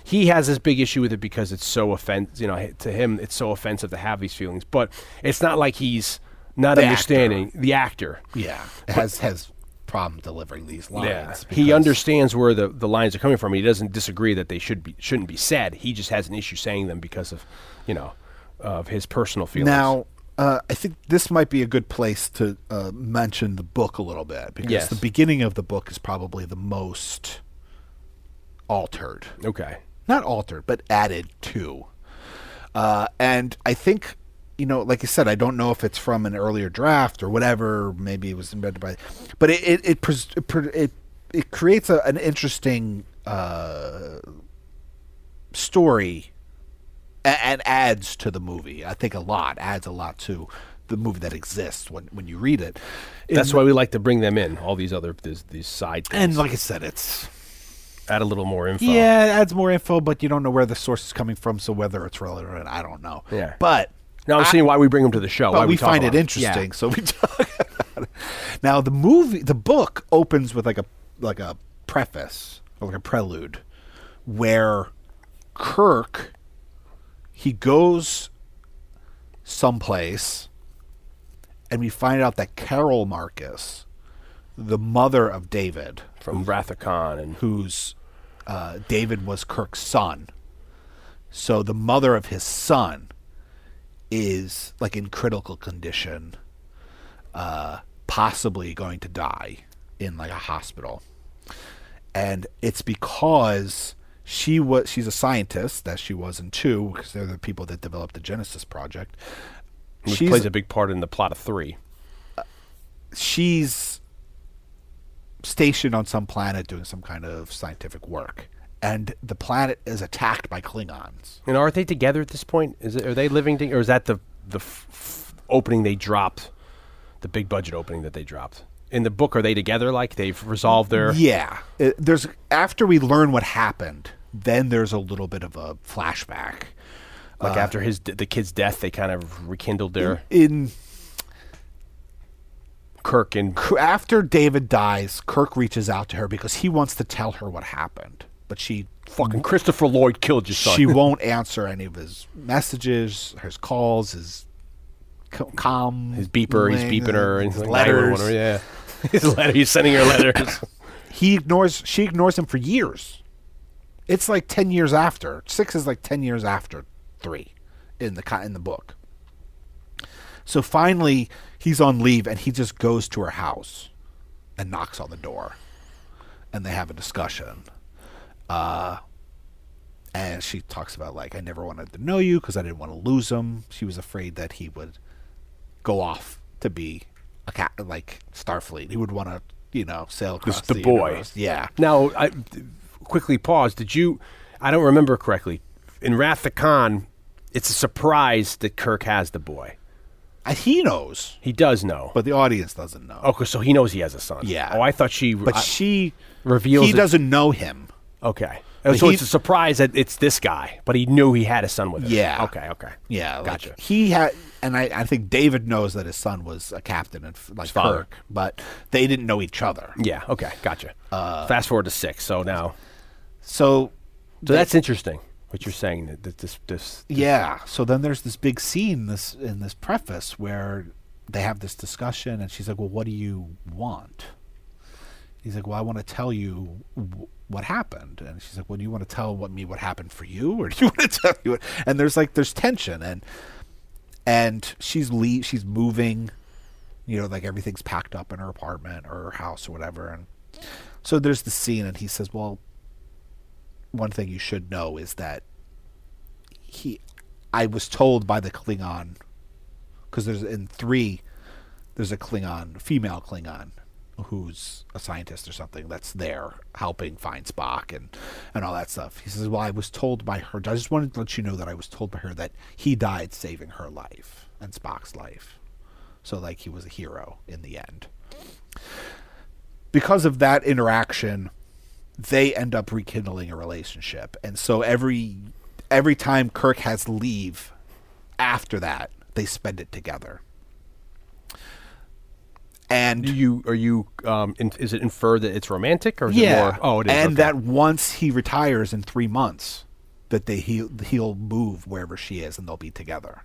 he has this big issue with it because it's so offensive. You know, h- to him, it's so offensive to have these feelings. But it's not like he's not
The
understanding the actor.
Yeah, has has problem delivering these lines.
he
because-
understands where the, the lines are coming from. He doesn't disagree that they should be shouldn't be said. He just has an issue saying them because of, you know, of his personal feelings.
Now, uh, I think this might be a good place to uh, mention the book a little bit because
Yes.
the beginning of the book is probably the most altered.
okay,
Not altered, but added to. Uh, and I think, you know, like I said, I don't know if it's from an earlier draft or whatever. Maybe it was invented by, but it it it pres- it pr- it, it creates a, an interesting uh, story and, and adds to the movie. I think a lot adds a lot to the movie that exists when when you read it.
that's
And-
why we like to bring them in. All these other these, these side things.
And like I said, it's
add a little more info.
yeah, it adds more info, but you don't know where the source is coming from, so whether it's relevant, I don't know.
Yeah.
but.
Now I'm seeing why we bring them to the show.
but
why
we,
talk
find it
about
interesting,
Yeah.
so we talk about it. Now the movie, the book opens with like a like a preface or like a prelude, where Kirk he goes someplace, and we find out that Carol Marcus, the mother of David,
From Rathacon and
who's uh, David was Kirk's son. So the mother of his son is like in critical condition, uh, possibly going to die in like a hospital, and it's because she was she's a scientist that she was in two because they're the people that developed the Genesis project.
which
She's-
plays a big part in the plot of three.
she's stationed on some planet doing some kind of scientific work, and the planet is attacked by Klingons.
And are they together at this point? Is it, are they living to, or is that the the f- f- opening they dropped, the big budget opening that they dropped in the book? Are they together? Like they've resolved their
Yeah, Uh, there's after we learn what happened, then there's a little bit of a flashback.
like after his d- the kid's death, they kind of rekindled their
In
Kirk and
K- after David dies, Kirk reaches out to her because he wants to tell her what happened, but she fucking
Christopher Lloyd killed your son.
she won't answer any of his messages, his calls, his co- com,
his beeper, he's
ling,
beeping her, and
his
he's like,
uh, letters.
911, yeah. His letter, he's sending her letters.
he ignores she ignores him for years it's like 10 years after 6 is like 10 years after 3 in the co- in the book so finally he's on leave and he just goes to her house and knocks on the door and they have a discussion uh, and she talks about like I never wanted to know you because I didn't want to lose him. She was afraid that he would go off to be a cat like Starfleet. He would want to you know sail across
the boy.
universe. Yeah,
Now, I quickly pause. Did you? I don't remember correctly. In Wrath the Khan, it's a surprise that Kirk has the boy.
And he knows,
He does know.
but the audience doesn't know.
okay, so he knows he has a son.
Yeah.
Oh, I thought she.
Oh, but
I-
she
reveals
He
it-
doesn't know him.
Okay.
but
so
he-
it's a surprise that it's this guy, but he knew he had a son with him.
Yeah.
Okay. Okay.
Yeah, like,
Gotcha.
He had, and I, I think David knows that his son was a captain and f- like
father.
Kirk, but they didn't know each other.
Yeah. Okay. Gotcha.
Uh,
Fast forward to six. So now,
So
so that's interesting. What you're saying that that this this
Yeah. So then there's this big scene this in this preface where they have this discussion, and she's like, "Well, what do you want?" He's like, "Well, I want to tell you w- what happened," and she's like, "Well, do you want to tell what me what happened for you, or do you want to tell you?" What? And there's like there's tension, and and she's le- she's moving you know, like everything's packed up in her apartment or her house or whatever. And so there's the scene, and he says, "Well, one thing you should know is that he, I was told by the Klingon, because there's in three, there's a Klingon, female Klingon." Who's a scientist or something that's there helping find Spock and, and all that stuff. He says, Well, I was told by her, I just wanted to let you know that I was told by her that he died saving her life and Spock's life. So like he was a hero in the end. Because of that interaction, they end up rekindling a relationship. And so every every time Kirk has leave after that, they spend it together. And
Do you are you um, in, is it inferred that it's romantic or is it more? Oh, it is.
And
okay.
that once he retires in three months, that they he'll, he'll move wherever she is, and they'll be together.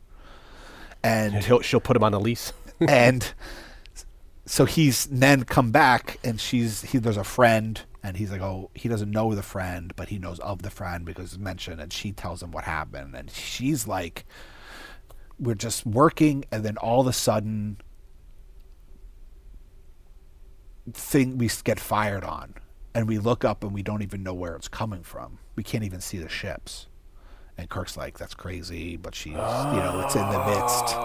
And
And
he'll, she'll put him on a lease.
and so he's then come back, and she's he, there's a friend, and he's like, oh, he doesn't know the friend, but he knows of the friend because it's mentioned, and she tells him what happened, and she's like, we're just working, and then all of a sudden thing we s- get fired on and we look up and we don't even know where it's coming from we can't even see the ships and kirk's like that's crazy but she's you know it's in the midst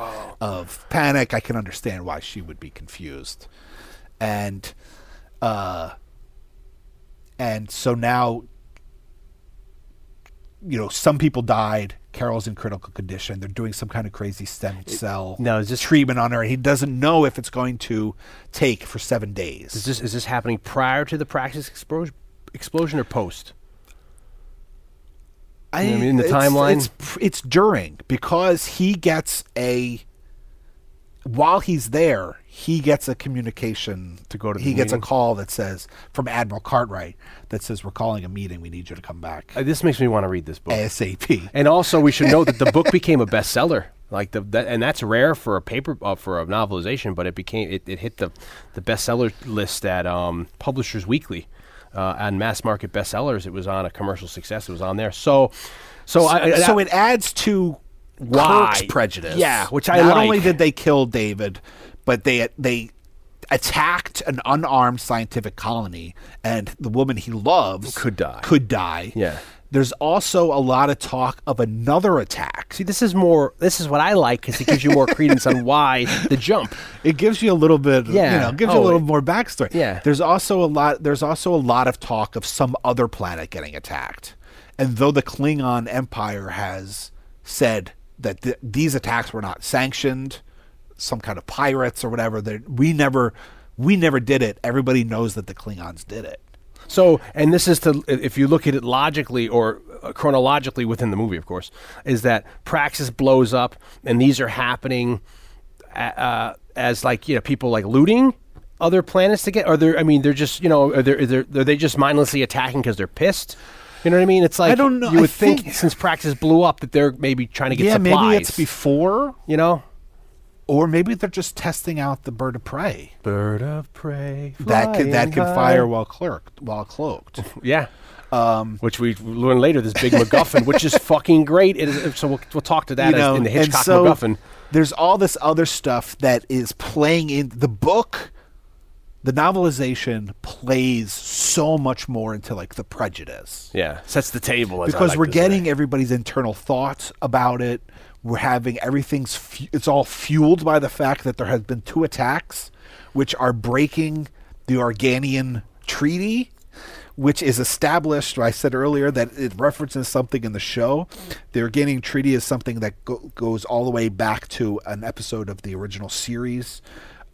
of panic i can understand why she would be confused and uh and so now you know some people died carol's in critical condition they're doing some kind of crazy stem cell
now, is this-
treatment on her and he doesn't know if it's going to take for seven days
Is this is this happening prior to the Praxis explo- explosion or post?
I,
You know what I mean? The
it's-
timeline?
It's, pr- it's during because he gets a. While he's there, he gets a communication
To go to the
He gets a
meeting?
call that says from Admiral Cartwright that says we're calling a meeting. We need you to come back
Uh, this makes me want to read this book.
ASAP.
And also, we should note that the book became a bestseller. Like the that, and that's rare for a paper uh, for a novelization, but it became it, it hit the the bestseller list at um, Publishers Weekly uh, on mass market bestsellers. It was on a commercial success. It was on there. So, so, I, I-
so it adds to
Why?
Kirk's prejudice.
Yeah, which I
not
like.
only did they kill David, but they they attacked an unarmed scientific colony, and the woman he loves
Could die.
Could die.
Yeah.
There's also a lot of talk of another attack.
see, this is more. This is what I like because it gives you more credence on why the jump.
It gives you a little bit, you
Yeah.
know, gives you
Oh,
a little
it-
more backstory.
Yeah.
There's also a lot. There's also a lot of talk of some other planet getting attacked, and though the Klingon Empire has said that th- these attacks were not sanctioned, some kind of pirates or whatever, that we never, we never did it. Everybody knows that the Klingons did it.
So, and this is to, if you look at it logically or uh, chronologically within the movie, of course, is that Praxis blows up and these are happening a- uh, as like, you know, people like looting other planets to get, or they're, I mean, they're just, you know, are they, are they, are they just mindlessly attacking because they're pissed? You know what I mean? It's like,
don't know.
you
I
would think,
think-
since Praxis blew up that they're maybe trying to get supplies.
maybe it's before,
You know?
or maybe they're just testing out the bird of prey
Bird of prey.
that can that can fire while clerked, while cloaked.
Yeah.
Um,
which we learn later, this big MacGuffin, which is fucking great. It is, so we'll, we'll talk to that as- in the
and
Hitchcock
so
MacGuffin.
There's all this other stuff that is playing in the book. The novelization plays so much more into like the prejudice
Yeah, sets the table. As I
because
like
we're
to say.
getting everybody's internal thoughts about it. We're having everything's fu- it's all fueled by the fact that there has been two attacks, which are breaking the Organian Treaty, which is established. I said earlier that it references something in the show. The Organian Treaty is something that go- goes all the way back to an episode of the original series.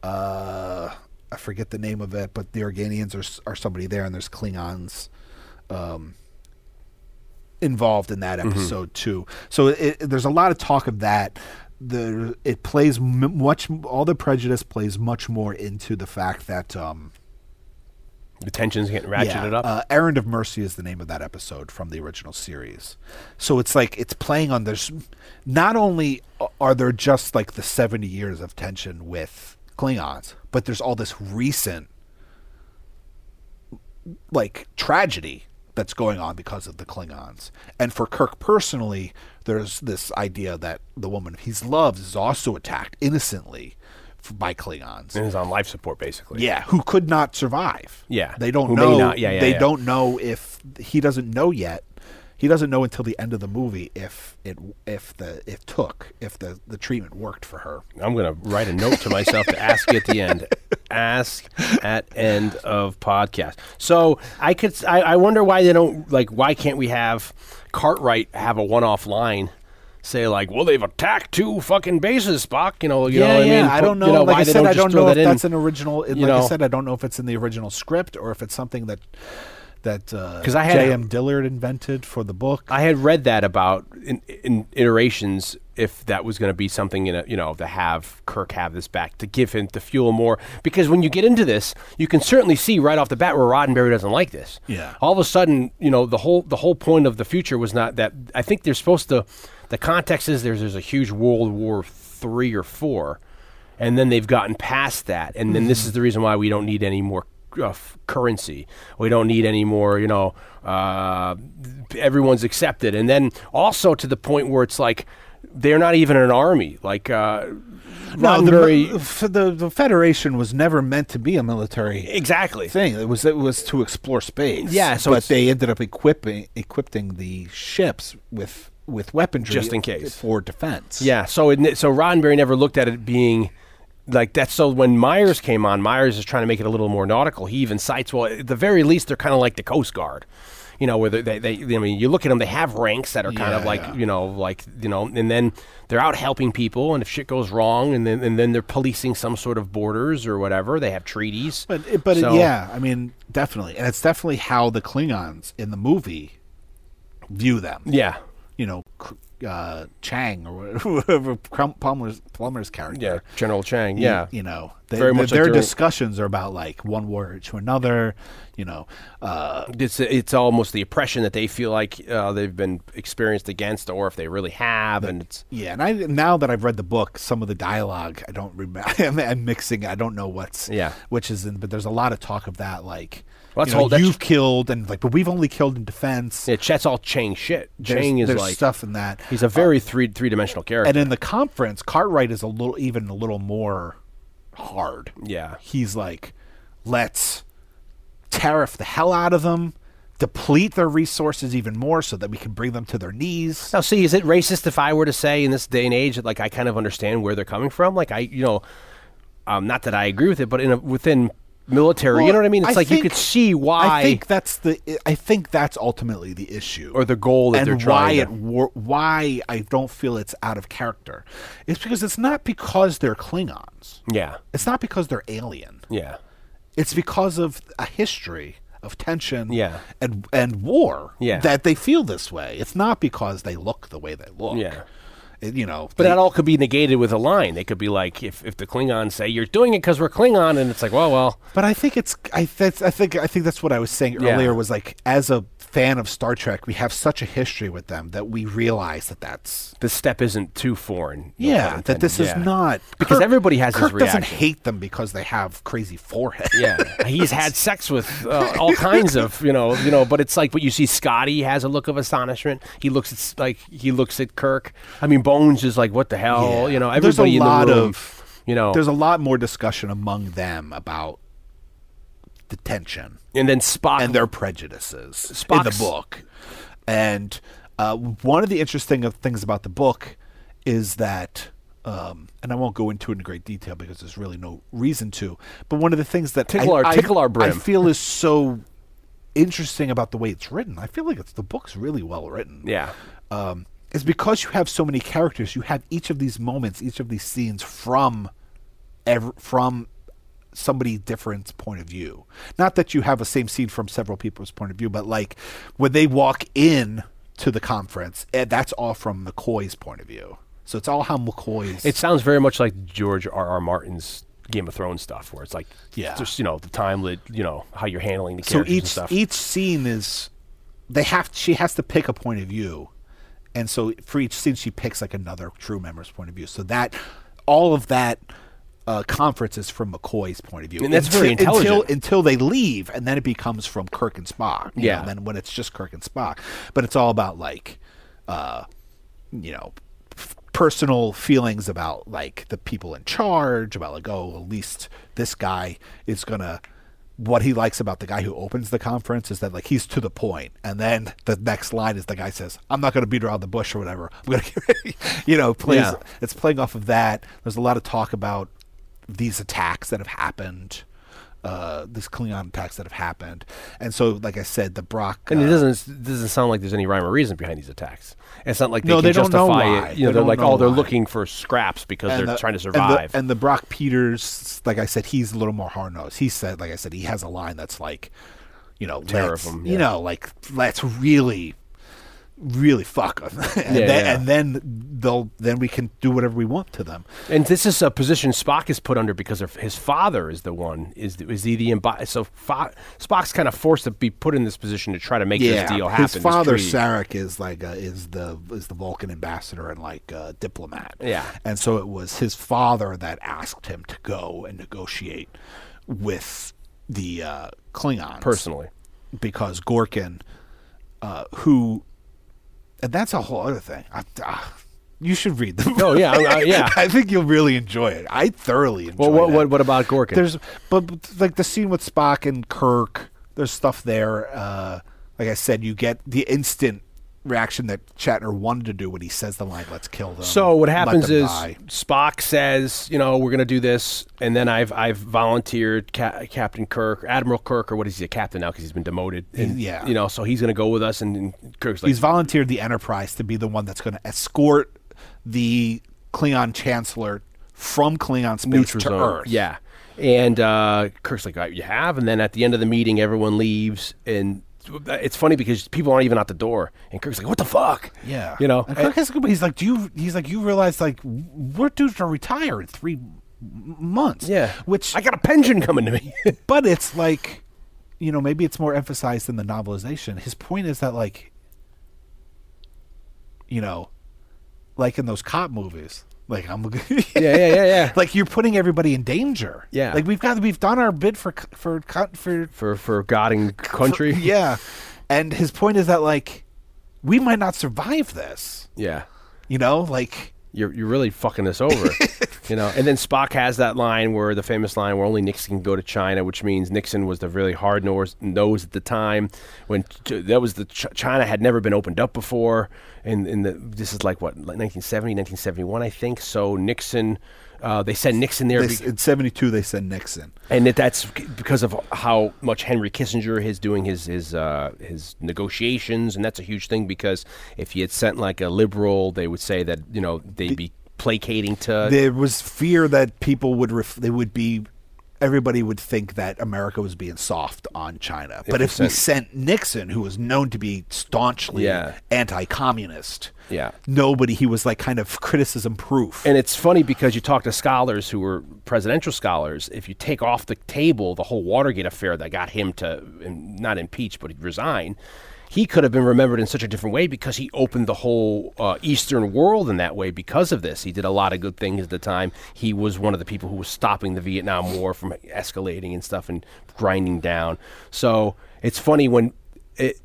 Uh, I forget the name of it, but the Organians are s- are somebody there, and there's Klingons involved in that episode too. So it, there's a lot of talk of that. The it plays m- much all the prejudice plays much more into the fact that um
the tensions getting ratcheted
yeah,
up.
Uh, Errand of Mercy is the name of that episode from the original series. So it's like it's playing on this. Not only a- are there just like the 70 years of tension with Klingons, but there's all this recent like tragedy that's going on because of the Klingons. And for Kirk personally, there's this idea that the woman he loves is also attacked innocently f- by Klingons.
And is on life support basically.
Yeah, who could not survive.
Yeah.
they don't
Who may
know.
not- yeah, yeah,
they
yeah.
don't know if he doesn't know yet. He doesn't know until the end of the movie if it if the it took if the the treatment worked for her.
I'm gonna write a note to myself to ask you at the end. Ask at end of podcast. So I could. s- I, I wonder why they don't like. Why can't we have Cartwright have a one-off line? Say like, well, they've attacked two fucking bases, Spock. You know, you know what I mean.
I
Put-
don't know.
You know
like
why
I
they
said, I
just
don't
throw
know if
that in.
that's an original. Like
you
I
know.
said, I don't know if it's in the original script or if it's something that that uh,
'Cause I had-
J.M. Dillard invented for the book.
I had read that about in, in iterations if that was going to be something in a you know to have Kirk have this back to give him to fuel more because when you get into this you can certainly see right off the bat where Roddenberry doesn't like this.
Yeah.
All of a sudden, you know, the whole the whole point of the future was not that I think they're supposed to the context is there's there's a huge World War 3 or 4 and then they've gotten past that and then this is the reason why we don't need any more uh, f- currency we don't need any more you know uh, everyone's accepted and then also to the point where it's like they're not even an army like uh,
No, the,
Roddenberry-
mi- f- the the Federation was never meant to be a military
exactly
thing. It was it was to explore space.
Yeah, so
but
it's-
they ended up equipping equipping the ships with with weaponry
Just in case.
for defense.
Yeah. So it, so Roddenberry never looked at it being like that. So when Myers came on, Myers is trying to make it a little more nautical. He even cites, well, at the very least, they're kind of like the Coast Guard. You know, where they, they, they, I mean, you look at them, they have ranks that are kind of
Yeah,
like,
yeah.
you know, like, you know, and then they're out helping people, and if shit goes wrong, and then, and then they're policing some sort of borders or whatever, they have treaties.
But it- but it-
So-
yeah, I mean, definitely, and it's definitely how the Klingons in the movie view them.
Yeah.
you know, Cr- uh, Chang or whatever Crum- Plummer's Plummer's character.
Yeah. General Chang.
Y-
Yeah.
you know, they,
Very
they-
much like
their
during-
discussions are about like one word to another. You know, uh,
it's it's almost the oppression that they feel like uh, they've been experienced against, or if they really have, and it's
yeah. And I now that I've read the book, some of the dialogue I don't remember. I'm, I'm mixing. I don't know what's
Yeah.
which is in. But there's a lot of talk of that. Like,
Well, that's
you know,
whole- that's-
you've killed and like, but we've only killed in defense.
Yeah, Chet's all Chang shit.
There's-
Chang is
there's
like
stuff in that.
he's a very three three dimensional character.
and in the conference, Cartwright is a little even a little more hard.
Yeah.
he's like, let's tariff the hell out of them, deplete their resources even more, so that we can bring them to their knees.
now, see, is it racist if I were to say in this day and age that like I kind of understand where they're coming from? Like I, you know, um, not that I agree with it, but in a, within military, you know what I mean? It's like you could see why
I think that's the. I think that's ultimately the issue,
or the goal that
and
they're
why
trying.
it
to-
wor- why I don't feel it's out of character. It's because it's not because they're Klingons.
yeah,
It's not because they're alien.
yeah,
It's because of a history of tension
Yeah.
and and war
Yeah.
that they feel this way. It's not because they look the way they look.
Yeah.
It- you know,
but
they-
that all could be negated with a line. They could be like, if if the Klingons say you're doing it because we're Klingon, and it's like, well, well,
but I think it's I that's I think I think that's what I was saying
Yeah.
earlier was like as a fan of Star Trek, we have such a history with them that we realize that that's
the step isn't too foreign. no pun
yeah, that
intended.
this is
Yeah.
not
Because
Kirk-
everybody has this
Kirk doesn't
reaction.
hate them because they have crazy foreheads.
Yeah, he's had sex with uh, all kinds of you know you know. But it's like what you see. Scotty has a look of astonishment. He looks at s- like he looks at Kirk. I mean, Bones is like, what the hell?
Yeah.
You know,
There's a
everybody in
lot
the room.
of-
you know,
There's a lot more discussion among them about the tension.
and then Spock.
and their prejudices in the
Spock's-
book. And uh, one of the interesting of things about the book is that, um, and I won't go into it in great detail because there's really no reason to. But one of the things that
Tickle
I,
our-
I-
tickle our
I
brim.
feel is so interesting about the way it's written. I feel like it's the book's really well written.
yeah,
Um, is because you have so many characters, you have each of these moments, each of these scenes from ev- from somebody different's point of view. Not that you have a same scene from several people's point of view, but like when they walk in to the conference, eh, that's all from McCoy's point of view. So it's all how McCoy's.
it sounds very much like George R. R. Martin's Game of Thrones stuff, where it's like,
Yeah.
just you know, the time, li- you know, how you're handling the
so
characters and
each
stuff.
each scene is they have she has to pick a point of view, and so for each scene she picks like another crew member's point of view. So that all of that. Uh, conference is from McCoy's point of view,
And that's very
Until- Until,
intelligent.
until they leave, and then it becomes from Kirk and Spock. you know,
Yeah.
and then when it's just Kirk and Spock, but it's all about like, uh, you know, f- personal feelings about like the people in charge about like oh at least this guy is gonna what he likes about the guy who opens the conference is that like he's to the point and then the next line is the guy says i'm not going to beat around the bush or whatever i'm going to you know plays
Yeah.
it's playing off of that there's a lot of talk about these attacks that have happened uh these klingon attacks that have happened and so like i said the brock
And
uh,
it doesn't it doesn't sound like there's any rhyme or reason behind these attacks. It's not like they
No,
can
they don't know
justify
why.
it. You know,
They
they're
don't
like,
know
oh, they're
why.
looking for scraps because they're
the-
trying to
and the-
survive.
And the, Brock Peters, like I said, he's a little more hard nosed. He said, like I said, he has a line that's like, you know,
Tear
let's-
of 'em,
you
yeah.
know, like let's really, really fuck them, and,
Yeah,
then,
yeah.
and then they'll then we can do whatever we want to them.
And this is a position Spock is put under because of his father is the one is the- is he the imbi- so Fo- Spock's kind of forced to be put in this position to try to make this deal happen.
his
this
father
treaty.
Sarek is like uh, is the is the Vulcan ambassador and like uh, diplomat.
Yeah.
and so it was his father that asked him to go and negotiate with the uh, Klingons
personally.
because Gorkin, uh, who, and that's a whole other thing. I, ah, you should read the
Oh, yeah, I- I- yeah.
I think you'll really enjoy it. I thoroughly enjoyed
Well, what,
it.
what what about Gorkin?
There's, but, but, like the scene with Spock and Kirk, there's stuff there. Uh, like I said, you get the instant reaction that Shatner wanted to do when he says the line, "Let's kill them."
So what
um, let
happens
them
is
die."
Spock says, you know, we're going to do this, and then I've I've volunteered Ca- Captain Kirk, Admiral Kirk, or what is he a captain now because he's been demoted? And,
yeah.
you know, so he's going to go with us, and, and Kirk's like,
he's volunteered the Enterprise to be the one that's going to escort the Klingon Chancellor from Klingon space
neutral
to
zone.
Earth.
Yeah. And uh, Kirk's like, "Uh, you have? And then at the end of the meeting, everyone leaves. And it's funny because people aren't even out the door. And Kirk's like, what the fuck?
Yeah,
You know?
And Kirk has a good. He's like, do you? He's like, you realize like we're due to retire in three m- months.
yeah.
which
I got a pension coming to me.
but it's like, you know, maybe it's more emphasized in the novelization. His point is that like, you know, like in those cop movies, like I'm,
yeah, yeah, yeah, yeah.
like you're putting everybody in danger.
Yeah.
like we've got we've done our bid for c- for co- for
for, for God and country.
yeah, and his point is that like we might not survive this.
yeah.
You know, like.
You're, you're really fucking this over. you know? And then Spock has that line where the famous line where only Nixon can go to China, which means Nixon was the really hard nose, nose at the time when t- that was the Ch- China had never been opened up before. And, and the, this is like what, like 1970, 1971, I think. So Nixon, uh, they sent Nixon there.
They,
be-
s- in 72 they send nixon
and that that's c- because of how much Henry Kissinger is doing his his uh, his negotiations, and that's a huge thing because if he had sent like a liberal, they would say that you know they'd be placating to
there was fear that people would ref- they would be everybody would think that america was being soft on china but
we
if we
sent-
sent nixon who was known to be staunchly
Yeah.
anti-communist
Yeah.
nobody he was like kind of criticism proof
And it's funny because you talk to scholars who were presidential scholars. If you take off the table the whole Watergate affair that got him to um, not impeach but resign, he could have been remembered in such a different way because he opened the whole uh, Eastern world in that way because of this. He did a lot of good things at the time. He was one of the people who was stopping the Vietnam War from escalating and stuff and grinding down. So it's funny when it,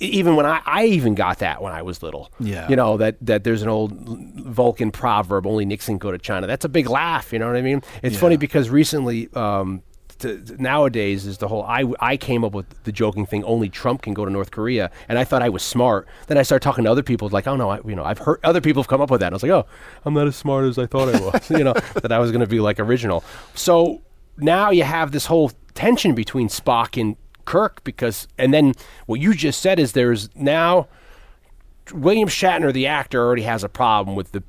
even when I, I even got that when I was little.
Yeah.
You know, that, that there's an old Vulcan proverb, only Nixon go to China. That's a big laugh, you know what I mean? It's funny because recently, um, t- t- nowadays is the whole, I, I came up with the joking thing, only Trump can go to North Korea. And I thought I was smart. Then I started talking to other people like, oh no, I, you know, I've heard other people have come up with that. And I was like, oh, I'm not as smart as I thought I was, you know, that I was going to be like original. So now you have this whole tension between Spock and Kirk because, and then what you just said is there's now William Shatner, the actor, already has a problem with the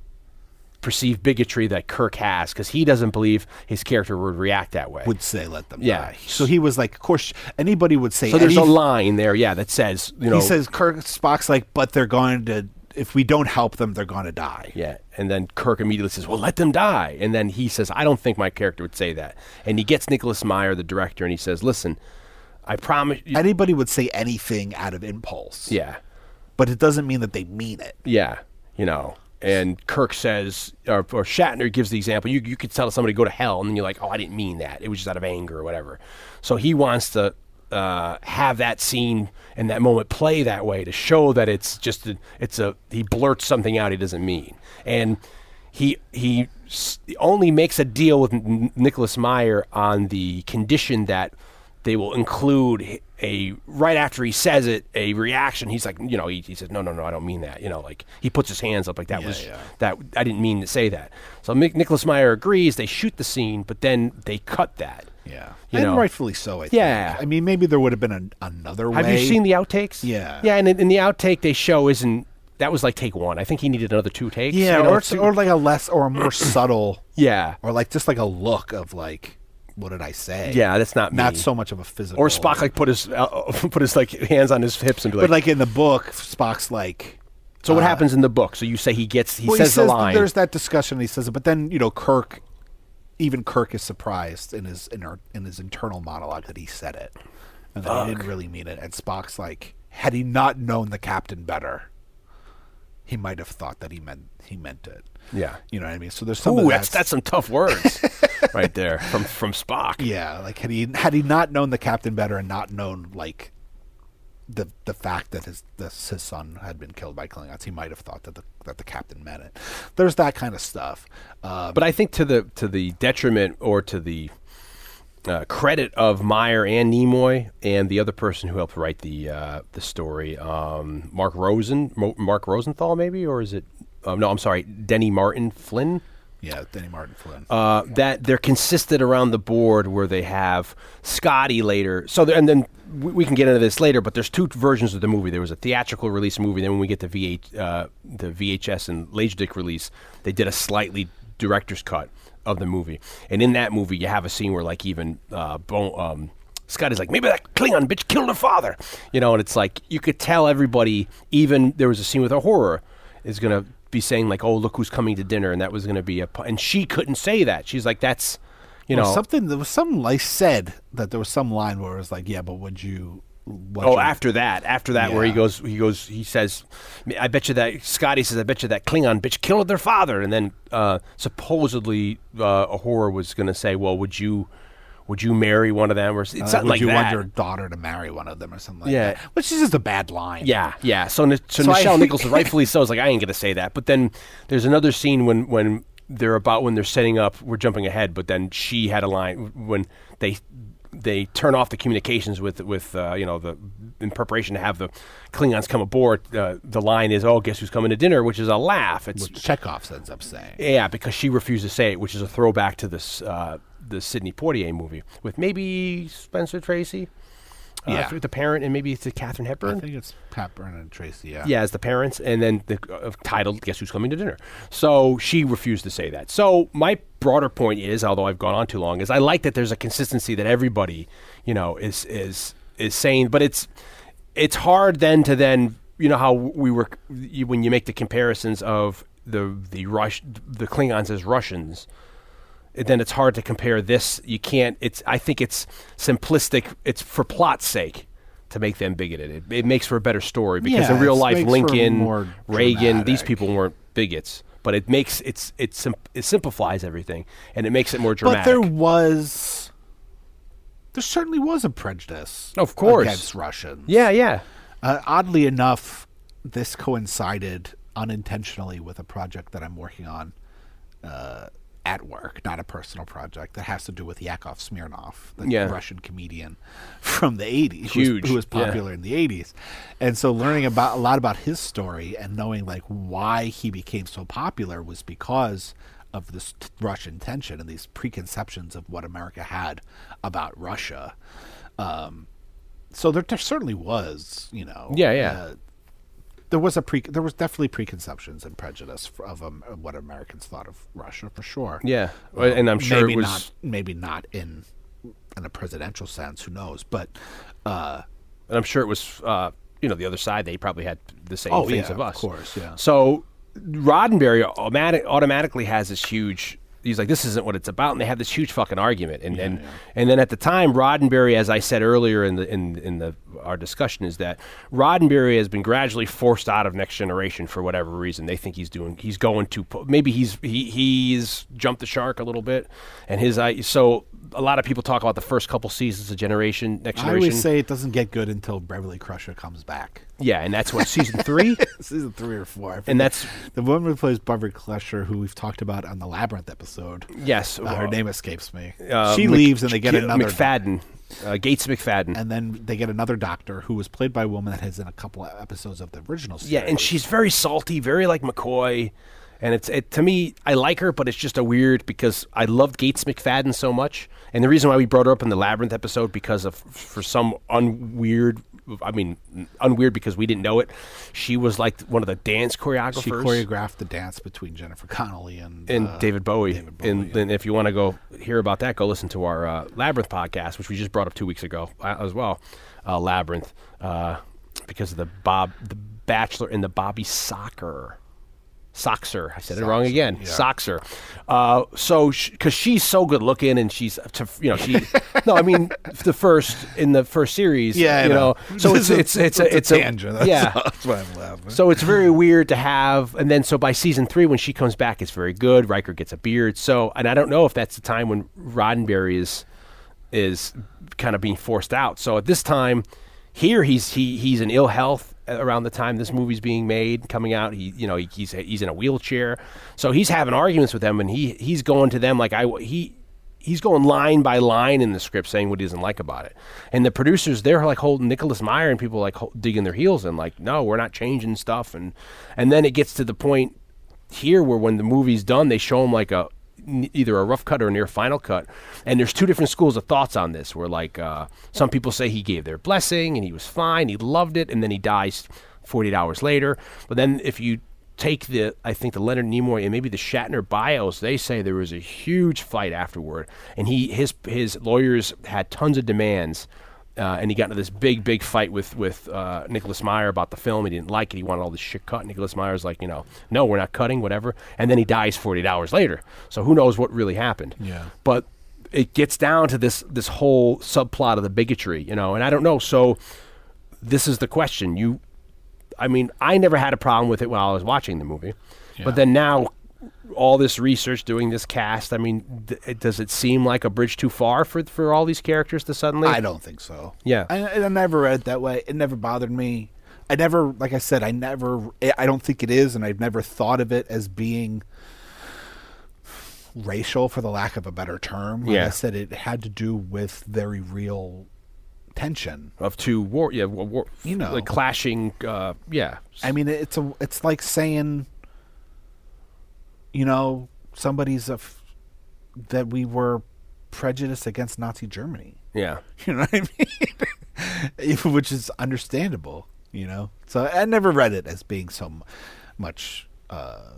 perceived bigotry that Kirk has because he doesn't believe his character would react that way.
would say let them
Yeah.
die so he was like of course anybody would say
so there's a
anything.
line there, yeah, that says you know
he says kirk spock's like but they're going to if we don't help them they're going to die
Yeah, and then Kirk immediately says, "Well, let them die." And then he says, "I don't think my character would say that." And he gets Nicholas Meyer, the director, and he says, "Listen, I promise." You-
anybody would say anything out of impulse
yeah,
but it doesn't mean that they mean it
Yeah, you know. And Kirk says, or, or Shatner gives the example. You you could tell somebody to go to hell, and then you're like, oh, I didn't mean that. It was just out of anger or whatever. So he wants to uh, have that scene and that moment play that way to show that it's just a, it's a he blurts something out he doesn't mean, and he he s- only makes a deal with N- Nicholas Meyer on the condition that they will include h- a right after he says it a reaction. He's like, you know, he, he says, no, no, no, I don't mean that. You know, like he puts his hands up like that was that I didn't mean to say that. So Mick, Nicholas Meyer agrees. They shoot the scene, but then they cut that.
Yeah,
You
and
know.
rightfully so. I think.
Yeah.
I mean, maybe there would have been an, another way.
Have you seen the outtakes?
Yeah.
yeah, and in, in the outtake they show isn't that was like take one. I think he needed another two takes.
Yeah,
you know,
or
it's-
it's, or like a less or a more subtle,
yeah,
or like just like a look of like, what did I say?
yeah. That's not
not
me.
so much of a physical.
Or Spock like put his uh, put his like hands on his hips and be like.
but like in the book, Spock's like.
so what happens in the book? So you say he gets he
well,
says, the
that
line.
There's that discussion. He says it, but then you know Kirk, even Kirk is surprised in his inner in his internal monologue that he said it, and that he didn't really mean it. And Spock's like, had he not known the captain better, he might have thought that he meant he meant it.
Yeah.
you know what I mean. So there's some.
Ooh,
of
that's that's some tough words right there from from Spock.
Yeah, like had he had he not known the captain better and not known like the the fact that his this, his son had been killed by Klingons, he might have thought that the that the captain meant it. There's that kind of stuff. Uh,
But I think to the to the detriment or to the uh, credit of Meyer and Nimoy and the other person who helped write the uh, the story, um, Mark Rosen, Mo- Mark Rosenthal, maybe, or is it? Um, no, I'm sorry, Denny Martin Flynn.
yeah, Danny Martin Flynn.
Uh, that they're consistent around the board where they have Scotty later. So there, and then we, we can get into this later, but there's two versions of the movie. There was a theatrical release movie, then when we get the VH, uh, the VHS and Laserdisc release, they did a slightly director's cut of the movie. And in that movie, you have a scene where like even uh, Bo- um, Scotty's like, maybe that Klingon bitch killed her father, you know. And it's like you could tell everybody. Even there was a scene with a horror is going to be saying like, "Oh, look who's coming to dinner," and that was going to be a, pu- and she couldn't say that. She's like, "That's, you
Well,
know,
something there was some like said that there was some line where it was like, yeah, but would you? Would
oh,
you-
after that, after that, where he
Yeah.
goes, he goes, he says, "I bet you that Scotty says, I bet you that Klingon bitch killed their father," and then uh, supposedly uh, a horror was going to say, "well, would you, would you marry one of them?" Or s-
uh,
something
would
like
you
that.
want your daughter to marry one of them or something like
Yeah.
that? Which is just a bad line.
Yeah, yeah. So, Ni- so,
So I-
Michelle Nichols, rightfully so, is like, I ain't gonna say that. But then there's another scene when when they're about when they're setting up. We're jumping ahead, but then she had a line when they they turn off the communications with with uh, you know the in preparation to have the Klingons come aboard. Uh, the line is, "Oh, guess who's coming to dinner?" Which is a laugh. It's
Which Chekhov ends up saying.
yeah, because she refused to say it, which is a throwback to this uh, the Sidney Poitier movie with maybe Spencer Tracy. Uh,
Yeah.
with the parent, and maybe it's a Catherine Hepburn.
I think it's Pat Brennan and Tracy. Yeah.
Yeah, as the parents, and then the uh, titled "Guess Who's Coming to Dinner." So she refused to say that. So my broader point is, although I've gone on too long, is I like that there's a consistency that everybody, you know, is is is saying, but it's it's hard then to then you know how we were you, when you make the comparisons of the the rush the Klingons as Russians then it's hard to compare this. You can't. It's. I think it's simplistic. It's for plot's sake to make them bigoted. It, it makes for a better story because
Yeah,
in real
it
life,
makes for
Lincoln,
more
Reagan, these
dramatic.
people weren't bigots, but it makes it's it, sim- it simplifies everything and it makes it more dramatic.
But there was, there certainly was a prejudice,
Of course.
against Russians.
yeah, yeah,
Uh, oddly enough, this coincided unintentionally with a project that I'm working on uh, at work, not a personal project that has to do with Yakov Smirnov, the
Yeah.
Russian comedian from the 80s, who was-
Huge,
who was
yeah.
popular in the 80s. And so learning about a lot about his story and knowing like why he became so popular was because of this t- Russian tension and these preconceptions of what America had about Russia. Um, so there, there certainly was, you know. uh,
Yeah, yeah.
there was a pre. There was definitely preconceptions and prejudice f- of um, what Americans thought of Russia for sure.
yeah. and I'm sure
maybe
it was.
not. Maybe not in in a presidential sense. Who knows? But uh,
and I'm sure it was uh, you know the other side. They probably had the same
Oh,
things
yeah, of
of us,
course, yeah.
So Roddenberry automatic, automatically has this huge. He's like, this isn't what it's about, and they have this huge fucking argument. And and, and then at the time, Roddenberry, as I said earlier in the in in the our discussion, is that Roddenberry has been gradually forced out of Next Generation for whatever reason. They think he's doing, he's going too. po- Maybe he's he he's jumped the shark a little bit, and his I so a lot of people talk about the first couple seasons of Generation Next
I
Generation.
always say it doesn't get good until Beverly Crusher comes back.
yeah, and that's what season three.
Season three or four. I forget.
And that's-
the woman who plays Beverly Crusher, who we've talked about on the Labyrinth episode.
Yes,
Uh, her
uh,
name escapes me.
uh,
she
Mc-
leaves and they get
G-
another.
McFadden, uh, Gates McFadden.
And then they get another doctor who was played by a woman that has in a couple of episodes of the original series.
yeah, and she's very salty, very like McCoy. And it's it, to me, I like her, but it's just a weird because I loved Gates McFadden so much, and the reason why we brought her up in the labyrinth episode because of for some unweird, I mean unweird because we didn't know it, she was like one of the dance choreographers.
she choreographed the dance between Jennifer Connelly and
and
uh,
David Bowie. and then if you want to go hear about that, go listen to our uh, Labyrinth podcast, which we just brought up two weeks ago uh, as well. Uh, Labyrinth, uh, because of the Bob, the Bachelor, and the Bobby Soccer. Soxer. I said it wrong again. Soxer. Uh, so, because she's so good looking, and she's, to, you know, she. no, I mean the first in the first series.
Yeah, I
you know.
know.
So it's
This
it's
is-
it's a it's a,
tangent. That's,
yeah.
that's why I'm laughing.
So it's very weird to have, and then so by season three, when she comes back, it's very good. Riker gets a beard. So, and I don't know if that's the time when Roddenberry is is kind of being forced out. So at this time, here he's he he's in ill health around the time this movie's being made, coming out. He you know he, he's he's in a wheelchair, so he's having arguments with them, and he he's going to them like I he. He's going line by line in the script, saying what he doesn't like about it, and the producers they're like holding Nicholas Meyer and people like ho- digging their heels in, like, no, we're not changing stuff, and and then it gets to the point here where when the movie's done they show them like a n- either a rough cut or a near final cut and there's two different schools of thoughts on this where like uh, some people say he gave their blessing and he was fine he loved it and then he dies 48 hours later but then if you take the i think the leonard nimoy and maybe the shatner bios they say there was a huge fight afterward and he his his lawyers had tons of demands uh, and he got into this big, big fight with with uh, Nicholas Meyer about the film. He didn't like it. He wanted all this shit cut. Nicholas Meyer's like, you know, no, we're not cutting, whatever. And then he dies 48 hours later. So who knows what really happened?
Yeah.
But it gets down to this this whole subplot of the bigotry, you know. And I don't know. So this is the question. You, I mean, I never had a problem with it while I was watching the movie, but then now. All this research, doing this cast. I mean, th- it- does it seem like a bridge too far for for all these characters to suddenly?
I don't think so.
Yeah.
I, and I never read it that way. It never bothered me. I never, like I said, I never. I I don't think it is, and I've never thought of it as being racial, for the lack of a better term. Like
Yeah.
I said it had to do with very real tension.
of two war, yeah, wa- war,
You know.
like clashing, uh, yeah,
I mean, it's a, it's like saying, you know, somebody's a f- that we were prejudiced against Nazi Germany.
yeah.
You know what I mean? Which is understandable, you know. So I never read it as being so m- much uh,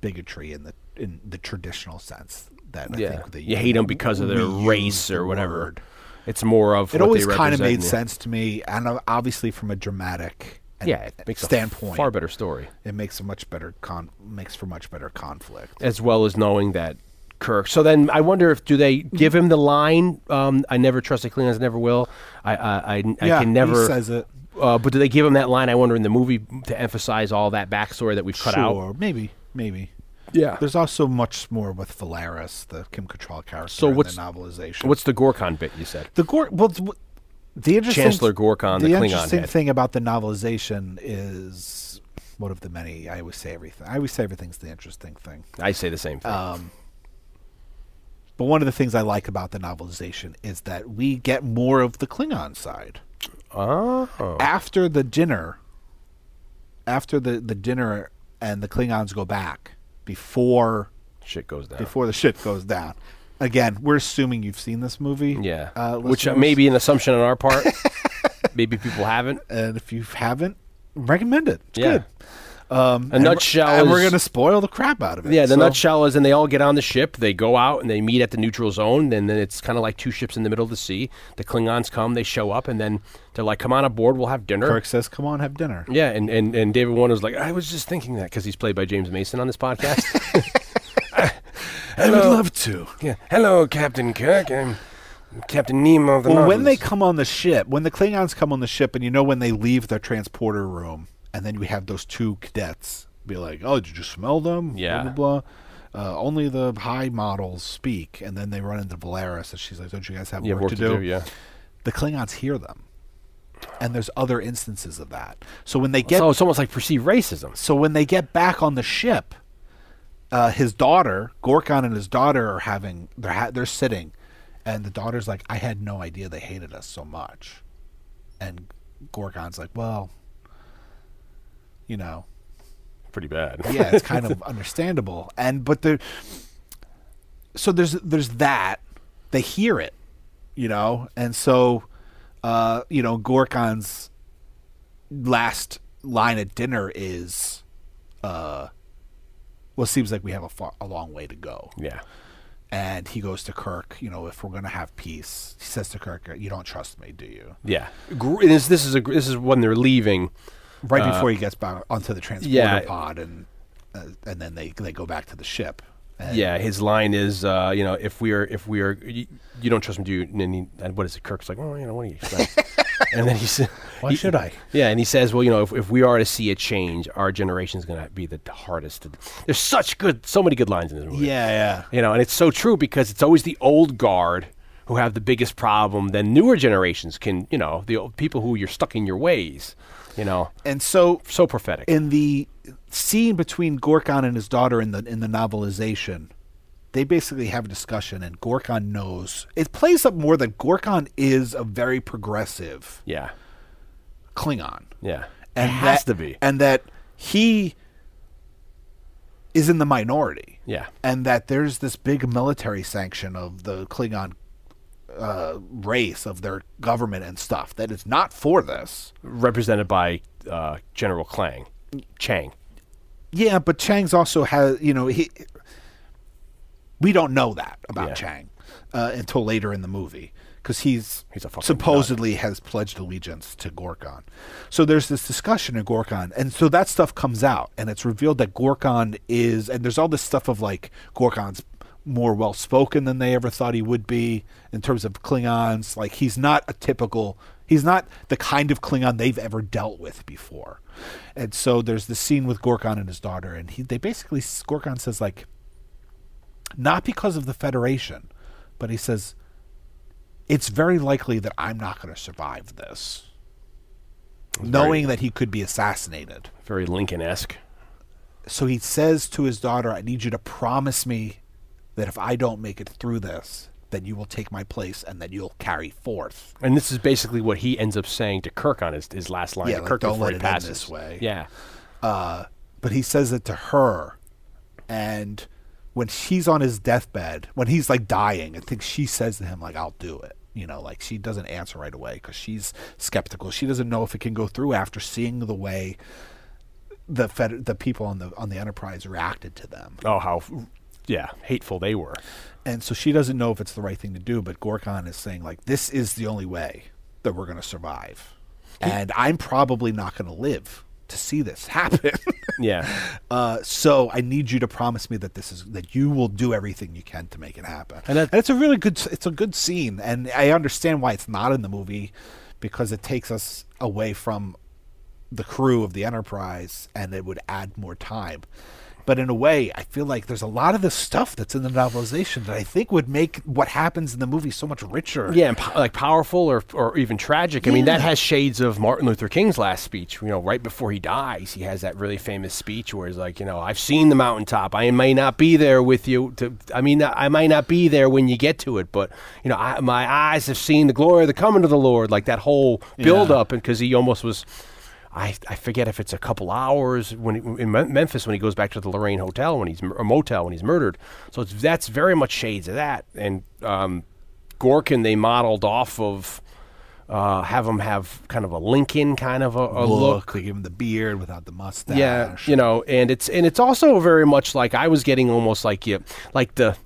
bigotry in the in the traditional sense that I
yeah.
think the,
you hate them because of their
we use
race
the
or whatever.
word.
It's more of
It
what
always
they
kind of
represent
made
and-
sense to me, and uh, obviously from a dramatic and
Yeah, it makes
standpoint,
a far better story,
It makes a much better con makes for much better conflict.
as well as knowing that Kirk. So then I wonder if do they give him the line? Um, I never trusted Klingons, never will. I I, I, I
Yeah,
can never
he says it.
Uh, but do they give him that line? I wonder in the movie to emphasize all that backstory that we've cut out.
sure, maybe, maybe.
Yeah.
There's also much more with Valaris, the Kim Cattrall character,
So
in
what's-
the novelization.
What's the Gorkon bit you said?
The Gor well, th- w- the interesting
Chancellor Gorkon, the Klingon
interesting
head.
thing about the novelization is one of the many. I always say everything. I always say everything's the interesting thing.
I say the same thing.
Uh, But one of the things I like about the novelization is that we get more of the Klingon side
oh,
after the dinner. After the the dinner and the Klingons go back before
shit goes down.
before the shit goes down. Again, we're assuming you've seen this movie.
Yeah,
uh,
which uh,
listeners.
may be an assumption on our part. maybe people haven't.
and if you haven't, recommend it. It's
Yeah.
good. Um,
A
and we're-
nutshell
And we're
is-
going to spoil the crap out of it.
Yeah, the
so-
nutshell is, and they all get on the ship. They go out and they meet at the neutral zone. And then it's kind of like two ships in the middle of the sea. The Klingons come, they show up, and then they're like, "Come on aboard, we'll have dinner."
Kirk says, "Come on, have dinner."
Yeah, and, and, and David Warner's like, "I was just thinking that because he's played by James Mason on this podcast."
I would love to.
yeah. Hello, Captain Kirk. I'm Captain Nemo of the
Well, when they
Nautilus."
come on the ship, when the Klingons come on the ship, and you know when they leave their transporter room, and then we have those two cadets be like, "Oh, did you smell them?"
Yeah.
Blah blah. blah. uh, only the high models speak, and then they run into Valeris, and she's like, "Don't you guys have
You have
work, to, do?
yeah.
The Klingons hear them, and there's other instances of that. So when they get
So it's almost like perceived racism.
so when they get back on the ship, uh, his daughter Gorkon and his daughter are having they're ha- they're sitting, and the daughter's like, "I had no idea they hated us so much," and Gorkon's like, "Well, you know,
Pretty bad.
yeah, it's kind of understandable." And but the so there's there's that they hear it, you know, and so uh, you know Gorkon's last line at dinner is, uh, well, it seems like we have a, far, a long way to go.
yeah.
And he goes to Kirk, you know, if we're going to have peace, he says to Kirk, you don't trust me, do you?
Yeah. Gr- and this, this is a gr- this is when they're leaving.
Right before he gets back onto the transporter
yeah.
pod and, uh, and then they, they go back to the ship. And
Yeah, his line is, uh, you know, if we are, if we are, you, you don't trust me, do you? And, he, and what is it? Kirk's like, well, you know, what do you expect? and then he says,
Why should I?
Yeah, and he says, well, you know, if, if we are to see a change, our generation is going to be the hardest. To, there's such good, so many good lines in this movie.
Yeah, yeah.
You know, and it's so true because it's always the old guard who have the biggest problem. Then newer generations can, you know, the old people who you're stuck in your ways. You know,
And so
so prophetic.
in the scene between Gorkon and his daughter in the in the novelization, they basically have a discussion, and Gorkon knows it plays up more that Gorkon is a very progressive
yeah,
Klingon,
yeah,
and
it has
that-
to be.
and that he is in the minority,
Yeah.
and that there's this big military sanction of the Klingon uh, race of their government and stuff that is not for this.
represented by uh, General Klang, Chang.
Yeah, but Chang's also has, you know, he. We don't know that about
Yeah.
Chang uh, until later in the movie because he's,
He's a fucking
supposedly has pledged allegiance to Gorkon. So there's this discussion in Gorkon, and so that stuff comes out, and it's revealed that Gorkon is, and there's all this stuff of like Gorkon's more well spoken than they ever thought he would be in terms of Klingons. Like he's not a typical, he's not the kind of Klingon they've ever dealt with before. And so there's this scene with Gorkon and his daughter, and he they basically Gorkon says like, not because of the Federation, but he says it's very likely that I'm not going to survive this. Knowing that he could be assassinated.
Very Lincoln esque.
So he says to his daughter, I need you to promise me that if I don't make it through this, then you will take my place and that you'll carry forth.
And this is basically what he ends up saying to Kirk on his, his last line
Yeah,
to
like,
Kirk
"Don't
before
let
he
it end
passes.
this way."
Yeah.
But he says it to her. And when she's on his deathbed, when he's like dying, I think she says to him, like, I'll do it. You know, like she doesn't answer right away because she's skeptical. She doesn't know if it can go through after seeing the way the fed- the people on the on the Enterprise reacted to them.
Oh, how, yeah, hateful they were.
and so she doesn't know if it's the right thing to do but gorkon is saying like this is the only way that we're going to survive and i'm probably not going to live to see this happen
Yeah.
uh, so i need you to promise me that this is that you will do everything you can to make it happen and,
that-
it's a really good s- it's a good scene and i understand why it's not in the movie because it takes us away from the crew of the enterprise and it would add more time but in a way i feel like there's a lot of the stuff that's in the novelization that i think would make what happens in the movie so much richer
Yeah, and po- like powerful or, or even tragic. I mean, that has shades of Martin Luther King's last speech. You know, right before he dies, he has that really famous speech where he's like, you know, I've seen the mountaintop. I may not be there with you. To, I mean, I might not be there when you get to it, but you know, I, my eyes have seen the glory of the coming of the Lord. Like that whole build up, and because he almost was. I, I forget if it's a couple hours when he, in Mem- Memphis when he goes back to the Lorraine Hotel when he's mur- or motel when he's murdered. So it's, that's very much shades of that. And um, Gorkin they modeled off of uh, have him have kind of a Lincoln kind of a, a look.
look they give him the beard without the mustache
Yeah, you know, and it's and it's also very much like I was getting almost like you, like the.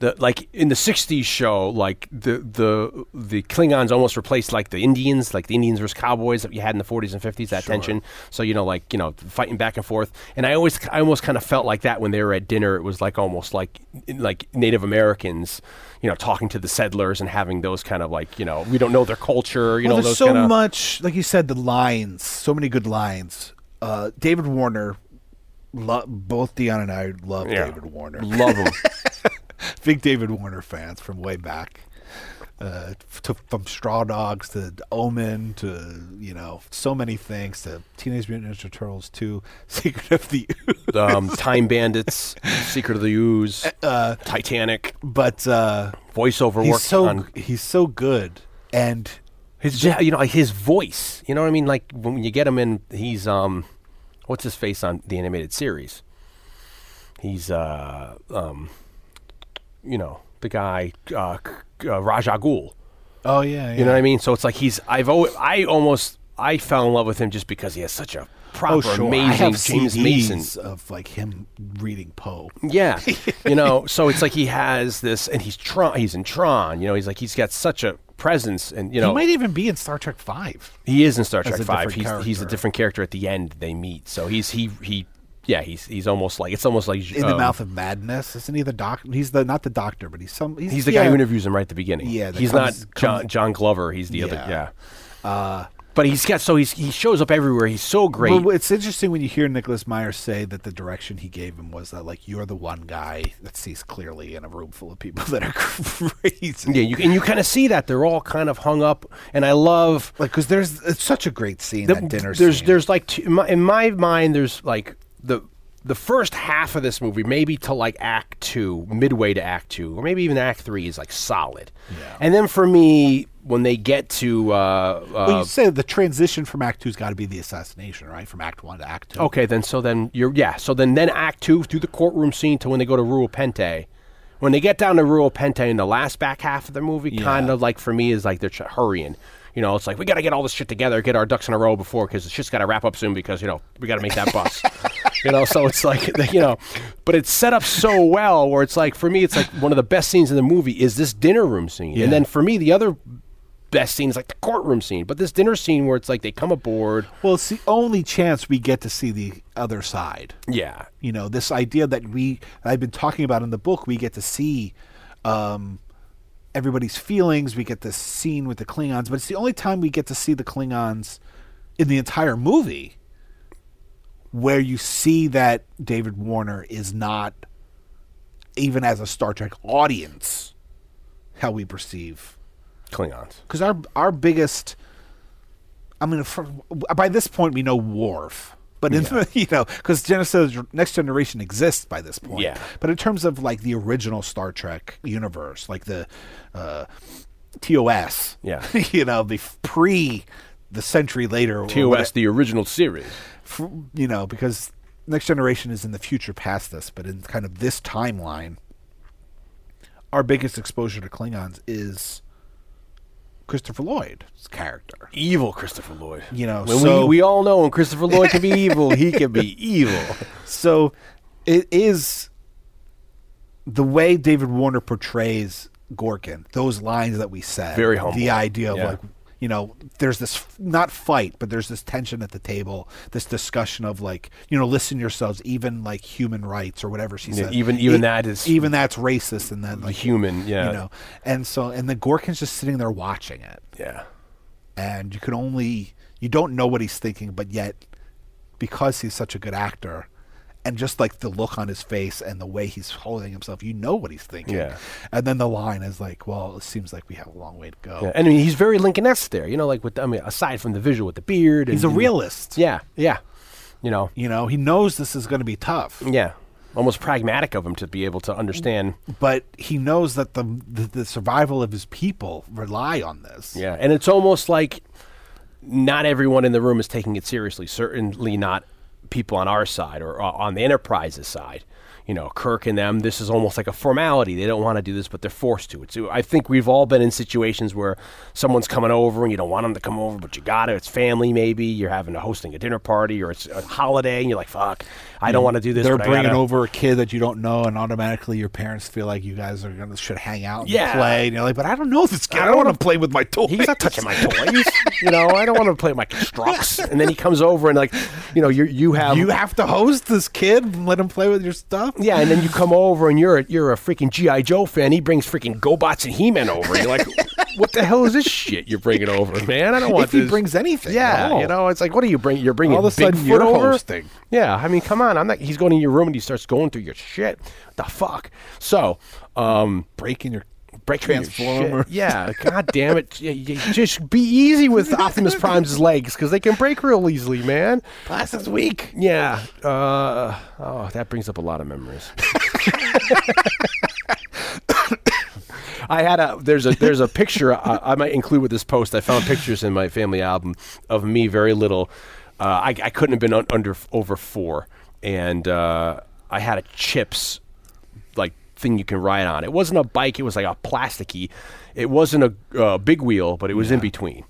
The, like in the '60s show, like the the the Klingons almost replaced like the Indians, like the Indians versus Cowboys that you had in the '40s and '50s. That tension, so you know, like you know, fighting back and forth. And I always, I almost kind of felt like that when they were at dinner. It was like almost like like Native Americans, you know, talking to the settlers and having those kind of like you know, we don't know their culture, you
well,
know,
there's
those
so
kind of
much, like you said, the lines, so many good lines. Uh, David Warner lo- both Dion and I love
Yeah.
David Warner.
Love him.
Big David Warner fans from way back. Uh, f- to, from Straw Dogs to Omen to you know so many things to Teenage Mutant Ninja Turtles 2, Secret of the Ooze.
um, Time Bandits, Secret of the Ooze, Titanic,
But uh,
voiceover
he's
work.
so
on
he's so good, and
his, j- you know, like his voice. You know what I mean? Like when you get him in, he's um, what's his face on the animated series? He's uh, um, you know, the guy uh, c- uh Raja Ghul.
oh yeah, yeah.
You know what I mean? So it's like he's I've always, I almost I fell in love with him just because he has such a proper amazing
Oh, I have
James
CDs
Mason
of like him reading Poe.
Yeah, you know, so it's like he has this, and he's Tron. He's in Tron. You know, he's like he's got such a presence, and you know,
he
he,
might even be in Star Trek Five.
is in Star Trek
a
Five.
different
He's he's a
character.
different character at the end. They meet, so he's he he. Yeah, he's he's almost like it's almost like
In the
um,
Mouth of Madness, isn't he the doc? He's the not the doctor, but he's some. He's,
He's the
yeah.
guy who interviews him right at the beginning.
Yeah, that
he's
comes-
not John,
comes-
John Glover. He's the other.
Yeah. Uh,
Yeah, but he's got so he's he shows up everywhere. He's so great.
Well, it's interesting when you hear Nicholas Meyer say that the direction he gave him was that like you're the one guy that sees clearly in a room full of people that are crazy.
yeah, you, and you kind of see that they're all kind of hung up, and I love
Like, because there's it's such a great scene
the-
that dinner.
there's
scene.
there's like two, in, my, in my mind there's like the the first half of this movie maybe to like act 2 midway to act 2 or maybe even act 3 is like solid and then for me when they get to uh, uh
Well, you said the transition from Act Two's got to be the assassination, right? From Act One to Act Two.
okay then so then you're yeah so then then act 2 through the courtroom scene to when they go to Ruo Pente when they get down to Ruo Pente in the last back half of the movie kind of like for me is like they're tr- hurrying you know, it's like we got to get all this shit together, get our ducks in a row before because it's just got to wrap up soon because you know we got to make that bus. you know, so it's like you know, but it's set up so well where it's like for me, it's like one of the best scenes in the movie is this dinner room scene, and then for me the other best scene is like the courtroom scene, but this dinner scene where it's like they come aboard.
Well, it's the only chance we get to see the other side.
Yeah,
You know, this idea that we I've been talking about in the book, we get to see um, everybody's feelings. We get this scene with the Klingons, but it's the only time we get to see the Klingons in the entire movie, where you see that David Warner is not even as a Star Trek audience how we perceive
Klingons.
because our our biggest i mean fr by this point we know Worf. But in, you know, because Genesis Next Generation exists by this point.
Yeah.
But in terms of like the original Star Trek universe, like the uh, TOS.
Yeah.
you know, the f- pre the century later. or
TOS,
whatever,
the original series.
f- you know, because Next Generation is in the future past this, but in kind of this timeline, our biggest exposure to Klingons is Christopher Lloyd's character.
Evil Christopher Lloyd.
You know,
when
so-
we, we all know when Christopher Lloyd can be evil, he can be e-, evil.
So it is the way David Warner portrays Gorkin, those lines that we said.
Very humble.
The idea of
Yeah.
like, you know, there's this f- not fight, but there's this tension at the table, this discussion of like, you know, listen yourselves, even like human rights or whatever she
Yeah,
said. E,
even- even that is-
even that's racist and then like
Human, yeah.
you know, and so and the Gorkin's just sitting there watching it
Yeah.
and you can only you don't know what he's thinking but yet because he's such a good actor and just like the look on his face and the way he's holding himself you know what he's thinking
Yeah.
and then the line is like well it seems like we have a long way to go
Yeah, and I mean, he's very Lincoln-esque there, you know, like with I mean, aside from the visual with the beard, and,
he's a
and-
realist
Yeah, yeah, you know,
you know he knows this is going to be tough
yeah, almost pragmatic of him to be able to understand.
but he knows that the, the the survival of his people rely on this
Yeah, and it's almost like not everyone in the room is taking it seriously. Certainly not people on our side or uh, on the Enterprise's side. You know, Kirk and them. This is almost like a formality. They don't want to do this, but they're forced to. It's. I think we've all been in situations where someone's coming over and you don't want them to come over, but you got to. It's family, maybe. You're having a hosting a dinner party or it's a holiday, and you're like, "Fuck, I don't want to do this."
Mm. they're
but I
bringing
gotta-
over a kid that you don't know, and automatically your parents feel like you guys are gonna should hang out and
Yeah.
play. And you're like, but I don't know this kid. I don't, want to play with my toys.
He's not touching my toys. you know, I don't want to play with my constructs. And then he comes over and like, you know, you you have
you have to host this kid and let him play with your stuff.
Yeah, and then you come over and you're a, you're a freaking GI Joe fan. He brings freaking GoBots and He-Man over. You're like, what the hell is this shit you're bringing over, man? I don't want
if he
this.
brings anything.
yeah,
at all.
you know, it's like, what are you bringing? You're bringing
All of a sudden
Bigfoot
you're
over?
hosting.
Yeah, I mean, come on. I'm not. He's going in your room and he starts going through your shit. the fuck? So, um,
breaking your
break your shit.
Transformers.
Yeah, god damn it. Y- y- Just be easy with Optimus Prime's legs because they can break real easily, man.
plastic's weak.
Yeah. Uh, oh, that brings up a lot of memories. I had a there's a there's a picture I, I might include with this post. I found pictures in my family album of me very little. Uh, I, I couldn't have been un- under over four, and uh, I had a chips like thing you can ride on. It wasn't a bike. It was like a plasticky. It wasn't a uh, big wheel, but it was in between.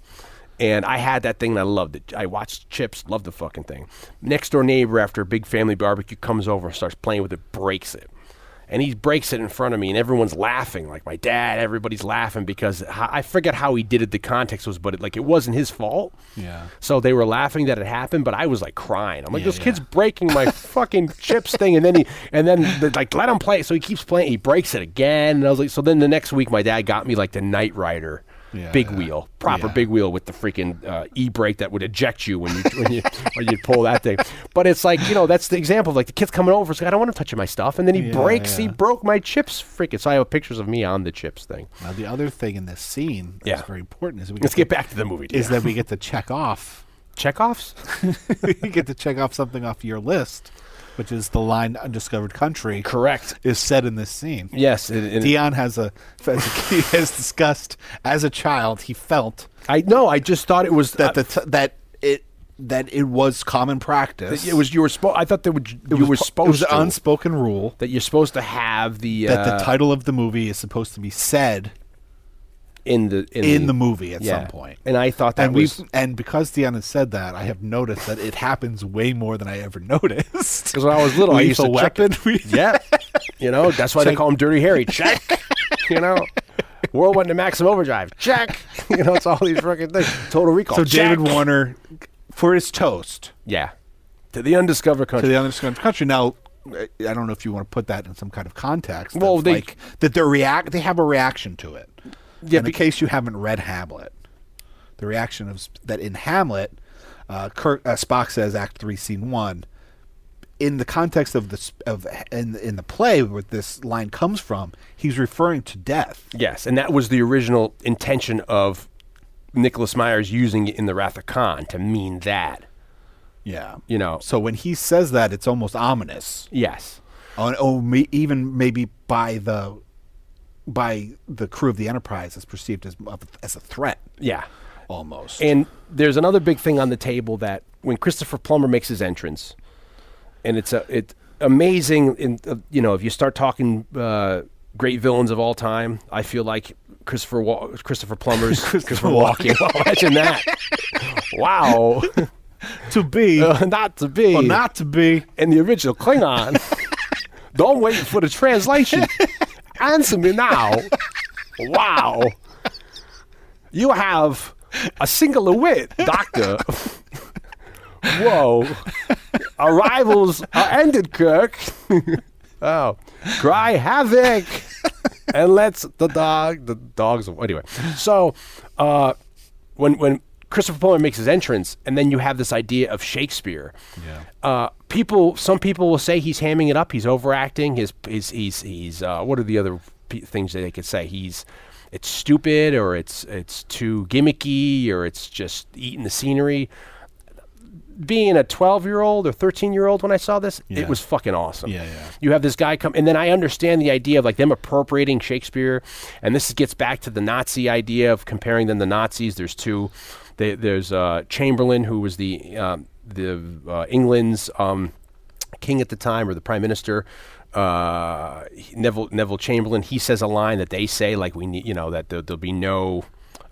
And I had that thing and I loved it. I watched Chips, loved the fucking thing. Next door neighbor after a big family barbecue comes over and starts playing with it, breaks it. And he breaks it in front of me and everyone's laughing. Like my dad, everybody's laughing because h- I forget how he did it. The context was, but it, like it wasn't his fault.
Yeah.
So they were laughing that it happened, but I was like crying. I'm like, this kid's breaking my fucking chips thing, and then he, and then they're like let him play. So he keeps playing. He breaks it again, and I was like, so then the next week, my dad got me like the Knight Rider.
Yeah.
Big wheel, proper
Yeah.
big wheel with the freaking uh, e brake that would eject you when you when you when you pull that thing. But it's like you know that's the example of like the kid's coming over, it's like I don't want him touching my stuff, and then he breaks, he broke my chips, freaking. So I have pictures of me on the chips thing.
Now the other thing in this scene that's
Yeah.
very important is we
Let's
to-
get back to the movie.
is that we get to check off
checkoffs?
you get to check off something off your list, which is the line "Undiscovered Country."
Correct.
is said in this scene.
Yes, it, it-
Dion has a as he has discussed as a child he felt
I no, I just thought it was uh,
that the t- that it that it was common practice.
It was you were supposed. I thought that would you were
pu-
supposed
it was an
to
unspoken rule
that you're supposed to have the
that
uh,
the title of the movie is supposed to be said
in the in,
in the movie at
Mm-hmm. yeah.
some point.
And I thought that
And
was
we've and because Dion has said that, I have noticed that it happens way more than I ever noticed.
because when I was little, I used to
Lethal
check
weapon. we-
it. Yeah, you know that's why they
Check.
call him Dirty Harry. Check, you know. World went to maximum overdrive. Check, you know it's all these fucking things. Total Recall.
So
check.
David Warner for his toast.
yeah, to the undiscovered
to
country.
the undiscovered country. Now, I I don't know if you want to put that in some kind of context.
Well,
that's
they-
like that they react. They have a reaction to it.
Yeah,
In
be-
the case you haven't read Hamlet, the reaction of Sp- that in Hamlet, uh, Kirk, uh, Spock says Act three, Scene one. In the context of the sp- of in in the play where this line comes from, he's referring to death.
Yes, and that was the original intention of Nicholas Myers using it in the Wrath of Khan to mean that.
Yeah,
You know.
So when he says that, it's almost ominous.
Yes.
on oh me, even maybe by the by the crew of the Enterprise is perceived as as a threat
Yeah.
almost.
And there's another big thing on the table that when Christopher Plummer makes his entrance, and it's a it's amazing. In uh, you know, if you start talking uh, great villains of all time, I feel like Christopher Wa- Christopher Plummer's Christopher Walken. Imagine that! wow,
to be,
Uh, not to be,
not to be.
and the original Klingon. Don't wait for the translation. Answer me now. Wow. You have a singular wit, Doctor. Whoa. Arrivals are ended, Kirk. oh. Cry havoc. and let's the dog the dogs anyway. So uh when when Christopher Plummer makes his entrance and then you have this idea of Shakespeare. Yeah. Uh people some people will say he's hamming it up, he's overacting, his his he's he's uh what are the other p- things that they could say? He's it's stupid or it's it's too gimmicky or it's just eating the scenery being a 12 year old or 13 year old when I saw this,
Yeah.
it was fucking awesome.
Yeah, yeah.
You have this guy come, and then I understand the idea of like them appropriating Shakespeare, and this gets back to the Nazi idea of comparing them to Nazis. There's two. They, there's uh, Chamberlain, who was the um, the uh, England's um, king at the time or the prime minister. Uh, he- Neville Neville Chamberlain. He says a line that they say like we need, you know, that there, there'll be no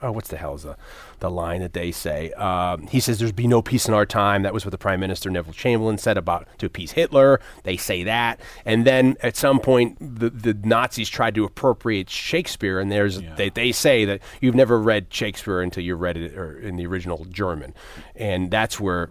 oh, what's the hell is the, the line that they say? Um, he says, There's be no peace in our time. That was what the Prime Minister Neville Chamberlain said about to appease Hitler. They say that. And then at some point, the, the Nazis tried to appropriate Shakespeare, and there's they, they say that you've never read Shakespeare until you read it or in the original German. And that's where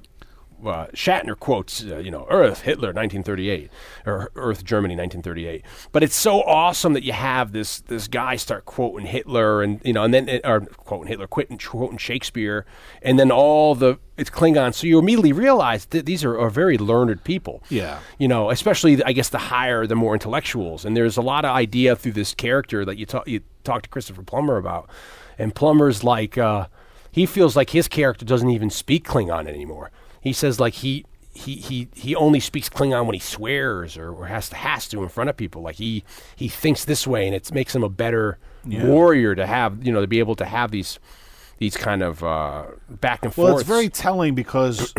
uh, Shatner quotes, uh, you know, Earth, Hitler, 1938, or Earth, Germany, 1938. But it's so awesome that you have this this guy start quoting Hitler and, you know, and then, uh, or quoting Hitler, quoting, quoting Shakespeare, and then all the, it's Klingon. So you immediately realize that these are, are very learned people.
Yeah.
You know, especially, I guess, the higher, the more intellectuals. And there's a lot of idea through this character that you talk, you talk to Christopher Plummer about. And Plummer's like, uh, he feels like his character doesn't even speak Klingon anymore. He says like he he he he only speaks Klingon when he swears or, or has to has to in front of people. Like he he thinks this way, and it makes him a better warrior to have you know to be able to have these these kind of uh, back and forth.
Well, it's very telling because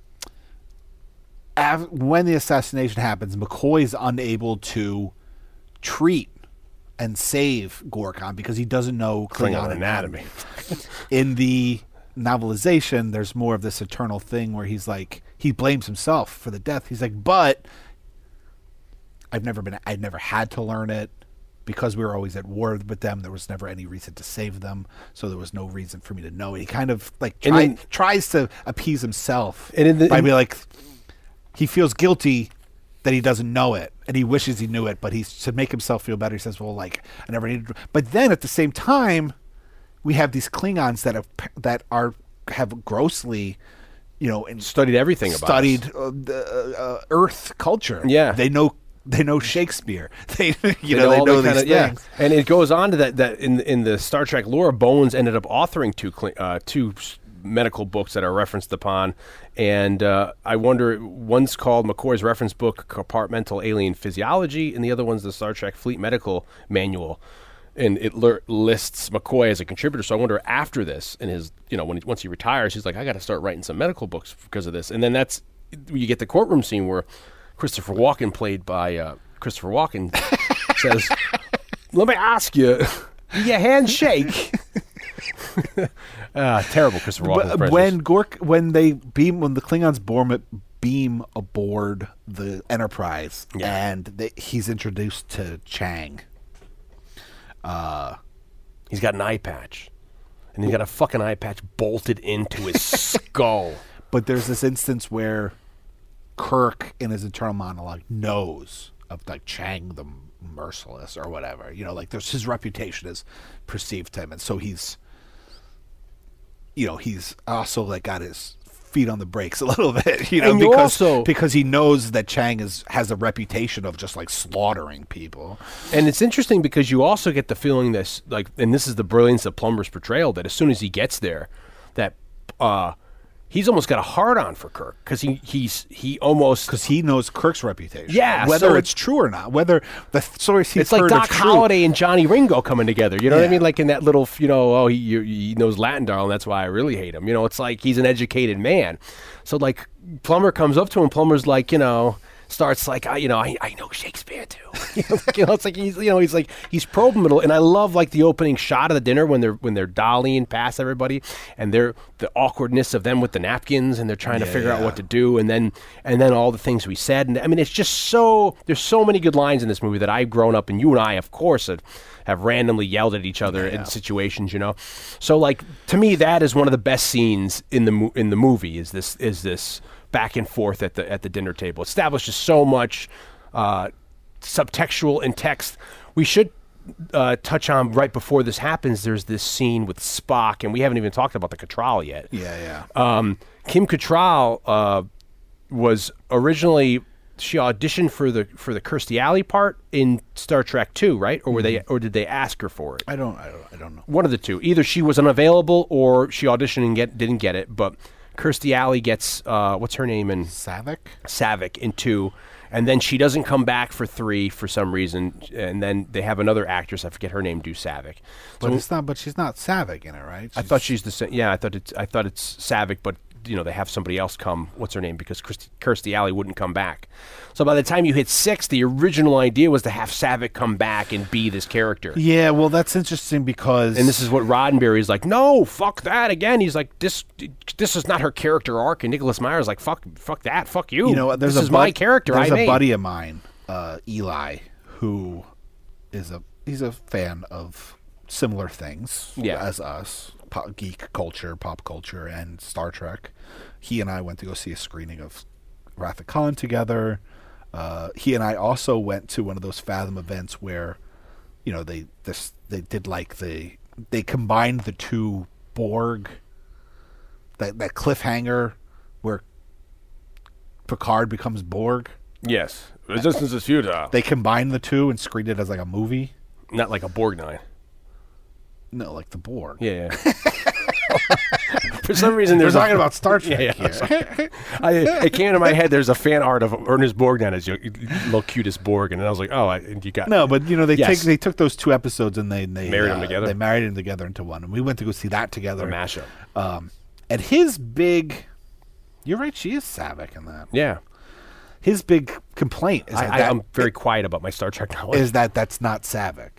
av- when the assassination happens, McCoy's unable to treat and save Gorkon because he doesn't know
Klingon anatomy.
In the novelization, there's more of this eternal thing where he's like he blames himself for the death. He's like, but I've never been I've never had to learn it because we were always at war with them. There was never any reason to save them, so there was no reason for me to know. it. He kind of like
And
try,
then-
tries to appease himself
And in the-
by
in-
being like he feels guilty that he doesn't know it and he wishes he knew it, but he's to make himself feel better. He says, "Well, like I never needed." But then at the same time, we have these Klingons that have that are have grossly, you know, and
studied everything about us.
studied uh, the uh, Earth culture.
Yeah.
they know they know Shakespeare. They you
They
know,
all
they know
the
these
kinda-
things.
Yeah. And it goes on to that that in in the Star Trek lore, Bones ended up authoring two cli- uh, two s- medical books that are referenced upon, and uh, I wonder one's called McCoy's reference book Compartmental Alien Physiology, and the other one's the Star Trek Fleet Medical Manual. And it ler- lists McCoy as a contributor, so I wonder after this, in his, you know, when he, once he retires, he's like, I got to start writing some medical books because of this, and then that's you get the courtroom scene where Christopher Walken, played by uh, Christopher Walken, says, let me ask you, your handshake. Ah, terrible Christopher Walken.
But uh,
impressions.
when Gork, when they beam, when the Klingons beam, beam aboard the Enterprise, and they, he's introduced to Chang.
he's got an eye patch, and he's got a fucking eye patch bolted into his skull.
But there's this instance where Kirk, in his internal monologue, knows of like Chang the Merciless or whatever. You know, like there's his reputation is perceived to him, and so he's, you know, he's also like got his feet on the brakes a little bit. You know,
And you
because
also-
because he knows that Chang is has a reputation of just like slaughtering people.
And it's interesting because you also get the feeling this, like, and this is the brilliance of Plumber's portrayal that as soon as he gets there, that uh, he's almost got a hard on for Kirk because he he's he almost
Because he knows Kirk's reputation.
Yeah,
whether
so
it's true or not, whether the th- stories he's
It's like
heard are
Doc
true.
Holliday and Johnny Ringo coming together. You know what
Yeah.
I mean? Like in that little, you know, oh, he, you- he knows Latin, darling. That's why I really hate him. You know, it's like he's an educated man. So like Plumber comes up to him. Plumber's like, you know, starts like, I, you know, I, I know Shakespeare too. you know, like, you know, it's like he's, you know, he's like he's probing middle. And I love like the opening shot of the dinner when they're when they're dollying past everybody and they're the awkwardness of them with the napkins and they're trying to figure out what to do and then and then all the things we said and I mean it's just so there's so many good lines in this movie that I've grown up and you and I of course have, have randomly yelled at each other in situations you know so like to me that is one of the best scenes in the mo- in the movie is this is this back and forth at the at the dinner table establishes so much uh, subtextual and text we should uh, touch on right before this happens. There's this scene with Spock, and we haven't even talked about the Cattrall yet.
Yeah, yeah.
Um, Kim Cattrall uh, was originally she auditioned for the for the Kirstie Alley part in Star Trek Two, right? Or were they or did they ask her for it?
I don't, I don't, I don't know.
one of the two. Either she was unavailable or she auditioned and get, didn't get it. But Kirstie Alley gets uh, what's her name in
Savick.
Savick in two, and then she doesn't come back for three for some reason, and then they have another actress I forget her name do Savick.
But it's not. But she's not Savick in it, right?
I thought she's the same. Yeah, I thought it's I thought it's Savick, but you know they have somebody else come. What's her name? Because Kirstie, Kirstie Alley wouldn't come back. So by the time you hit six, the original idea was to have Savick come back and be this character.
Yeah, well, that's interesting because
And this is what Roddenberry is like. No, fuck that again. He's like, this, this is not her character arc. And Nicholas Meyer's like, fuck, fuck that, fuck you.
you know there's
this
a
is my
bud-
character.
There's
I
a
made.
buddy of mine, uh, Eli, who is a he's a fan of similar things
Yeah.
as us, pop, geek culture, pop culture, and Star Trek. He and I went to go see a screening of Wrath of Khan together. Uh, he and I also went to one of those Fathom events where, you know, they this they did like the they combined the two Borg that that cliffhanger where Picard becomes Borg.
Yes. Resistance is futile.
They combined the two and screened it as like a movie.
Not like a Borgnine.
No, like the Borg.
Yeah, yeah. For some reason,
We're
there's
talking about Star Trek
yeah,
here.
I, it came into my head. There's a fan art of Ernest Borgnine as your Locutus Borg, and I was like, oh, I, you got
No, but you know they
Yes.
take they took those two episodes and they they uh,
Married 'em together?
They married them together into one, and we went to go see that together.
a mashup.
Um, and his big, you're right. She is Savick in that.
Yeah,
His big complaint is
I,
that,
I,
that
I'm very quiet about my Star Trek knowledge.
is that that's not Savick.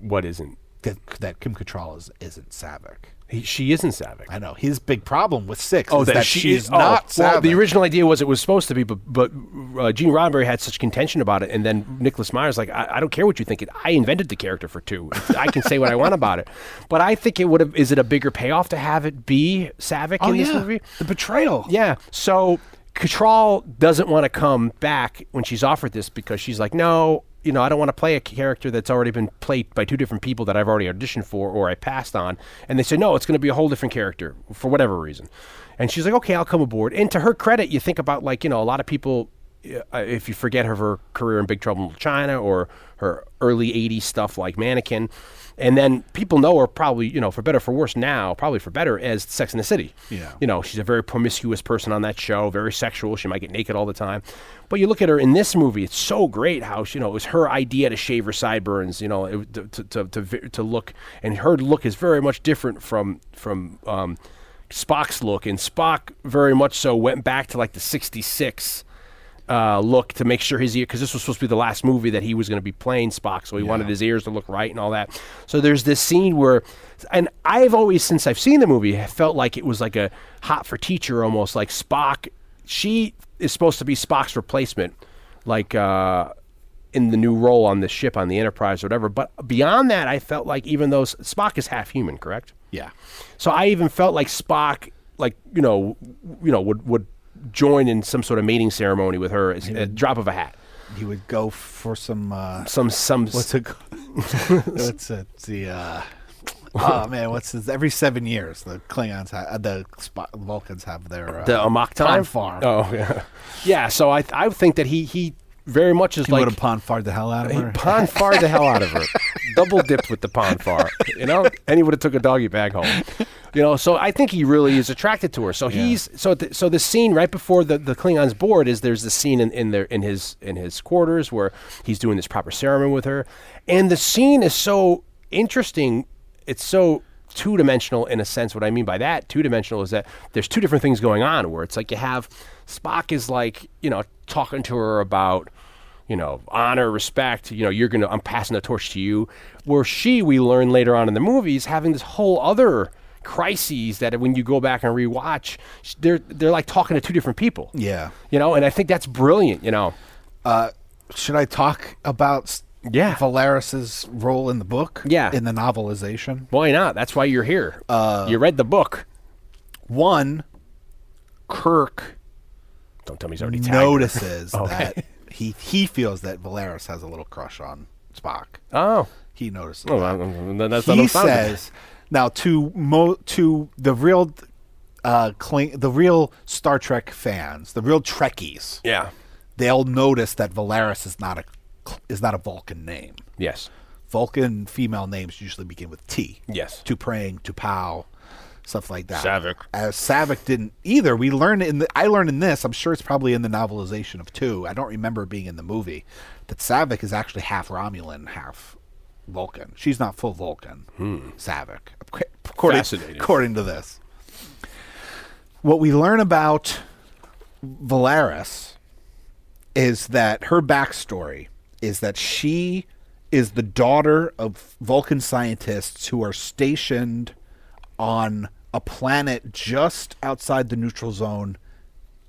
what isn't?
That that Kim Cattrall is, isn't Savick.
He, she isn't Savick.
I know his big problem with six. is that, she, is
oh,
not
Well,
Savick.
the original idea was it was supposed to be, but but uh, Gene Roddenberry had such contention about it, and then Nicholas Meyer's like, I, I don't care what you think. It, I invented the character for two. I can say what I want about it. But I think it would have. Is it a bigger payoff to have it be Savick
oh
in
yeah,
this movie?
the
Oh.
betrayal.
Yeah. So Cattrall doesn't want to come back when she's offered this because she's like, no, you know, I don't want to play a character that's already been played by two different people that I've already auditioned for or I passed on. And they say, no, it's going to be a whole different character for whatever reason. And she's like, okay, I'll come aboard. And to her credit, you think about like, you know, a lot of people. uh, If you forget her, her career in Big Trouble in Little China or her early '80s stuff like Mannequin, and then people know her probably, you know, for better or for worse now, probably for better as Sex in the City.
Yeah.
You know, she's a very promiscuous person on that show, very sexual. She might get naked all the time. But you look at her in this movie, it's so great how, she, you know, it was her idea to shave her sideburns, you know, it, to, to, to, to, vi- to look. And her look is very much different from, from um, Spock's look. And Spock very much so went back to like the 66 uh, look to make sure his ear because this was supposed to be the last movie that he was going to be playing Spock, so he wanted his ears to look right and all that. So there's this scene where, and I've always since I've seen the movie have felt like it was like a hot for teacher almost like Spock. She is supposed to be Spock's replacement, like uh, in the new role on the ship on the Enterprise or whatever. But beyond that, I felt like even though S- Spock is half human, correct?
Yeah.
So I even felt like Spock, like you know, you know, would would join in some sort of mating ceremony with her at a drop of a hat.
He would go for some. Uh,
Some some
what's it? called? what's it? The. Uh, oh man, what's this? Every seven years, the Klingons, have, uh, the Sp- Vulcans have their uh,
the Amok time
farm.
Oh yeah, yeah. So I I think that he he very much is
He
like
would have ponfarred the hell out of
he
her.
pon far the hell out of her, double dipped with the pon far, you know, and he would have took a doggy bag home, you know. So I think he really is attracted to her. So he's so th- so the scene right before the the Klingons board is there's the scene in in their in his in his quarters where he's doing this proper ceremony with her, and the scene is so interesting. It's so two dimensional in a sense. What I mean by that, two dimensional, is that there's two different things going on where it's like you have Spock is like, you know, talking to her about, you know, honor, respect, you know, you're going to, I'm passing the torch to you. Where she, we learn later on in the movies, having this whole other crises that when you go back and rewatch, sh- they're, they're like talking to two different people.
Yeah.
You know, and I think that's brilliant, you know.
Should I talk about s-
Yeah.
Valeris's role in the book?
Yeah.
In the novelization?
Why not? That's why you're here.
Uh,
you read the book.
One, Kirk
Don't tell me he's already tagged.
notices
Okay.
that he, he feels that Valeris has a little crush on Spock.
Oh.
He notices.
Oh,
that.
well, then that's not
he
unfounded.
says now to mo to the real uh cling, the real Star Trek fans, the real Trekkies,
Yeah.
they'll notice that Valeris is not a cl- is not a Vulcan name.
Yes.
Vulcan female names usually begin with T.
Yes.
Tuprang, Tupau, stuff like that.
Savick.
As Savick didn't either. We learned in the I learned in this, I'm sure it's probably in the novelization of two. I don't remember it being in the movie, that Savick is actually half Romulan, half Vulcan. She's not full Vulcan.
Hmm.
Savick. Ac- According,
Fascinating.
according to this. What we learn about Valeris is that her backstory is that she is the daughter of Vulcan scientists who are stationed on a planet just outside the neutral zone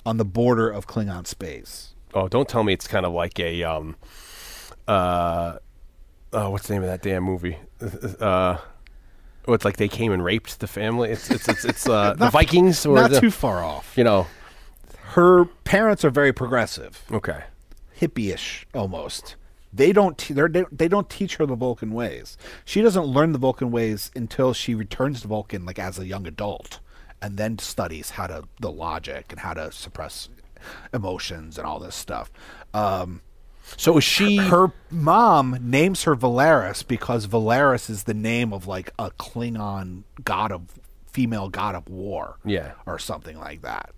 on the border of Klingon space.
Oh, don't tell me it's kind of like a um, uh, oh, what's the name of that damn movie? Uh, Well, it's like they came and raped the family. It's it's it's, it's uh, the Vikings or
not
the,
too far off.
you know.
Her parents are very progressive,
Okay.
hippie-ish almost. They don't te- they're- they they don't teach her the Vulcan ways. She doesn't learn the Vulcan ways until she returns to Vulcan like as a young adult, and then studies how to the logic and how to suppress emotions and all this stuff. Um,
So is she
her mom names her Valeris because Valeris is the name of like a Klingon god of female god of war,
Yeah.
or something like that.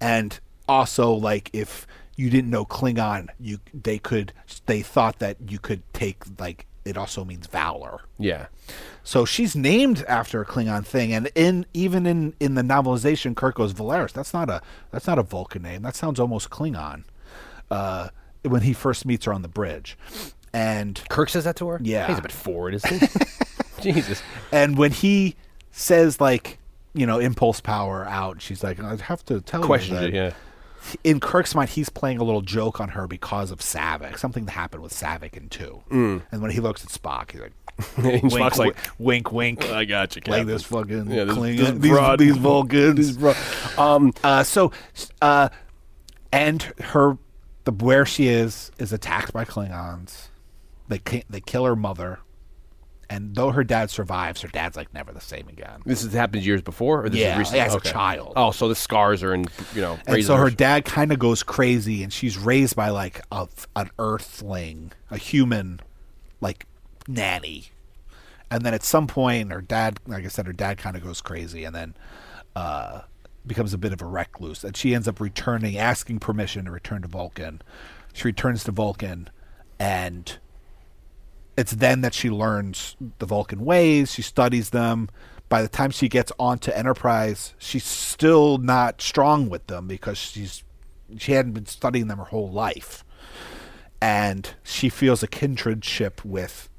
And also, like if you didn't know Klingon, you they could they thought that you could take like it also means valor.
Yeah.
So she's named after a Klingon thing, and in even in in the novelization, Kirk goes Valeris. That's not a that's not a Vulcan name. That sounds almost Klingon. Uh, when he first meets her on the bridge, and
Kirk says that to her?
Yeah.
He's a bit forward, isn't he? Jesus.
and when he says like you know impulse power out, she's like I have to tell
Questions
you
it,
that
yeah.
in Kirk's mind, he's playing a little joke on her because of Savick, something that happened with Savick in two. And when he looks at Spock, he's like,
And
wink,
Mm. Spock's like,
wink, wink.
I got you,
Like
Captain.
this fucking
Yeah, this-
Klingon,
this
these,
broad-
these Vulcans.
Um
uh, so, s- uh, and her, the where she is is attacked by Klingons. They ki- they kill her mother, and though her dad survives, her dad's like never the same again.
this has happened years before or this
Yeah,
is recent?
as a child.
Oh, so the scars are in you know,
And so her
razors.
dad kind of goes crazy, and she's raised by like a, an earthling, a human, like nanny. And then at some point, her dad, like I said, her dad kind of goes crazy, and then uh, becomes a bit of a recluse. And she ends up returning, asking permission to return to Vulcan. She returns to Vulcan, and it's then that she learns the Vulcan ways. She studies them. By the time she gets onto Enterprise, she's still not strong with them because she's she hadn't been studying them her whole life, and she feels a kindredship with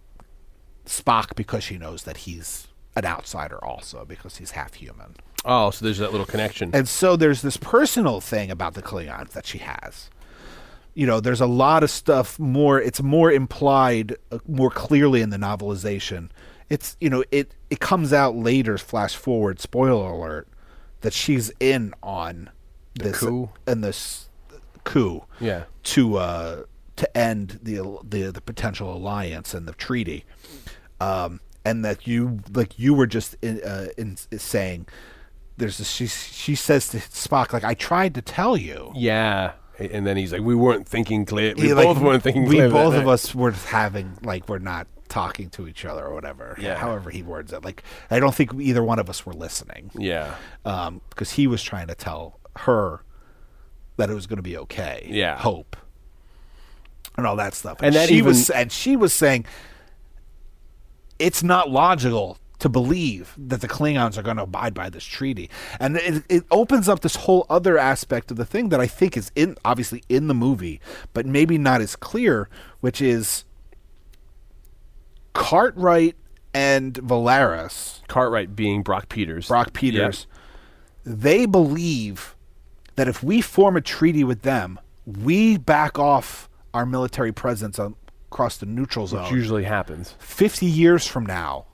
Spock because she knows that he's an outsider also because he's half human.
Oh, so there's that little connection.
And so there's this personal thing about the Klingons that she has. You know, there's a lot of stuff more. It's more implied, uh, more clearly in the novelization. It's you know, it it comes out later. Flash forward, spoiler alert, that she's in on this
coup?
and this coup.
Yeah.
To uh to end the al- the the potential alliance and the treaty um, and that you like you were just in, uh, in, saying there's a, she she says to Spock like I tried to tell you.
yeah. And then he's like, We weren't thinking clear we
He, like,
both weren't thinking
We
clear.
both of us were having like we're not talking to each other or whatever.
Yeah.
However he words it, like I don't think either one of us were listening.
Yeah.
because um, he was trying to tell her that it was going to be okay.
Yeah.
hope and all that stuff.
And that
she
even-
was, and she was saying, it's not logical to believe that the Klingons are going to abide by this treaty, and it, it opens up this whole other aspect of the thing that I think is in obviously in the movie, but maybe not as clear, which is Cartwright and Valaris.
Cartwright being Brock Peters.
Brock Peters, they believe that if we form a treaty with them, we back off our military presence on, across the neutral zone.
Which usually happens.
50 years from now,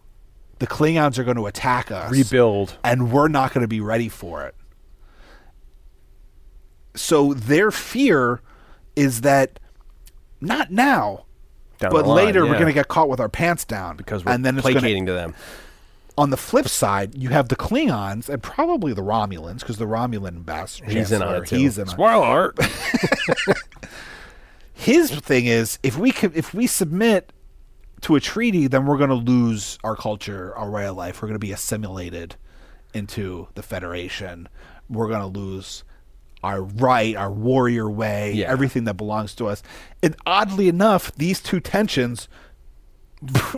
the Klingons are going to attack us
Rebuild.
and we're not going to be ready for it. So their fear is that not now,
Down
but
the line,
later we're
yeah.
going to get caught with our pants down
because we're
and then it's gonna-
placating to them.
on the flip side, you have the Klingons and probably the Romulans because the Romulan ambassador
He's in on it too.
He's in on it.
Spoiler alert.
His thing is if we could, if we submit to a treaty, then we're going to lose our culture, our way of life. We're going to be assimilated into the Federation. We're going to lose our right, our warrior way,
Yeah.
everything that belongs to us. And oddly enough, these two tensions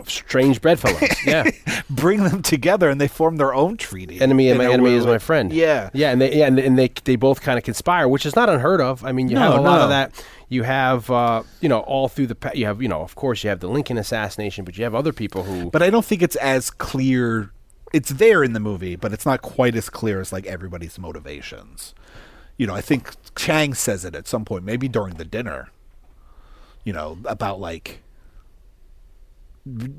Strange bedfellows. Yeah.
bring them together, and they form their own treaty.
Enemy and
in
my
a
enemy
way,
is my
like-
friend.
Yeah,
Yeah, and they yeah, and, and they they both kind of conspire, which is not unheard of. I mean, you
No,
have a lot
no.
of that. You have uh, you know, all through the pa- you have, you know, of course you have the Lincoln assassination, but you have other people who
but I don't think it's as clear. It's there in the movie, but it's not quite as clear as like everybody's motivations. You know, I think Chang says it at some point, maybe during the dinner. You know about like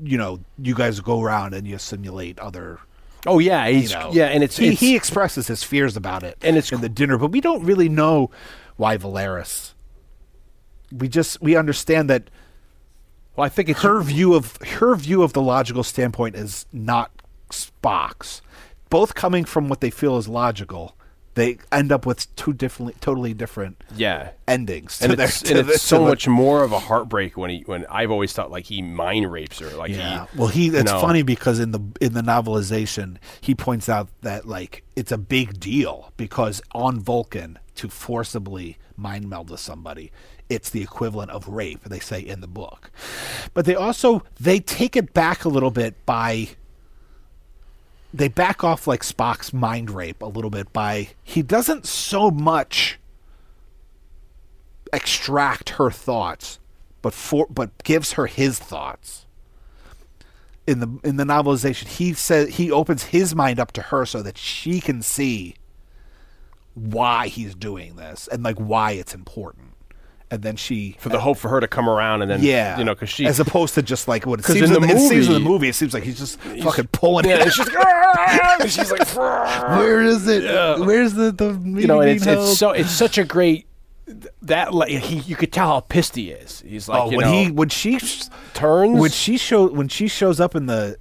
you know, you guys go around and you simulate other.
Oh yeah, he's,
you know,
yeah, and it's,
he,
it's-
he expresses his fears about it,
And it's
in the dinner, but we don't really know why Valeris. We just we understand that
well, I think it's
her view of her view of the logical standpoint is not Spock's. Both coming from what they feel is logical, they end up with two different, totally different
yeah.
endings. to
And
their-
it's,
to
and
the-
it's so
to the-
much more of a heartbreak when he when I've always thought like he mind rapes her like
Yeah.
he,
Well, he. It's
no.
funny because in the in the novelization, he points out that like it's a big deal because on Vulcan to forcibly mind meld with somebody, it's the equivalent of rape. They say in the book, but they also they take it back a little bit by. They back off like Spock's mind rape a little bit by he doesn't so much extract her thoughts, but for but gives her his thoughts in the in the novelization he says he opens his mind up to her so that she can see why he's doing this and like why it's important and then she
for the hope for her to come around and then
yeah
you know because she
as opposed to just like what it
'Cause
seems
in
in the,
the
it seems in the
movie-
movie it seems like he's just fucking pulling
yeah,
it
it's just and she's like
where is it where's the the
you know and it's, it's so it's such a great th- that like he you could tell how pissed he is he's like
oh,
you
when
know,
he when she sh-
turns
when she show when she shows up in the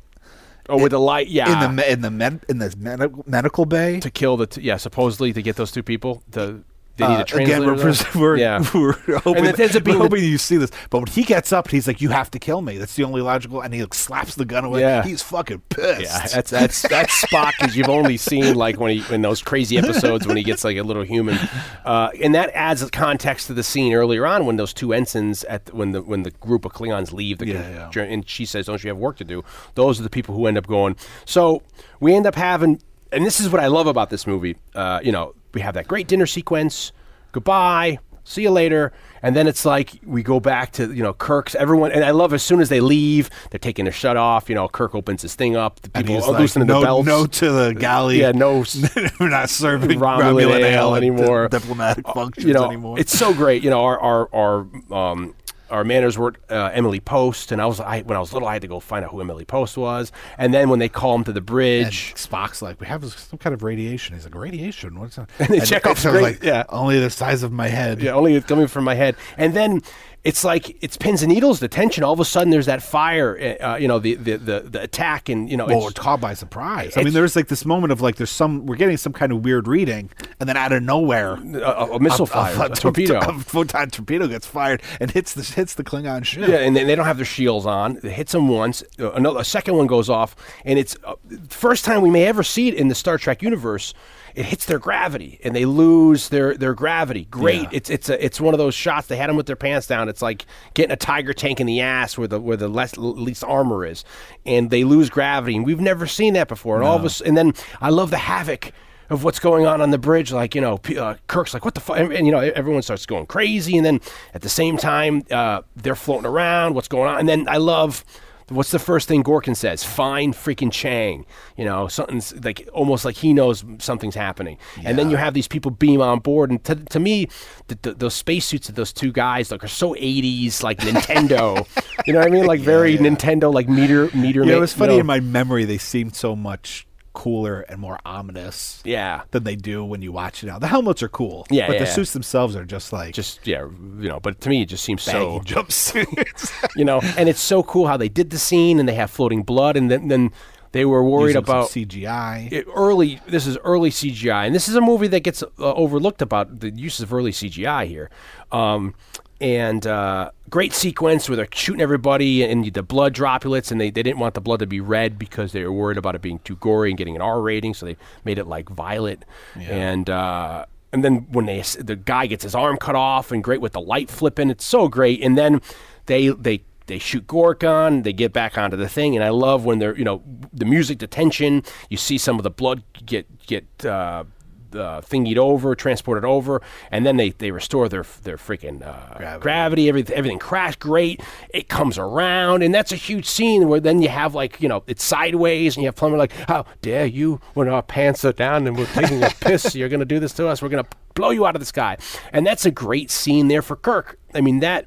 oh with the light yeah
in the me- in the med, in the medical medical bay
to kill the t- yeah supposedly to get those two people to they need
Uh,
a translator
Again, we're,
though.
pres- we're,
yeah
we're hoping,
it ends up
we're
being the-
hoping you see this. But when he gets up, he's like, "You have to kill me. That's the only logical." And he like, slaps the gun away.
Yeah.
He's fucking pissed.
yeah, that's that's that's Spock as you've only seen like when he in those crazy episodes when he gets like a little human, uh, and that adds context to the scene earlier on when those two ensigns at when the when the group of Klingons leave the
Yeah,
yeah. and she says, "Don't you have work to do?" Those are the people who end up going. So we end up having, and this is what I love about this movie. Uh, you know, we have that great dinner sequence. Goodbye. See you later. And then it's like we go back to, you know, Kirk's everyone. And I love as soon as they leave, they're taking their shut off. You know, Kirk opens his thing up. The
And
people
he's
are
like,
loosening
no,
the belts.
no to the galley.
Yeah, no s-
we're not serving
Romulan,
Romulan,
ale
and
anymore.
di- diplomatic
Uh,
functions
you know,
anymore.
It's so great. You know, our our our um, our manners were uh, Emily Post, and I was I when I was little, I had to go find out who Emily Post was. And then when they call him to the
and
bridge,
Spock's like, "We have some kind of radiation." He's like, "Radiation? What's that?"
And Chekhov's
Chekhov's
great,
like,
yeah.
only the size of my head."
yeah, only it's coming from my head. And then it's like it's pins and needles. The tension. All of a sudden, there's that fire. Uh, you know, the, the the the attack, and you know,
Well, we're
it's,
caught by surprise. I
it's-
mean, there's like this moment of like, there's some, we're getting some kind of weird reading, and then out of nowhere,
a, a- a missile fire, a, torpedo.
A photon torpedo gets fired and hits the hits the Klingon ship.
Yeah, and then they don't have their shields on. It hits them once. uh, Another, a second one goes off, and it's uh, the first time we may ever see it in the Star Trek universe. It hits their gravity, and they lose their, their gravity. Great!
Yeah.
It's it's a, it's one of those shots. They had them with their pants down. It's like getting a tiger tank in the ass where the where the less least armor is, and they lose gravity. And we've never seen that before. And all of us, and then I love the havoc. Of what's going on on the bridge, like you know, P- uh, Kirk's like, "What the fuck?" And, and, you know, e, everyone starts going crazy, and then at the same time, uh, they're floating around. What's going on? And then I love what's the first thing Gorkin says? Find freaking Chang. You know, something's like almost like he knows something's happening. And then you have these people beam on board. And to, to me, the, the, those spacesuits of those two guys like are so 80s, like Nintendo. you know what I mean? Like very Nintendo, like meter meter.
Yeah,
ma-
it was
you
funny
know.
in my memory. They seemed so much cooler and more ominous
Yeah.
than they do when you watch it now. The helmets are cool,
Yeah,
but the
yeah,
suits themselves are just like
Just yeah, you know. But to me, it just seems so
baggy jumpsuits.
you know. And it's so cool how they did the scene, and they have floating blood, and then then they were worried
Using some
about
CGI.
it, early this is early CGI, and this is a movie that gets uh, overlooked about the uses of early CGI here. Um, and uh, great sequence where they're shooting everybody and the blood droplets, and they, they didn't want the blood to be red because they were worried about it being too gory and getting an R rating, so they made it like violet. And uh, and then when they the guy gets his arm cut off, and great with the light flipping, it's so great. And then they they they shoot Gorkon, they get back onto the thing, and I love when they're you know the music, the tension. You see some of the blood get get uh, uh, thingied over, transported over, and then they, they restore their their freaking uh, gravity. Everything everything crashed great. It comes around, and that's a huge scene where then you have like you know it's sideways, and you have Plumber like, how dare you when our pants are down and we're taking a piss, you're gonna do this to us? We're gonna blow you out of the sky, and that's a great scene there for Kirk. I mean that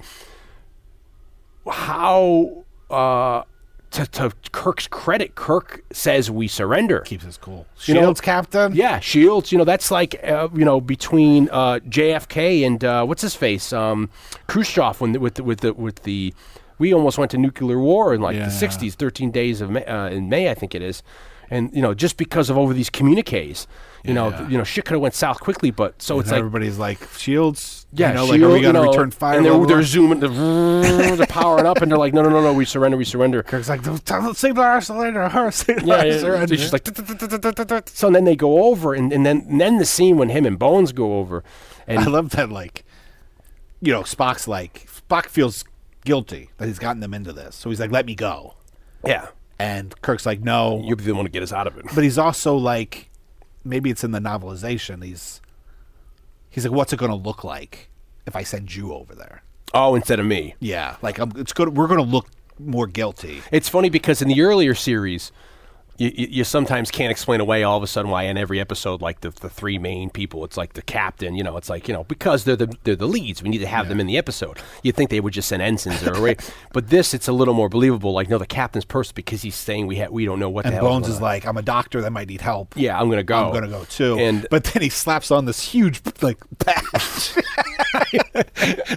how uh, to, to Kirk's credit, Kirk says we surrender.
Keeps us cool.
You know-
Shields captain.
Yeah, Shields. You know, that's like uh, you know between uh, JFK and uh, what's his face, um, Khrushchev, when the, with the, with the with the we almost went to nuclear war in like
Yeah.
the '60s, 13 days of May, uh, in May, I think it is, and you know just because of over these communiques, you know, th- you know shit could have went south quickly, but so it's
And
like.
everybody's like Shields.
Yeah,
you know,
Shield,
like are we
you
gonna
know,
return fire?
And they're,
blah, blah,
they're
blah.
zooming, they're, they're powering up, and they're like, no, no, no, no, we surrender, we surrender.
Kirk's like, "Don't tell- save our surrender, her save
Yeah,
our
yeah, yeah.
surrender."
It's just like "Tut, tut, tut, tut, tut, tut." so. And then they go over, and, and then and then the scene when him and Bones go over,
I
and
love that, like, you know, Spock's like, Spock feels guilty that he's gotten them into this. So he's like, let me go.
yeah,
And Kirk's like, no.
you'll be the one to get us out of it.
but he's also like, maybe it's in the novelization. He's, he's like, what's it going to look like if I send you over there?
Oh, instead of me.
Yeah. Like, I'm, it's good. We're going to look more guilty.
It's funny because in the earlier series, you, you, you sometimes can't explain away all of a sudden why in every episode, like the, the three main people, it's like the captain, you know, it's like, you know, because they're the, they're the leads, we need to have them in the episode. You'd think they would just send ensigns or away. But this, it's a little more believable. Like, no, the captain's person because he's saying we, ha- we don't know what the
And
hell
Bones
going
is
on.
like, I'm a doctor that might need help.
yeah, I'm going to go.
I'm gonna go too.
Oh. And
but then he slaps on this huge like patch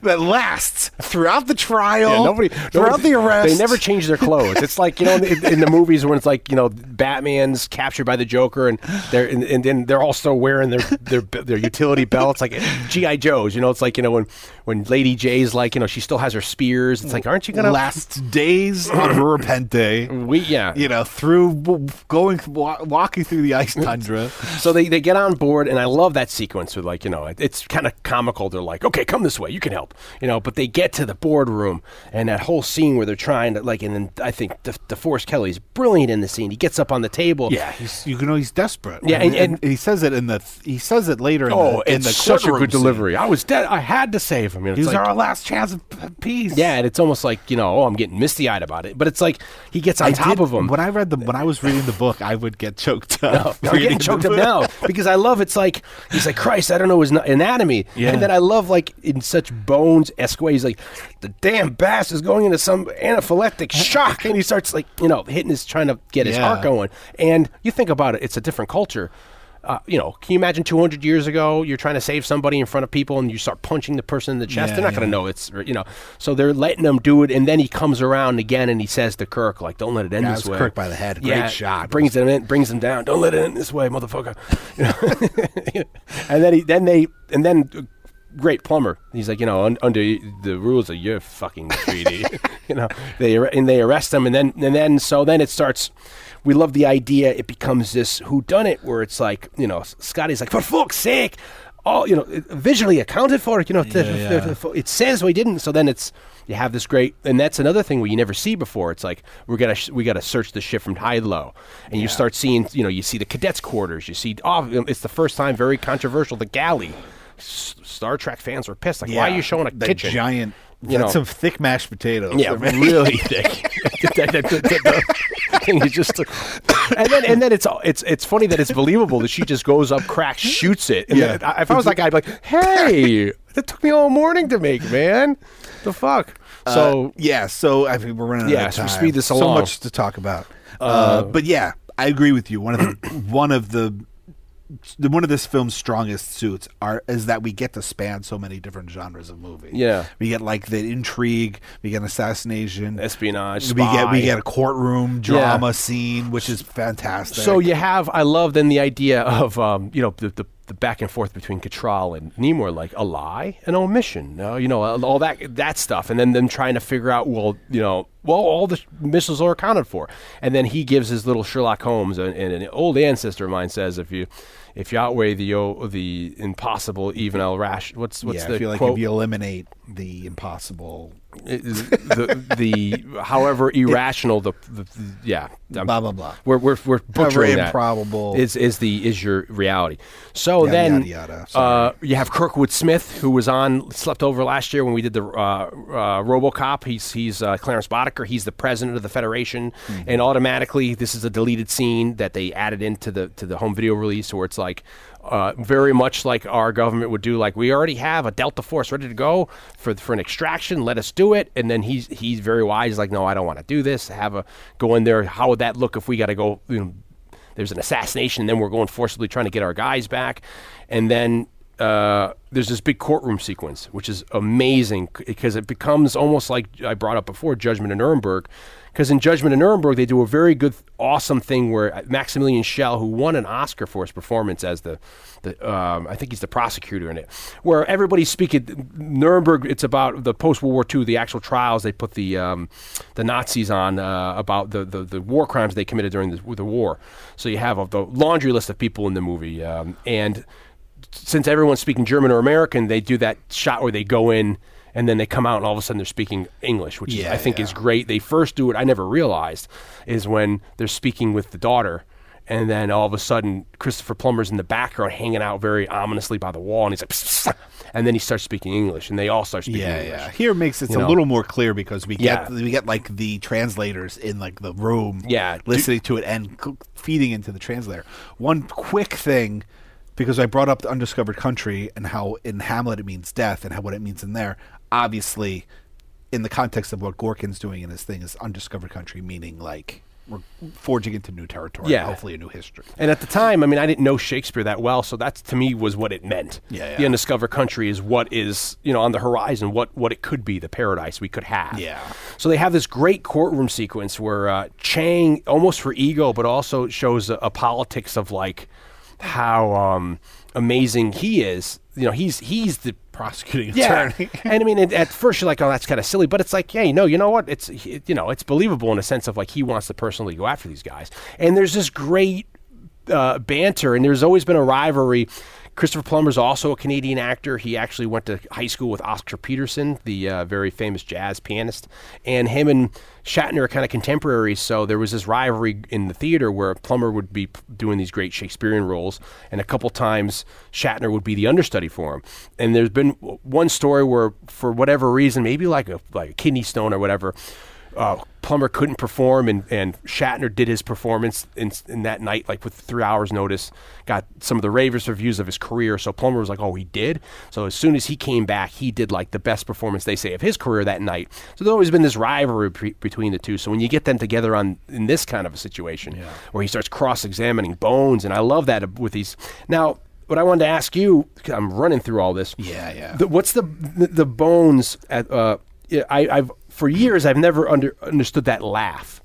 that lasts throughout the trial.
Yeah, nobody,
throughout
nobody-
the arrest.
They never change their clothes. It's like you know in, in the movies when it's like you know Batman's captured by the Joker, and they're and, and then they're also wearing their their their utility belts like GI Joes. You know, it's like you know when when Lady J's like you know she still has her spears. It's like aren't you gonna
last days of Repente.
we yeah
You know, through w- going wa- walking through the ice tundra.
So they, they get on board, and I love that sequence with like you know it- it's kind of comical. They're like, okay, come this way, you can help, you know. But they get to the boardroom, and that whole scene where they're trying to like, and then I think De- DeForest Kelly's brilliant in the scene. He gets up on the table,
he's, you know he's desperate.
Yeah, and- and-
he says it in the he says it later. In
Oh,
the, in
it's
the
such a
courtroom
good
scene.
delivery. I was dead. I had to save him. And it's
These
like,
are our last chance of p- peace.
yeah, and it's almost like you know, oh, I'm getting misty eyed about it. But it's like he gets on
I
top
did-
of him.
When I read the when I was reading the book, I would get choked up.
I'm
reading
getting
the
choked up
book.
now because I love it's like he's like Christ, I don't know his na- anatomy,
Yeah.
and then I love like in such bones esque way. He's like the damn bass is going into some anaphylactic shock, and he starts like you know hitting his trying to get his
Yeah.
heart going. And you think about it, it's a different culture. Uh, you know, can you imagine 200 years ago you're trying to save somebody in front of people and you start punching the person in the chest?
Yeah,
they're not
yeah.
going to know it's you know. So they're letting him do it, and then he comes around again and he says to Kirk like, "Don't let it end
Yeah, it
this
was
way."
Kirk by the head. Great shot.
Brings brings them in, brings them down. Don't let it in this way, motherfucker. You know? and then he, then they, and then uh, great plumber. He's like, you know, un- under the rules of your fucking treaty, you know, they ar- and they arrest them, and then and then so then it starts. We love the idea. It becomes this who done it, where it's like, you know, Scotty's like, for fuck's sake, all you know, it- visually accounted for. You know, t-
Yeah, yeah.
t- it says we didn't. So then it's you have this great, and that's another thing where you never see before. It's like we're gonna sh- we gotta search the ship from high to low, and you start seeing you know you see the cadets' quarters, you see oh it's the first time very controversial the galley. S- Star Trek fans were pissed. Like, why are you showing a
the
kitchen?
giant?
You
that's
know.
some thick mashed potatoes.
Yeah,
I mean,
really thick. That- that- that- that thing is just, and then and then it's all it's it's funny that it's believable that she just goes up, cracks, shoots it. And
Yeah.
then I- if I was that guy, I'd be like, hey, that took me all morning to make, man. The fuck.
Uh,
So
yeah. So I mean, we're running.
Yeah,
out of
so
time.
we speed this
So
along.
much to talk about. Uh, but yeah, I agree with you. One of the, one of the the- one of this film's strongest suits are is that we get to span so many different genres of movie.
Yeah.
we get like the intrigue, we get an assassination,
Espionage,
we get we
spy.
get a courtroom
Yeah.
drama scene, which is fantastic.
So you have, I love then the idea of, um, you know, the, the, the back and forth between Cattrall and Nimoy, like a lie, an omission, uh, you know, all that that stuff, and then them trying to figure out, well, you know, well, all the missiles are accounted for, and then he gives his little Sherlock Holmes, and, and an old ancestor of mine says, if you if you outweigh the o- the impossible, even El Rash, what's what's
yeah,
the
I feel like
quote? Uh,
if you eliminate the impossible,
the, the however irrational the, the, the- yeah I'm-
Blah, blah, blah.
We're we're we're
However
butchering that.
improbable.
is is the is your reality. So
Yada,
then
yada, yada.
Uh,
Sorry.
you have Kirkwood Smith who was on slept over last year when we did the uh, uh, RoboCop. He's he's uh, Clarence Boddicker moniker. He's the president of the Federation,
Hmm.
and automatically this is a deleted scene that they added into the to the home video release, where it's like uh, very much like our government would do. Like we already have a Delta Force ready to go for for an extraction. Let us do it. And then he's he's very wise. Like no, I don't want to do this. Have a go in there. How would that look if we got to go? You know, there's an assassination, and then we're going forcibly trying to get our guys back, and then uh, there's this big courtroom sequence, which is amazing because it becomes almost like I brought up before Judgment in Nuremberg. Because in Judgment in Nuremberg, they do a very good, awesome thing where uh, Maximilian Schell, who won an Oscar for his performance as the, the um, I think he's the prosecutor in it, where everybody's speaking. Nuremberg, it's about the post World War II, the actual trials they put the um, the Nazis on uh, about the, the, the war crimes they committed during the, the war. So you have a, the laundry list of people in the movie, um, and since everyone's speaking German or American, they do that shot where they go in and then they come out and all of a sudden they're speaking English, which is, I think is great. They first do it. I never realized is when they're speaking with the daughter. And then all of a sudden, Christopher Plummer's in the background, hanging out very ominously by the wall, and he's like, "Psst, psst," and then he starts speaking English, and they all start speaking
Yeah,
English.
yeah. Here makes it
You
a
know.
little more clear because we
Yeah.
get we get like the translators in like the room,
Yeah, do-
listening to it and c- feeding into the translator. One quick thing, because I brought up the undiscovered country and how in Hamlet it means death and how what it means in there. Obviously, in the context of what Gorkin's doing in this thing is undiscovered country, meaning like we're forging into new territory,
Yeah.
hopefully a new history.
And at the time, I mean, I didn't know Shakespeare that well, so that's to me was what it meant.
Yeah, yeah.
The undiscovered country is what is you know on the horizon, what what it could be, the paradise we could have.
Yeah.
So they have this great courtroom sequence where uh, Chang, almost for ego, but also shows a, a politics of like how um, amazing he is. You know, he's he's the
Prosecuting
yeah.
attorney.
and I mean, at, at first you're like, oh, that's kind of silly, but it's like, hey, no, you know what? It's it, you know, it's believable in a sense of like he wants to personally go after these guys, and there's this great uh, banter, and there's always been a rivalry. Christopher Plummer's also a Canadian actor. He actually went to high school with Oscar Peterson, the uh, very famous jazz pianist, and him and Shatner are kind of contemporaries. So there was this rivalry in the theater where Plummer would be p- doing these great Shakespearean roles, and a couple times Shatner would be the understudy for him. And there's been w- one story where, for whatever reason, maybe like a like a kidney stone or whatever, uh, Plummer couldn't perform, and, and Shatner did his performance in, in that night, like with three hours' notice. Got some of the ravest reviews of his career. So Plummer was like, "Oh, he did." So as soon as he came back, he did like the best performance they say of his career that night. So there's always been this rivalry pre- between the two. So when you get them together on in this kind of a situation, where he starts cross-examining Bones, and I love that ab- with these. Now, what I wanted to ask you, 'cause I'm running through all this.
Yeah, yeah.
The, what's the the, the bones at uh, I, I've for years I've never under, understood that laugh.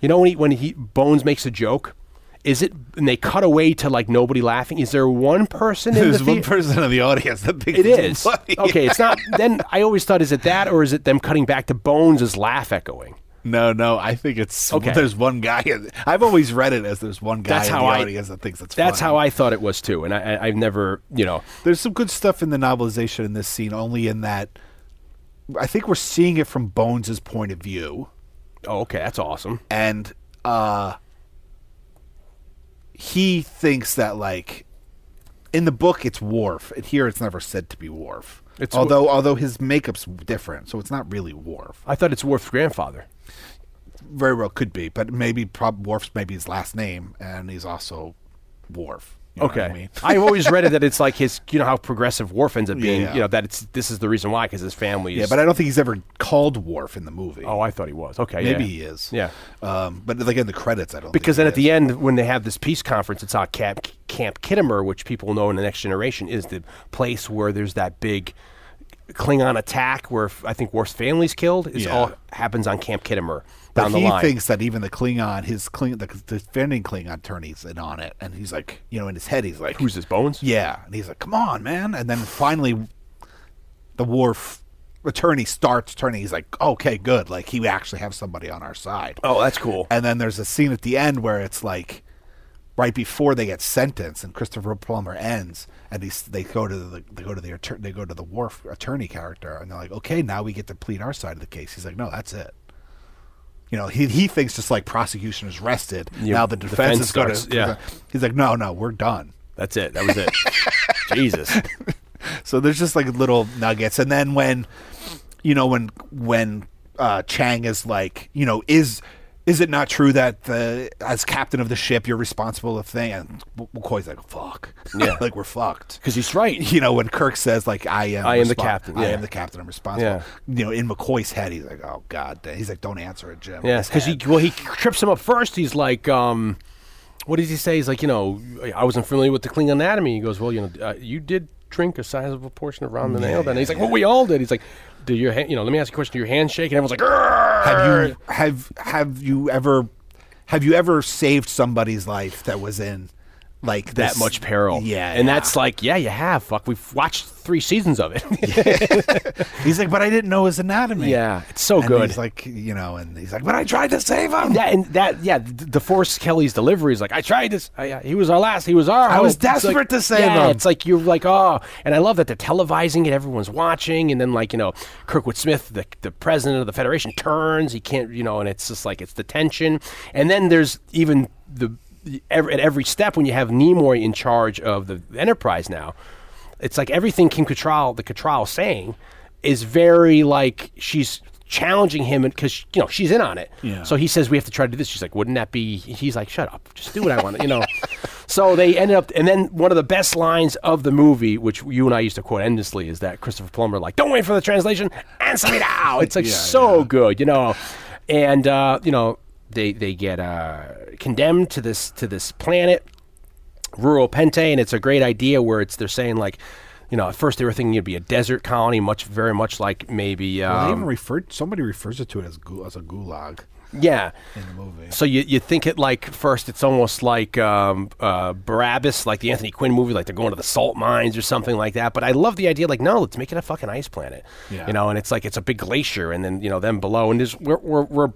You know when he when he Bones makes a joke, is it and they cut away to like nobody laughing? Is there one person in the
There's one
thea-
person in the audience that thinks
It
it's
is Oh,
funny.
okay. It's not. Then I always thought is it that or is it them cutting back to Bones' laugh echoing?
No, no, I think it's
Okay.
there's one guy. in- I've always read it as there's one guy
That's
in
how
the
I-
audience that thinks it's
That's
funny.
how I thought it was too, and I, I, I've never you know
There's some good stuff in the novelization in this scene, only in that I think we're seeing it from Bones' point of view,
oh okay that's awesome
and uh, he thinks that like in the book it's Worf, and here it's never said to be Worf.
It's Wor-
although although his makeup's different, so it's not really Worf.
I thought it's Worf's grandfather.
Very well could be, but maybe prob- Worf's maybe his last name, and he's also Worf. you know what
Okay.
I
I
mean?
have always read it that it's like his, you know, how progressive Worf ends up being,
Yeah.
you know, that it's this is the reason why because his family is.
Yeah, but I don't think he's ever called Worf in the movie.
oh, I thought he was. Okay,
maybe
yeah.
he is.
Yeah.
um, but like in the credits, I don't.
Because then at the end, when they have this peace conference, it's on Camp, Camp Kittimer, which people know in the next generation is the place where there's that big Klingon attack where f- I think Worf's family's killed. It's
Yeah.
all happens on Camp Kittimer
but
down
he
the line.
thinks that even the Klingon, his Kling, the defending Klingon attorney's in on it, and he's like, you know, in his head, he's like,
Who's this Bones?
Yeah, and he's like, come on, man. And then finally, the Worf attorney starts turning. He's like, okay, good. Like he actually have somebody on our side.
Oh, that's cool.
And then there's a scene at the end where it's like right before they get sentenced and Christopher Plummer ends and he's, they go to the they go to the attorney they go to the wharf attorney character and they're like, okay, now we get to plead our side of the case. He's like, no, that's it. You know, he he thinks just like prosecution is rested.
Yeah,
now the defense,
defense
is going
starts,
to.
yeah.
He's like, no, no, we're done.
That's it. That was it. Jesus.
So there's just like little nuggets, and then when, you know, when when uh, Chang is like, you know, is is it not true that the as captain of the ship you're responsible of thing? And McCoy's like, fuck, yeah, like we're fucked.
because he's right.
You know, when Kirk says like, I am,
I am the
respon-
captain,
I
yeah.
am the captain, I'm responsible.
Yeah.
You know, in McCoy's head, he's like, oh god, damn." he's like, don't answer it, Jim.
Yeah, because he well he trips him up first. He's like, um, what does he say? He's like, you know, I wasn't familiar with the Klingon anatomy. He goes, well, you know, uh, you did drink a sizable portion of ramen ale. Then he's like, well, we all did. He's like, do your hand, you know? Let me ask you a question. Do your hand shake? And everyone's like, "Grr!"
Have you have have you ever have you ever saved somebody's life that was in like
that
this-
much peril.
Yeah,
and
yeah.
that's like, yeah, you have. Fuck, we've watched three seasons of it.
He's like, but I didn't know his anatomy.
Yeah, it's so
And
good.
He's like, you know, and he's like, but I tried to save him.
that and that, yeah, th- the Force Kelly's delivery is like, I tried this. I, uh, he was our last. He was our.
I was
hope." It's like-
desperate to save
yeah,
him.
It's like you're like, oh, and I love that they're televising it. Everyone's watching, and then like you know, Kirkwood Smith, the the president of the Federation, turns. He can't, you know, and it's just like it's the tension. And then there's even the ev at every step when you have Nimoy in charge of the Enterprise now. It's like everything Kim Cattrall, the Cattrall saying, is very like she's challenging him because you know she's in on it.
Yeah.
So he says we have to try to do this. She's like, wouldn't that be? He's like, shut up, just do what I want. You know. So they ended up, and then one of the best lines of the movie, which you and I used to quote endlessly, is that Christopher Plummer like, "Don't wait for the translation, answer me now." It's like so good, you know. And uh, you know, they they get uh, condemned to this to this planet rural Pente, and it's a great idea where it's they're saying like, you know, at first they were thinking it'd be a desert colony, much very much like maybe um,
they even referred. Somebody refers to it as gu- as a gulag.
yeah.
in the movie.
So you, you think it like first it's almost like um, uh, Barabbas, like the Anthony Quinn movie, like they're going to the salt mines or something like that. But I love the idea, like no, let's make it a fucking ice planet,
Yeah.
you know. And it's like it's a big glacier, and then you know them below, and there's we're we're, we're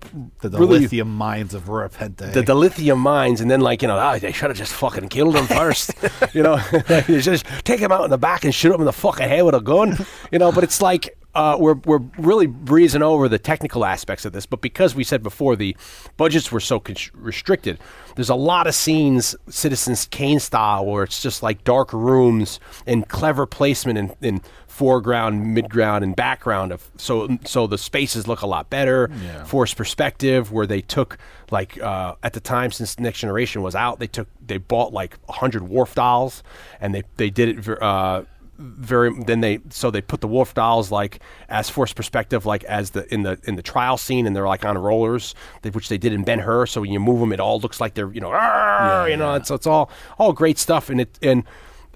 The, the
really
lithium mines of Repente.
the, the lithium mines, and then like you know, ah, they should have just fucking killed him first. you know, You just take him out in the back and shoot him in the fucking head with a gun. You know, but it's like uh, we're we're really breezing over the technical aspects of this, but because we said before the budgets were so constr- restricted, there's a lot of scenes, Citizens Kane style, where it's just like dark rooms and clever placement and. and foreground, midground, and background of so so the spaces look a lot better. Forced perspective, where they took like uh, at the time since Next Generation was out, they took they bought like hundred Wharf dolls, and they they did it. ver- Uh, very then they so they put the wolf dolls like as forced perspective like as the in the in the trial scene and they're like on rollers they, which they did in ben hur so when you move them it all looks like they're you know "Arr," you know it's, it's all all great stuff and it and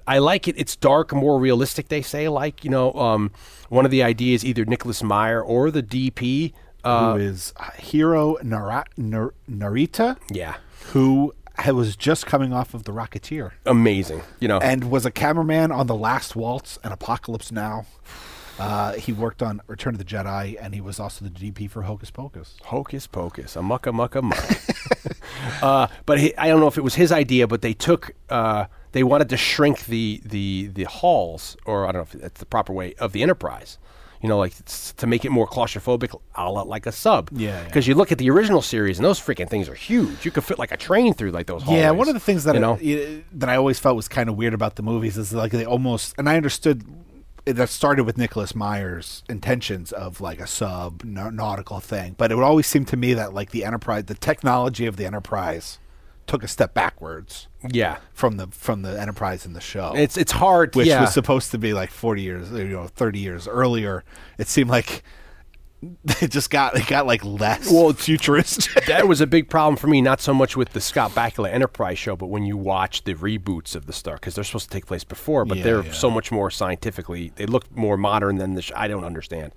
I like it. It's dark, more realistic. They say, like you know, um, one of the ideas either Nicholas Meyer or the DP. Uh,
who is uh, Hiro Nara- Nar- Narita,
yeah,
who ha- was just coming off of The Rocketeer
amazing. You know,
and was a cameraman on The Last Waltz and Apocalypse Now. Uh, he worked on Return of the Jedi, and he was also the DP for Hocus Pocus.
hocus pocus, a mucka mucka muck. uh, but he, I don't know if it was his idea, but they took. Uh, they wanted to shrink the the the halls, or I don't know if that's the proper way of the Enterprise. You know, like s- to make it more claustrophobic, a la like a sub.
Yeah, yeah.
Because you look at the original series, and those freaking things are huge. You could fit like a train through like those. Hallways,
Yeah, one of the things that
you
I, e
know.
y- that I always felt was kind of weird about the movies is like they almost and I understood that started with Nicholas Meyer's intentions of like a sub na- nautical thing, but it would always seem to me that like the Enterprise, the technology of the Enterprise, took a step backwards
yeah.
from the from the Enterprise in the show.
It's it's hard.
which
yeah.
was supposed to be like 40 years, you know, 30 years earlier. It seemed like it just got it got like less well, futuristic.
that was a big problem for me. Not so much with the Scott Bakula Enterprise show, but when you watch the reboots of the Star, because they're supposed to take place before, but
Yeah,
they're
yeah.
so much more scientifically. They look more modern than the. Sh- I don't understand.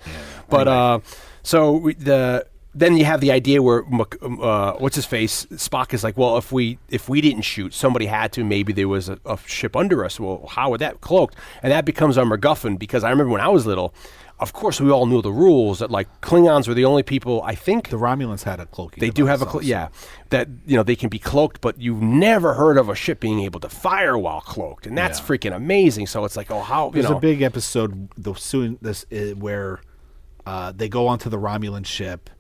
But uh, so we, the then you have the idea where Mc- um, uh, what's his face Spock is like, well, if we if we didn't shoot, somebody had to. Maybe there was a, a ship under us. Well, how would that cloaked? And that becomes our MacGuffin because I remember when I was little. Of course, we all knew the rules that like Klingons were the only people I think
the Romulans had a cloaking.
they do have a
device
clo-
also.
yeah that you know they can be cloaked, but you've never heard of a ship being able to fire while cloaked, and that's freaking amazing. So it's like, oh, how you
There's
know?
a big episode the soon this uh, where uh, they go onto the Romulan ship.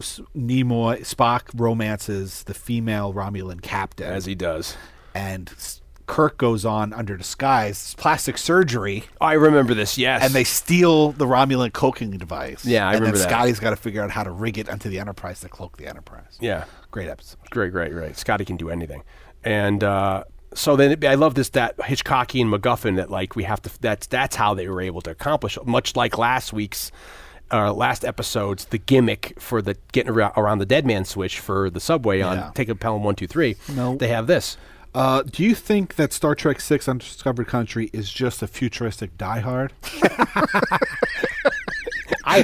S- Nimoy Spock romances the female Romulan captain
as he does.
and s- Kirk goes on under disguise, plastic surgery,
I remember this. Yes,
and they steal the Romulan cloaking device.
Yeah, I
and
remember
then
that.
Scotty's got to figure out how to rig it onto the Enterprise to cloak the Enterprise.
yeah,
Great episode.
great, great, great. Scotty can do anything, and uh, so then it- I love this that Hitchcockian MacGuffin that like we have to. That's that's how they were able to accomplish. Much like last week's. Uh, last episode's the gimmick for the getting around, around the dead man switch for the subway on
Yeah.
take a pelham one two three.
No.
they have this.
Uh, do you think that Star Trek Six: Undiscovered Country is just a futuristic Die Hard?
I.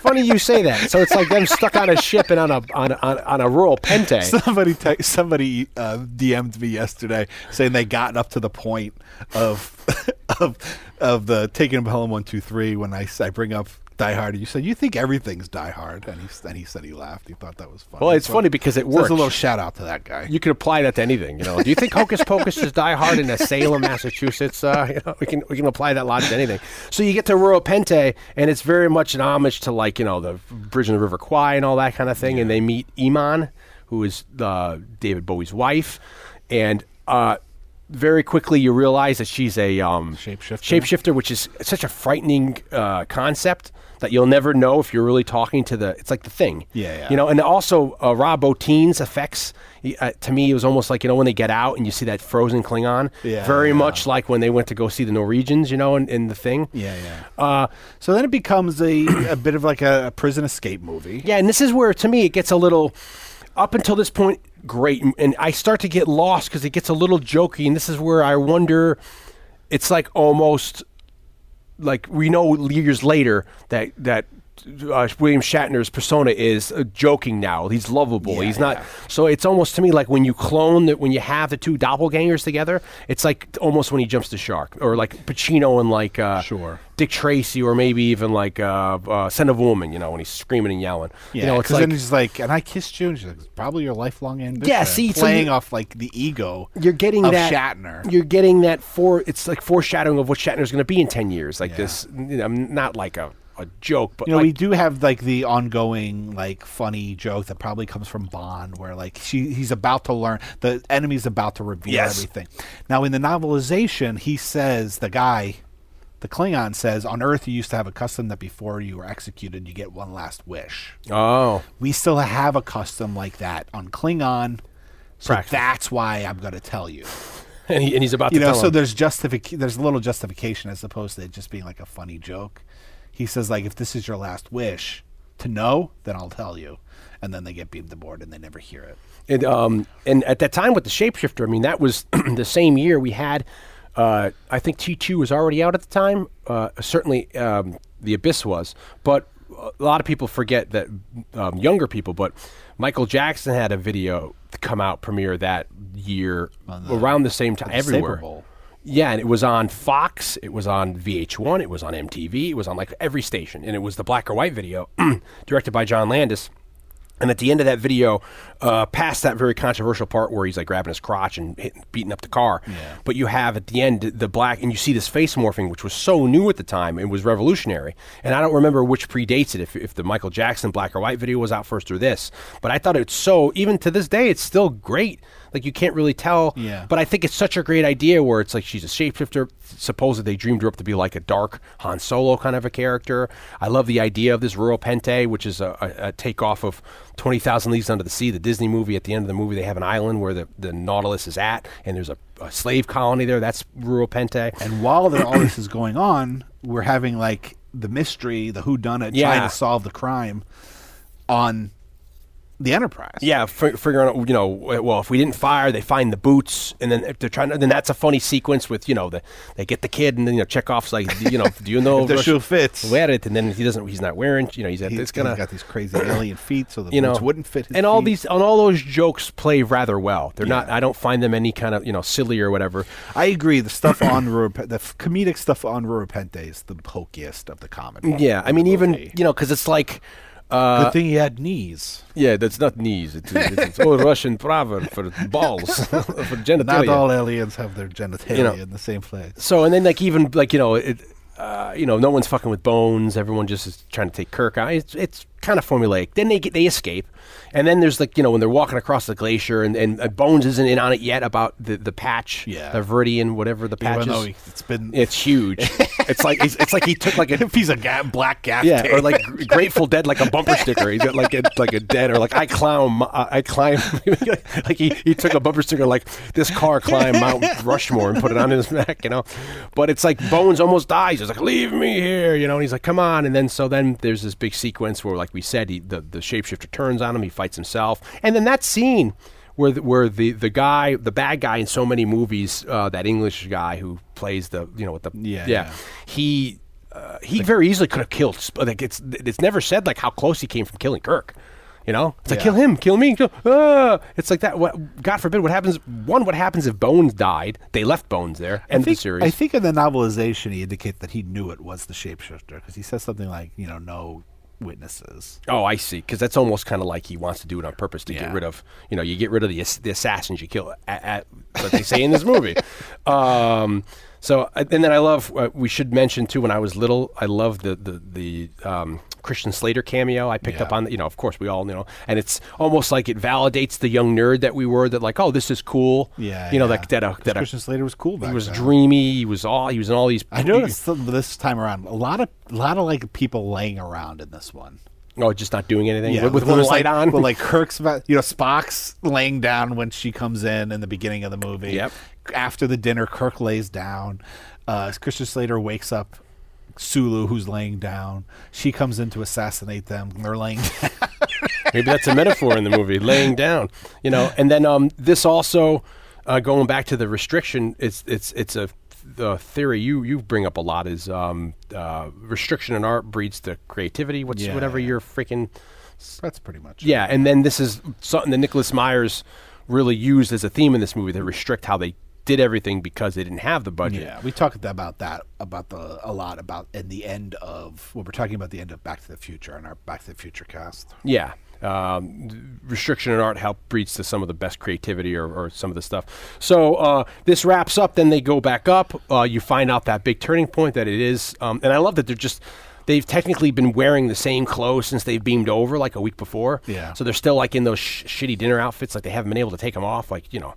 funny you say that. So it's like them stuck on a ship and on a on a, on, a- on a rural pente.
Somebody te- somebody uh, DM'd me yesterday saying they gotten up to the point of of of the taking Pelham one two three when I s- I bring up Die Hard and you said you think everything's Die Hard and he s- and he said he laughed he thought that was funny.
Well, it's funny because it
so it's
works.
a little shout out to that guy.
you could apply that to anything. You know, do you think Hocus Pocus is Die Hard in a Salem, Massachusetts? Uh, you know, we can we can apply that logic to anything. So you get to rural Pente, and it's very much an homage to like you know the Bridge on the River Kwai and all that kind of thing. And they meet Iman, who is uh, David Bowie's wife, and uh, very quickly you realize that she's a um,
Shapeshifter.
shapeshifter, which is such a frightening uh, concept that you'll never know if you're really talking to the. It's like the thing.
Yeah, yeah.
You know, and also uh, Rob Bottin's effects. he- Uh, to me, it was almost like you know when they get out and you see that frozen Klingon.
Yeah,
Very
yeah.
much like when they went to go see the Norwegians. You know, in, in the thing.
Yeah, yeah.
Uh,
So then it becomes a, a bit of like a, a prison escape movie.
Yeah, and this is where to me it gets a little up until this point great, and- and I start to get lost because it gets a little jokey, and this is where I wonder. It's like almost like we know years later that that. Uh, William Shatner's persona is uh, joking now. He's lovable. He's not. So it's almost to me like when you clone that when you have the two doppelgangers together, it's like almost when he jumps the shark, or like Pacino and like uh,
Sure.
Dick Tracy, or maybe even like uh, uh, Son of a Woman. You know when he's screaming and yelling.
Yeah,
You know, it's
'cause
like
then he's like, and I kissed you, and she's like, "It's probably your lifelong ambition.
Yeah, see, so
playing
you-
off like the ego.
you're getting
of
that
Shatner.
You're getting that for it's like foreshadowing of what Shatner's going to be in ten years. Like this, you know, not like a, a joke, but
you know,
like,
we do have like the ongoing like funny joke that probably comes from Bond, where like she he's about to learn the enemy's about to reveal
Yes.
everything. Now in the novelization, he says the guy, the Klingon says, on Earth you used to have a custom that before you were executed, you get one last wish.
oh,
We still have a custom like that on Klingon. So
Practice.
that's why I'm going to tell you.
and, he, and he's about
You
to
know,
tell
so
him.
there's justific there's a little justification as opposed to it just being like a funny joke. He says like if this is your last wish to know, then I'll tell you. And then they get beamed aboard and they never hear it.
And, um, and at that time with the shapeshifter, I mean, that was the same year we had. Uh, I think T two was already out at the time. Uh, certainly, um, the Abyss was, but a lot of people forget that um, younger people. But Michael Jackson had a video come out premiere that year around the same time
Saber
everywhere.
Bowl.
Yeah, and it was on Fox, it was on VH1, it was on MTV, it was on like every station, and it was the black or white video directed by John Landis. And at the end of that video, uh, past that very controversial part where he's like grabbing his crotch and hitting, beating up the car, but you have at the end the black, and you see this face morphing, which was so new at the time and was revolutionary. And I don't remember which predates it, if, if the Michael Jackson black or white video was out first or this, but I thought it's so, even to this day, it's still great. Like you can't really tell,
Yeah.
but I think it's such a great idea where it's like she's a shapeshifter. Supposedly they dreamed her up to be like a dark Han Solo kind of a character. I love the idea of this rural Pente, which is a, a, a takeoff of 20,000 Leagues Under the Sea, the Disney movie. At the end of the movie, they have an island where the, the Nautilus is at, and there's a, a slave colony there. That's rural Pente.
And while there, all this is going on, we're having like the mystery, the who done it, trying
Yeah.
to solve the crime on the Enterprise.
Yeah, fi- figuring out you know w- well if we didn't fire, they find the boots, and then if they're trying to then that's a funny sequence with you know the, they get the kid and then you know Chekhov's like you know do you know
If the
Russia-
shoe fits.
wear it, and then he doesn't he's not wearing you know he's,
He,
it's gonna
he's got these crazy alien feet, so the
you know
boots wouldn't fit. His
and all
feet.
these and all those jokes play rather well. They're not I don't find them any kind of you know silly or whatever.
I agree. The stuff on Rurapente, the f- comedic stuff on Rurapente is the pokiest of the comedy.
Yeah, I mean even you know because it's like. uh,
Good thing he had knees.
Yeah, that's not knees. It's, it's, it's old Russian proverb for balls, for genitalia.
Not all aliens have their genitalia
You know-
in the same place.
So and then like even like you know it, uh, you know no one's fucking with Bones. Everyone just is trying to take Kirk out. It's it's kind of formulaic. Then they get they escape, and then there's like you know when they're walking across the glacier, and, and uh, Bones isn't in on it yet about the, the patch,
Yeah.
the Viridian, whatever the patch
Even though
is.
he- it's been
It's huge. it's like it's, it's like he took like a
if he's a ga- black gaff
yeah,
tape.
or like Gr- Grateful Dead, like a bumper sticker. He's got like a, like a dead, or like I climb, uh, I climb. like he, he took a bumper sticker like this car climbed Mount Rushmore and put it on his neck, you know. But it's like Bones almost dies. He's like, "Leave me here," you know. And he's like, "Come on!" And then so then there's this big sequence where, like we said, he, the the shapeshifter turns on him. He fights himself, and then that scene. Where the, where the, the guy the bad guy in so many movies uh, that English guy who plays the you know with the
Yeah, yeah.
he uh, he very easily could have killed. Sp- Like it's it's never said like how close he came from killing Kirk. You know, it's like
Yeah.
kill him, kill me. Kill, ah! It's like that. What God forbid, what happens? One, what happens if Bones died? They left Bones there.
I
End
think,
the series.
I think in the novelization he indicates that he knew it was the shapeshifter because he says something like, you know, no witnesses.
oh, I see. Because that's almost kind of like he wants to do it on purpose to get
Yeah.
rid of. You know, you get rid of the ass- the assassins you kill. At, at, like they say in this movie. Um, so and then I love. Uh, we should mention too. When I was little, I loved the the the um, Christian Slater cameo. I picked up
Yeah.
on. you know, of course, we all you know, and it's almost like it validates the young nerd that we were. That like, oh, this is cool.
Yeah,
you know,
yeah.
like that. A,
'Cause
that a-
Christian Slater was cool back
He was
then.
dreamy. He was all. He was in all these.
I noticed th- this time around a lot of a lot of like people laying around in this one.
Oh, just not doing anything with, with
well,
one
there's,
light
like,
on.
Well, like Kirk's, about- you know, Spock's laying down when she comes in in the beginning of the movie.
Yep.
After the dinner, Kirk lays down. Uh, Christian Slater wakes up Sulu, who's laying down. She comes in to assassinate them. They're laying. down.
Maybe that's a metaphor in the movie, laying down. You know, and then um, this also uh, going back to the restriction. It's it's it's a the theory you you bring up a lot is um, uh, restriction in art breeds to creativity. What's
Yeah,
whatever
yeah.
your freaking
That's pretty much.
yeah. And then this is something that Nicholas Myers really used as a theme in this movie to restrict how they did everything because they didn't have the budget.
Yeah, we talked about that about the a lot about in the end of when we're talking about the end of Back to the Future and our Back to the Future cast.
Yeah. Um, th- restriction in art help breeds to some of the best creativity or, or some of the stuff. So uh, this wraps up. Then they go back up. Uh, you find out that big turning point that it is. Um, and I love that they're just, they've technically been wearing the same clothes since they've beamed over like a week before.
Yeah.
So they're still like in those sh- shitty dinner outfits. Like they haven't been able to take them off. Like, you know,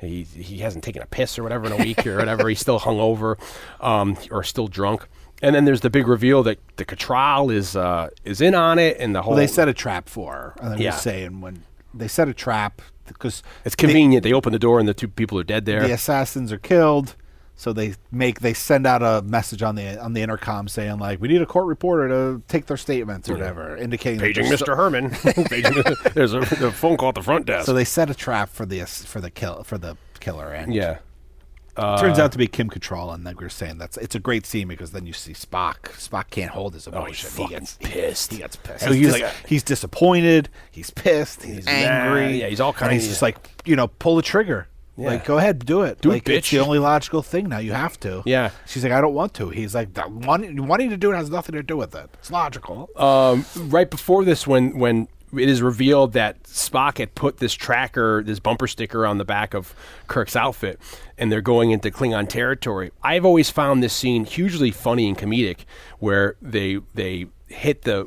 he, he hasn't taken a piss or whatever in a week or whatever. He's still hungover um, or still drunk. And then there's the big reveal that the Catral is uh, is in on it, and the whole
Well, they set a trap for her, and then
Yeah.
we're saying when they set a trap because
It's convenient. They, open the door and the two people are dead there.
the assassins are killed so they make they send out a message on the on the intercom saying like we need a court reporter to take their statements or whatever indicating that
Paging
they're so-
Mr. Herman. Paging- There's a, a phone call at the front desk.
so they set a trap for the ass- for the kill for the killer and
yeah.
it turns out to be Kim Cattrall and then we're saying that's it's a great scene because then you see Spock Spock can't hold his emotion
Oh, fucking pissed.
he gets pissed
So
he's,
he's
dis-
like
he's disappointed he's pissed he's, angry
mad. Yeah, he's all
and
kinda-
he's just like you know pull the trigger like go ahead do it
Do it,
like it's the
bitch.
only logical thing now you have to
Yeah.
she's like I don't want to he's like "That wanting, wanting to do it has nothing to do with it it's logical
Um, right before this, when when it is revealed that Spock had put this tracker, this bumper sticker on the back of Kirk's outfit, and they're going into Klingon territory. I've always found this scene hugely funny and comedic, where they they hit the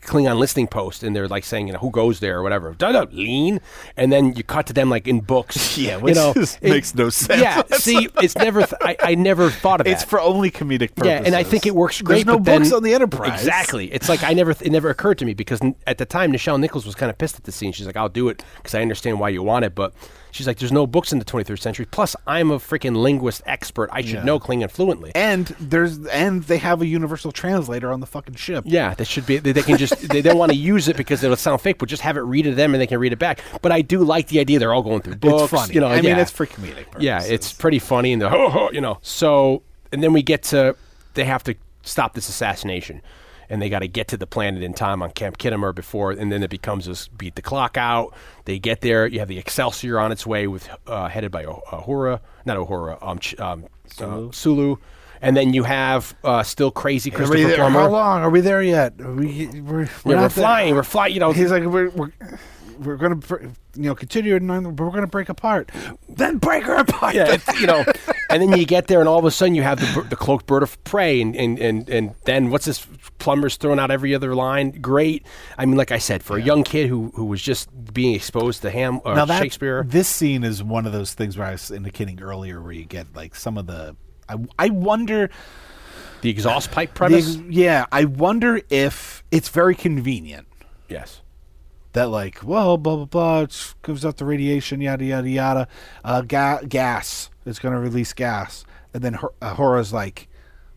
Klingon listening post and they're like saying, you know, who goes there or whatever. Da da lean, and then you cut to them like in books.
Yeah,
you
which
know,
just makes no sense.
Yeah, see, it's never. Th- I, I never thought of it.
it's for only comedic purposes
Yeah, and I think it works great.
there's no
but then-
books on the Enterprise
Exactly. It's like I never. Th- it never occurred to me because n- at the time, Nichelle Nichols was kind of pissed at the scene. She's like, "I'll do it because I understand why you want it," but she's like, "There's no books in the 23rd century. Plus, I'm a freaking linguist expert. I should know Klingon fluently."
and there's and they have a universal translator on the fucking ship
yeah, that should be. They, they can just. they don't want to use it because it'll sound fake, but just have it read to them and they can read it back. But I do like the idea they're all going through books.
it's funny
You know,
I mean
yeah.
it's for comedic purposes.
Yeah, it's pretty funny and the ho ho, you know. So, and then we get to they have to stop this assassination, and they got to get to the planet in time on Camp Kittimer before, and then it becomes this beat the clock out. They get there. You have the Excelsior on its way with uh, headed by O- Uhura, not Uhura, um, Ch- um, Sulu. Uh, Sulu. And then you have uh, still crazy
Are we
Christopher
there-
Plummer.
how long are we there yet? Are we, we're we're,
Yeah,
not
we're
there.
flying. We're flying. You know,
He's like, we're, we're, we're gonna, br- you know, continue, and then- but we're gonna break apart. Then break her apart.
yeah, it's, you know, and then you get there, and all of a sudden you have the, bir- the cloaked bird of prey, and, and, and, and then what's this? Plumber's throwing out every other line. Great. I mean, like I said, for a young kid who, who was just being exposed to Ham or
now that
Shakespeare,
this scene is one of those things where I was indicating earlier, where you get like some of the. I, I wonder.
the exhaust pipe
the
premise.
ex- yeah, I wonder if it's very convenient
yes.
that like, well, blah blah blah, it gives out the radiation, yada yada yada. Uh, ga- gas is going to release gas, and then Hor- uh, Hora's like,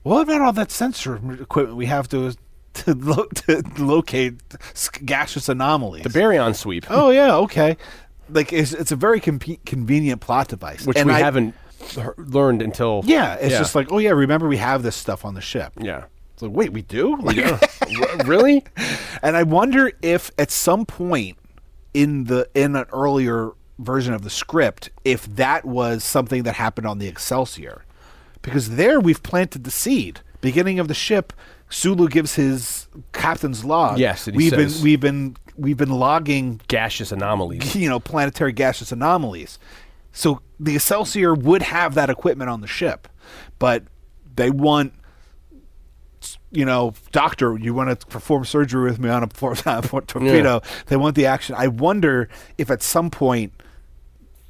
what about all that sensor m- equipment we have to to, lo- to locate s- gaseous anomalies?
The baryon sweep,
oh yeah, okay. Like it's, it's a very com- convenient plot device,
which
and
we
I-
haven't hear- learned until.
Yeah, it's just like, oh yeah, remember we have this stuff on the ship.
Yeah.
It's like, wait, we do? Like,
R- really?
and I wonder if at some point in the in an earlier version of the script, if that was something that happened on the Excelsior, because there we've planted the seed. Beginning of the ship, Sulu gives his captain's log.
Yes, and he
we've
says-
been we've been we've been logging
Gaseous anomalies.
you know planetary gaseous anomalies. So the Excelsior would have that equipment on the ship, but they want you know, doctor, you want to perform surgery with me on a, for- on a torpedo? They want the action. I wonder if at some point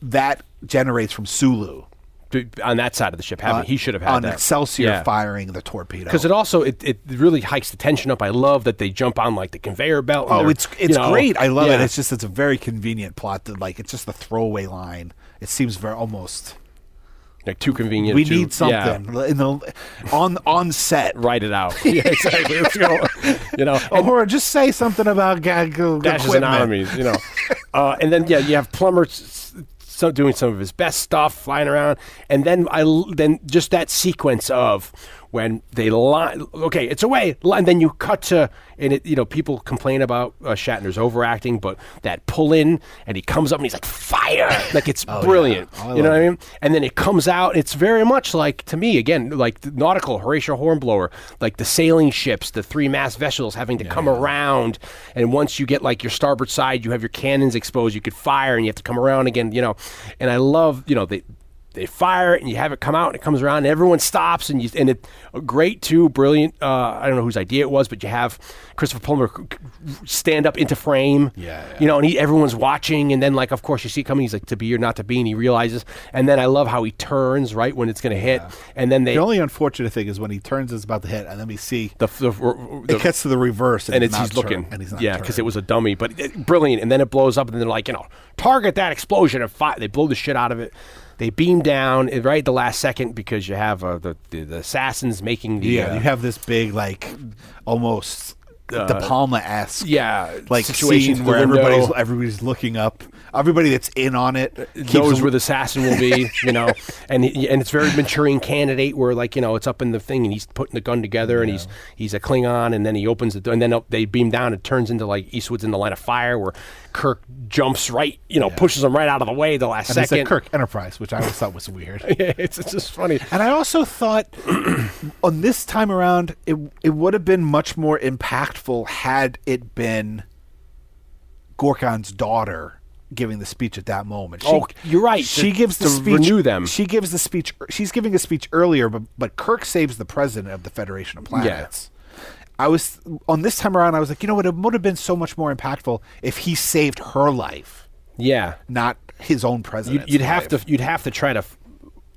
that generates from Sulu
B- on that side of the ship. Having,
on-
he should have had
Uh, on
that.
Excelsior
Yeah.
firing the torpedo
because it also it, it really hikes the tension up. I love that they jump on like the conveyor belt. and
Oh,
they're,
it's it's
you know,
great. I love it.
yeah.
It's just it's a very convenient plot. That, like it's just a throwaway line. It seems very almost.
like too convenient.
we
too-
need
yeah,
something in the, on on set.
write it out. yeah, exactly. Let's go. You know, and
Or just say something about gag
dashes and enemies. You know, uh, and then yeah, you have Plumber. s- s- So doing some of his best stuff, flying around, and then I l- then just that sequence of when they line. Okay, it's away, li- and then you cut to and it. You know, people complain about uh, Shatner's overacting, but that pull in and he comes up and he's like fire, like it's brilliant.
Oh, I
you know
love
what I mean? And then it comes out. It's very much like to me again, like the nautical Horatio Hornblower, like the sailing ships, the three mast vessels having to come around. And once you get like your starboard side, you have your cannons exposed. You could fire, and you have to come around again. You know, and I love you know they they fire it, and you have it come out, and it comes around, and everyone stops, and you and it great too, brilliant. Uh, I don't know whose idea it was, but you have Christopher Plummer c- c- stand up into frame.
Yeah, yeah.
You know, and he, everyone's watching, and then like, of course, you see it coming. He's like, to be or not to be, and he realizes. And then I love how he turns right when it's going to hit, and then they
The only unfortunate thing is when he turns, it's about to hit, and then we see
the, the, the,
it gets to the reverse, and,
and it's
not
he's looking,
turned, and he's not
yeah, because it
turned.
was a dummy, but it, brilliant. And then it blows up, and they're like, you know, target that explosion and fire. They blow the shit out of it. They beam down eh, right at the last second because you have uh, the, the the assassins making the
yeah.
uh,
You have this big like almost De Palma esque
yeah
like
situation
scene where everybody's everybody's looking up. Everybody that's in on it keeps
knows
a-
where the assassin will be, you know, and he- and it's very Manchurian candidate where like you know it's up in the thing and he's putting the gun together and he's he's a Klingon and then he opens the door and then up- they beam down it turns into like Eastwood's in the line of fire where Kirk jumps right you know pushes him right out of the way the last
and it's
second.
a Kirk Enterprise, which I always thought was weird.
it's, it's just funny.
And I also thought on this time around, it it would have been much more impactful had it been Gorkon's daughter giving the speech at that moment. She,
Oh, you're right,
She
to-
gives the
to
speech.
renew them.
She gives the speech. She's giving a speech earlier, but but Kirk saves the president of the Federation of Planets. I was on this time around. I was like, you know what? It would have been so much more impactful if he saved her life,
Yeah,
not his own
you'd,
president.
you'd have to you'd have to try to. f-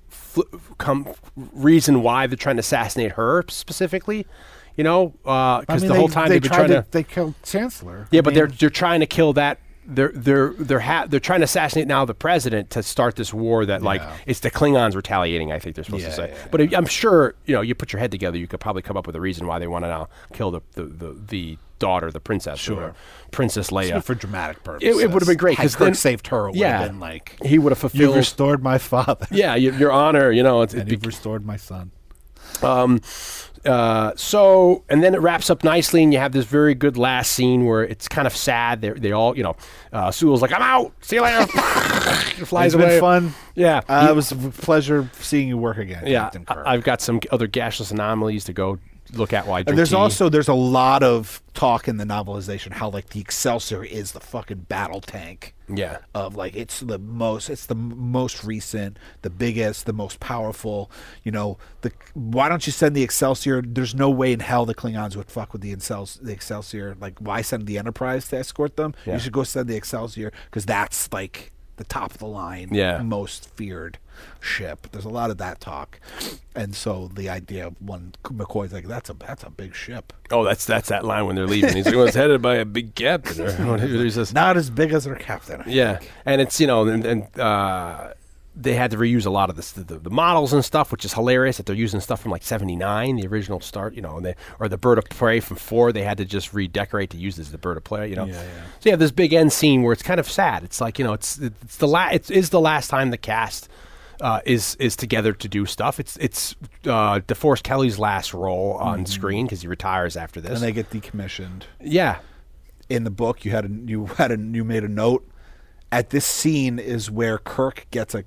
fl- Come reason why they're trying to assassinate her specifically, you know, because
I mean,
the
they-
whole time
they
have been
tried
trying to,
they killed Chancellor. I
Yeah, but
mean-
they're they're trying to kill that. They're they're they're ha- they're trying to assassinate now the president to start this war that like
Yeah.
it's the Klingons retaliating. I think they're supposed to
Yeah,
say.
yeah,
but I'm sure you know you put your head together, you could probably come up with a reason why they want to now kill the the the, the daughter, the princess,
Sure.
or Princess Leia.
for dramatic purposes.
it would've been great,
Had
'cause
Kirk
then-
saved her. It
yeah.
would have been like
he would have
you
fulfilled.
restored my father.
yeah, your, your honor, you know, it's,
and
it
you've restored my son.
Um, uh, so, and then it wraps up nicely, and you have this very good last scene where it's kind of sad. They they all, you know, uh, Sewell's like, "I'm out. See you later." He flies
It's been
away.
fun.
Yeah,
Uh, it was a pleasure seeing you work again,
yeah.
Captain Kirk.
I- I've got some other gaseous anomalies to go
look at why.
And there's also there's a lot of talk in the novelization how like the Excelsior is the fucking battle tank
Yeah.
of like it's the most it's the m- most recent, the biggest, the most powerful. You know, the why don't you send the Excelsior? There's no way in hell the Klingons would fuck with the Incels, the Excelsior. Like why send the Enterprise to escort them?
Yeah.
You should go send the Excelsior because that's like the top of the line,
Yeah.
most feared ship. There's a lot of that talk, and so the idea of one McCoy's like that's a that's a big ship.
Oh, that's that's that line when they're leaving. He's like, well, it's headed by a big captain or whatever. There's this-
Not as big as their captain.
Yeah, and it's you know, and, and uh, they had to reuse a lot of this, the, the models and stuff, which is hilarious that they're using stuff from like '79, the original start, you know, and they, or the bird of prey from four. They had to just redecorate to use as the bird of prey, you know. So you have this big end scene where it's kind of sad. It's like you know, it's it's the la- it is the last time the cast. Uh, is is together to do stuff. It's it's uh, DeForest Kelly's last role on screen because he retires after this.
Mm-hmm. And they get decommissioned.
yeah,
in the book you had a you had a you made a note at this scene is where Kirk gets a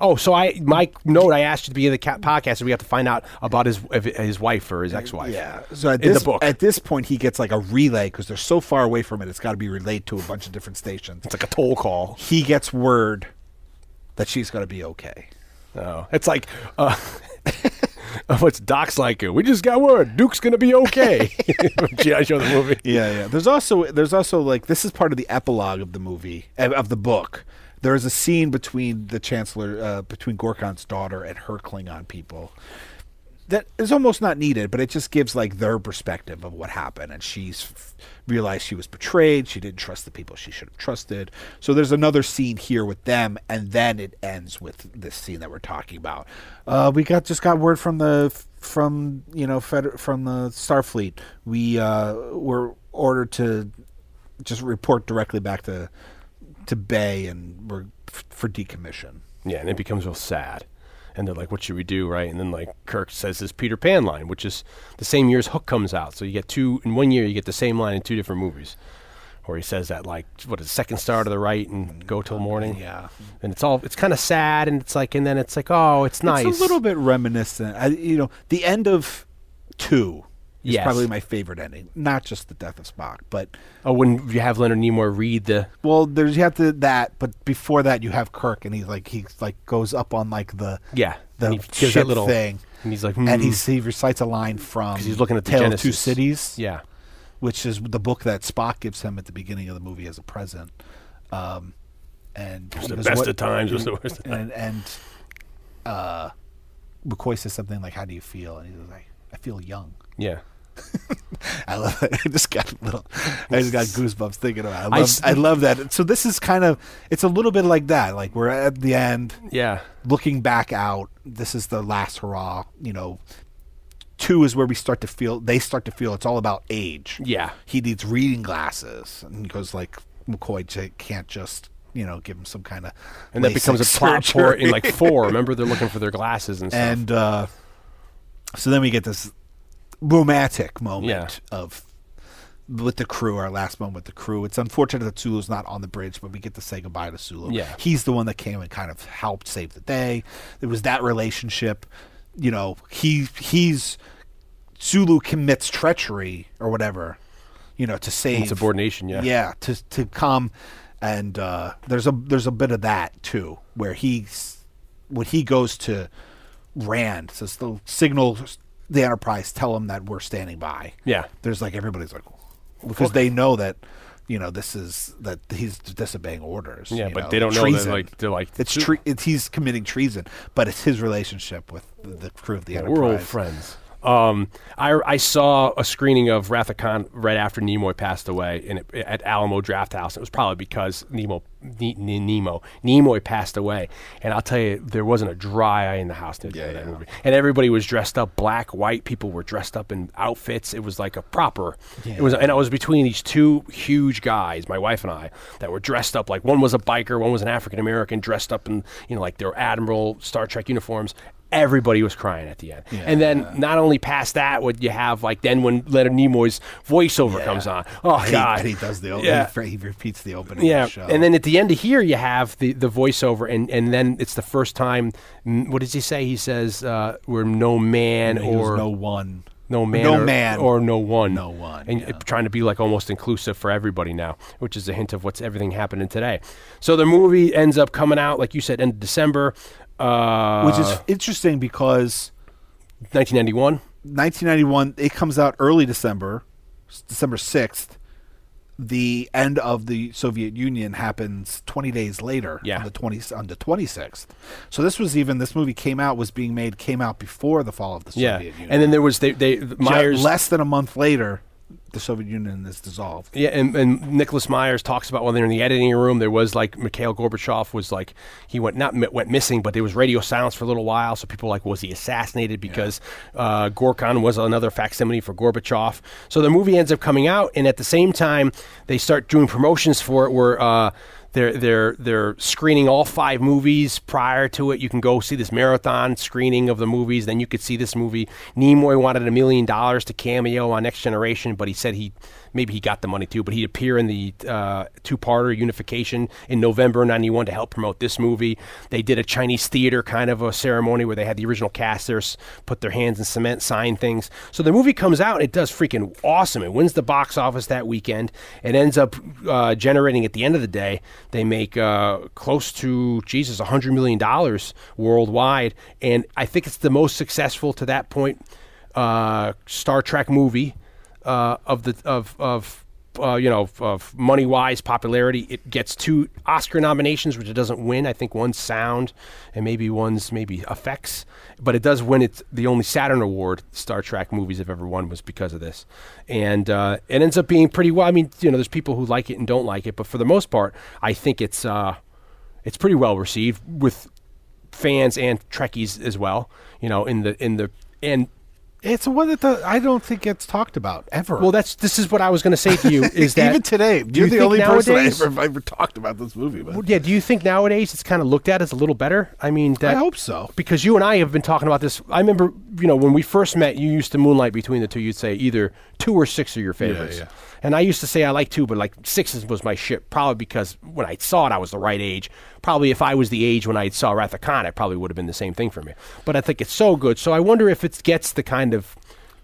Oh, so I my note I asked you to be in the ca- podcast, and we have to find out about his if- his wife or his ex wife.
yeah. So at
In the
this
book.
at this point he gets like a relay because they're so far away from it. It's got to be relayed to a bunch of different stations.
it's like a toll call.
He gets word that she's gonna be okay.
Oh, it's like uh, what's Doc's like? We just got word Duke's gonna be okay. I Show the movie.
Yeah, yeah. There's also there's also like this is part of the epilogue of the movie of- of the book. There is a scene between the Chancellor uh, between Gorkon's daughter and her Klingon people that is almost not needed, but it just gives like their perspective of what happened. And she's f- realized she was betrayed. She didn't trust the people she should have trusted. So there's another scene here with them, and then it ends with this scene that we're talking about. Uh, we got just got word from the from you know feder- from the Starfleet. We uh, were ordered to just report directly back to to Bay, and we're f- for decommission.
Yeah, and it becomes real sad. And they're like, "What should we do?" Right? And then like Kirk says his Peter Pan line, which is the same year as Hook comes out. So you get two in one year, you get the same line in two different movies. Or he says that like, "What is second star to the right and go till morning?"
Yeah.
and it's all it's kind of sad, and it's like, and then it's like, oh, it's nice.
It's a little bit reminiscent. I, you know, the end of two is
Yes.
probably my favorite ending. Not just the death of Spock, but
Oh, when you have Leonard Nimoy read the
well, there's you have to that, but before that you have Kirk, and he's like he like goes up on like the
yeah,
the
and he gives that
ship
little
thing,
and he's like,
and
"Hmm."
he's, he recites a line from
'Cause he's looking at the
Tale of Two
Genesis.
Cities,
yeah,
which is the book that Spock gives him at the beginning of the movie as a present. Um, and
the best of times, it was the worst of
and, and uh, McCoy says something like, "How do you feel?" And he's like, "I feel young."
yeah.
I love it. I just got a little. I just got goosebumps thinking about. It. I
I
love.
s-
I, love that. So this is kind of. It's a little bit like that. Like we're at the end,
Yeah,
looking back out. This is the last hurrah. You know, two is where we start to feel. They start to feel. It's all about age.
Yeah.
he needs reading glasses, and because like McCoy j- can't just you know give him some kind of.
and that becomes a plot for in like four. Remember, they're looking for their glasses and stuff.
and uh, so then we get this romantic moment
Yeah.
of with the crew, our last moment with the crew. It's unfortunate that Sulu's not on the bridge, but we get to say goodbye to Sulu.
Yeah.
He's the one that came and kind of helped save the day. It was that relationship. You know, he he's Sulu commits treachery or whatever, you know, to save
Insubordination, yeah.
yeah, to to come, and uh, there's a there's a bit of that too, where he's when he goes to Rand, says the signal the Enterprise, tell him that we're standing by.
Yeah.
there's like everybody's like because they know that you know this is that he's disobeying orders.
Yeah,
you
but they don't know that, like, they're like,
it's
"Su-
tre- it's he's committing treason, but it's his relationship with the, the crew of the Enterprise.
We're old friends. Um, I, I saw a screening of Wrath of Khan right after Nimoy passed away in, at Alamo Draft House. It was probably because Nemo, ne, Ne- Nemo, Nimoy passed away. And I'll tell you, there wasn't a dry eye in the house. Yeah, that movie. And everybody was dressed up black, white. People were dressed up in outfits. It was like a proper. It was, and I was between these two huge guys, my wife and I, that were dressed up like one was a biker, one was an African American, dressed up in you know like their admiral Star Trek uniforms everybody was crying at the end. And then not only past that, would you have like then when Leonard Nimoy's voiceover comes on? Oh
He,
God,
he does the
Yeah.
yeah. he, repeats the opening.
yeah,
of the show.
and then at the end of here, you have the, the voiceover, and, and then it's the first time. mm, What does he say? He says, uh, "We're no man
He was
or
no one.
no man,
No
or,
man.
or no one,
No one,
and
yeah.
trying to be like almost inclusive for everybody now, which is a hint of what's everything happening today. So the movie ends up coming out, like you said, end of December, uh,
which is interesting because
1991.
1991 it comes out early december s- december 6th the end of the soviet union happens 20 days later
Yeah.
on the 20 on the 26th so this was even this movie came out was being made came out before the fall of the
Yeah,
soviet union
and then there was they they
Ju-
Myers
less than a month later the soviet union is dissolved
Yeah, and, and Nicholas Myers talks about when they're in the editing room, there was like Mikhail Gorbachev was like he went not mi- went missing, but there was radio silence for a little while. So people were like, was he assassinated because uh, Gorkon was another facsimile for Gorbachev? So the movie ends up coming out, and at the same time, they start doing promotions for it where. Uh, they're, they're, they're screening all five movies prior to it. You can go see this marathon screening of the movies. Then you could see this movie. Nimoy wanted a million dollars to cameo on Next Generation, but he said he maybe he got the money too. But he'd appear in the uh, two-parter Unification in November '91 to help promote this movie. They did a Chinese theater kind of a ceremony where they had the original casters put their hands in cement, sign things. So the movie comes out and it does freaking awesome. It wins the box office that weekend. It ends up uh, generating at the end of the day, they make uh, close to Jesus, hundred million dollars worldwide, and I think it's the most successful to that point uh, Star Trek movie uh, of the of of. Uh, you know, of, of money wise popularity, it gets two Oscar nominations, which it doesn't win. I think one's sound and maybe one's maybe effects, but it does win. It's the only Saturn award Star Trek movies have ever won was because of this, and uh, it ends up being pretty well. I mean, you know, there's people who like it and don't like it, but for the most part, I think it's uh, it's pretty well received with fans and Trekkies as well. You know, in the in the and
it's the one that the, i don't think gets talked about ever
well, that's this is what I was going to say to you is that
even today
do
you're
you
the
think
only
nowadays-
person I ever, I ever talked about this movie but
Well, yeah, do you think nowadays it's kind of looked at as a little better? I mean, that,
hope so.
because you and I have been talking about this. I remember, you know, when we first met, you used to moonlight between the two. You'd say either two or six are your favorites,
yeah.
and I used to say I like two, but like six is- was my shit. Probably because when I saw it, I was the right age. Probably if I was the age when I saw Wrath of Khan, it probably would have been the same thing for me. But I think it's so good, so I wonder if it gets the kind of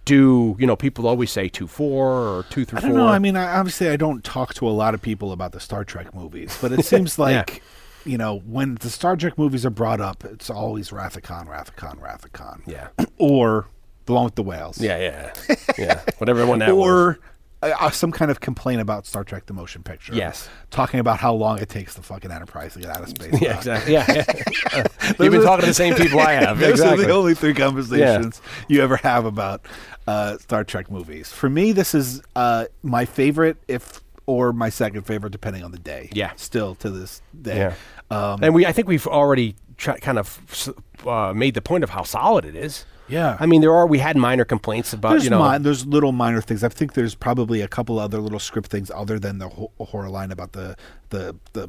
do you know people always say two four or two through
I don't
four.
know. I mean, I, obviously, I don't talk to a lot of people about the Star Trek movies, but it seems like, you know, when the Star Trek movies are brought up, it's always Wrath of Khan, Wrath of Khan, Wrath of Khan.
Yeah.
Or The One with the Whales.
yeah, yeah, yeah. Whatever one that was.
Or uh, uh, some kind of complaint about Star Trek: The Motion Picture.
Yes.
Talking about how long it takes the fucking Enterprise to get out of space.
Yeah, exactly. Yeah, yeah. you've been talking to the same people I have.
Those
exactly.
are the only three conversations you ever have about uh, Star Trek movies. For me, this is uh, my favorite, if or my second favorite, depending on the day.
Yeah.
still to this day.
Yeah.
Um,
and we, I think we've already tr- kind of s- uh, made the point of how solid it is.
Yeah.
I mean, there are we had minor complaints about
there's
you know
mi- there's little minor things. I think there's probably a couple other little script things other than the ho- horror line about the the the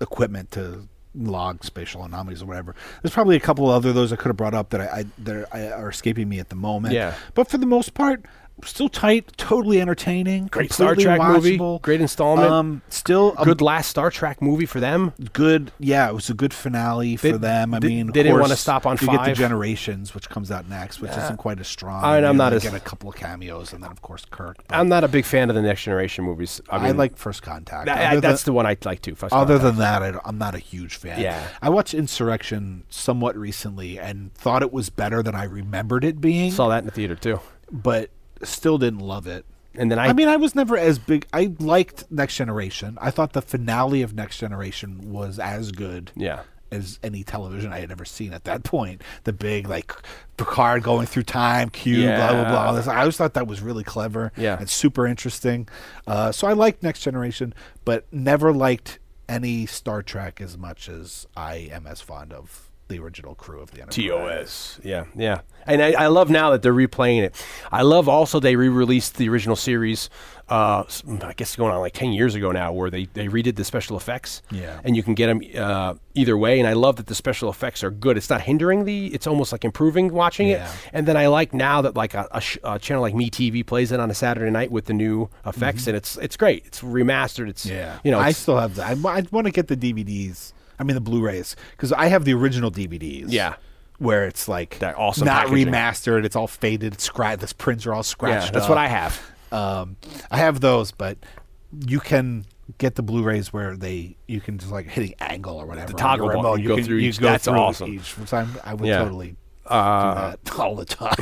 equipment to log spatial anomalies or whatever. There's probably a couple other those I could have brought up that I, I that I, are escaping me at the moment.
Yeah.
but for the most part. Still tight, totally entertaining.
Great Star
completely
Trek movie,
watchable.
great installment.
Um, still a
good last Star Trek movie for them.
good yeah it was a good finale for
They-
them i
they-
mean of
they didn't wanna
course,
stop on
you get the
five.
generations which comes out next which isn't quite as strong
I- I'm
mean,
not
they
as-
get a couple of cameos and then of course kirk but
I'm not a big fan of the Next Generation movies. I,
i,
mean,
like first contact
that-
Other
that's
than,
the one I like too. First
other
Contact.
than that I, am not a huge fan
Yeah.
i watched insurrection somewhat recently and thought it was better than i remembered it being
saw that in the theater too,
but still didn't love it
and then I,
I mean, I was never as big. I liked Next Generation. I thought the finale of Next Generation was as good
yeah.
as any television I had ever seen at that point. The big like Picard going through time, Q, blah blah
Yeah.
blah. all this- I always thought that was really clever
Yeah.
and super interesting. Uh, so I liked Next Generation, but never liked any Star Trek as much as I am as fond of the original crew of the Enterprise.
TOS. Yeah, yeah. And I, I love now that they're replaying it. I love also they re-released the original series. Uh, s- I guess going on like ten years ago now, where they, they redid the special effects.
Yeah.
and you can get them uh, either way. And I love that the special effects are good. It's not hindering the. It's almost like improving watching
Yeah.
it. And then I like now that like a, a, sh- a channel like Me TV plays it on a Saturday night with the new effects, and it's it's great. It's remastered. It's
Mm-hmm. Yeah,
you know
I
it's-
still have that. I, want to get the DVDs. I mean, the Blu-rays because I have the original DVDs.
Yeah.
where it's like
That awesome
not
packaging.
remastered. It's all faded, it's scratched. The prints are all scratched.
that's what
up.
I have.
Um, I have those, but you can get the Blu-rays where they you can just like hitting angle or whatever. on
toggle
your
button,
remote.
you go
can,
through
you
each-
go
that's
through
awesome.
Each time I would
Yeah. Uh,
totally do that all the time.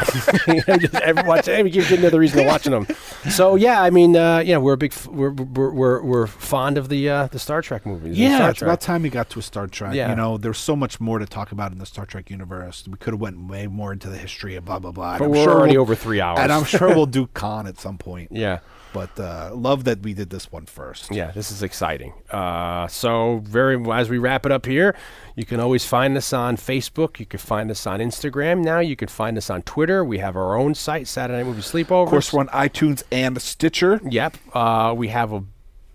just every watch, every gives you another reason to watching them. So yeah, I mean, uh, yeah, we're a big, f- we're, we're we're we're fond of the uh, the Star Trek movies. the
Yeah,
Star
it's
Trek.
about time we got to a Star Trek.
Yeah.
You know, there's so much more to talk about in the Star Trek universe. We could have went way more into the history of blah blah blah. and
But
I'm
we're
sure
already
we'll-
over three hours.
And I'm sure we'll do Khan at some point.
yeah,
But uh, love that we did this one first.
yeah, this is exciting. Uh, so very as we wrap it up here, you can always find us on Facebook. You can find us on Instagram now. You can find us on Twitter. We have our own site, Saturday Night Movie Sleepover.
Of course, we're on iTunes and Stitcher.
Yep. Uh, we have a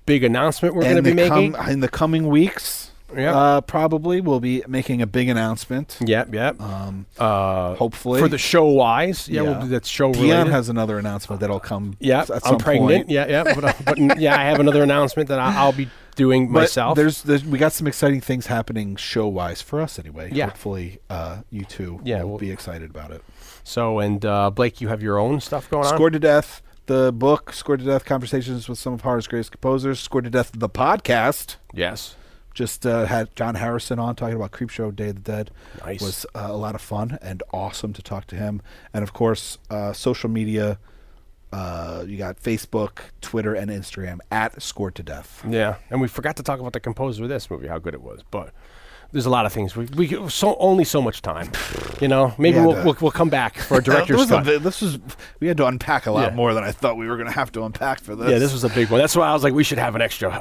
big announcement we're going to
And
be
the
making.
com- in the coming weeks,
Yep.
uh, probably we'll be making a big announcement.
Yep, yep.
Um,
uh,
hopefully,
for the show wise, yeah,
Yeah.
We'll do that show
Dion
related.
has another announcement that'll come.
Yeah,
s- at
I'm
some
pregnant.
point.
Yeah, yeah. But, uh, but n- yeah, I have another announcement that I, I'll be doing
But
myself.
There's, there's we got some exciting things happening show wise for us anyway.
Yeah.
Hopefully, uh, you too
Yeah,
will
we'll-
be excited about it.
so and uh, Blake, you have your own stuff going on.
Score to Death, the book, Score to Death, conversations with some of horror's greatest composers. Score to Death, the podcast.
Yes.
Just uh, had John Harrison on talking about Creepshow, Day of the Dead.
Nice.
Was uh, a lot of fun and awesome to talk to him. And of course, uh, social media. Uh, you got Facebook, Twitter, and Instagram at Score to Death.
Yeah, and we forgot to talk about the composer of this movie, how good it was. But there's a lot of things we we could- so only so much time. You know, maybe
Yeah,
we'll,
the-
we'll we'll come back for a
There
director's
was a
cut.
bit- this was we had to unpack a lot
Yeah.
more than I thought we were going to have to unpack for this.
Yeah, this was a big one. That's why I was like, we should have an extra.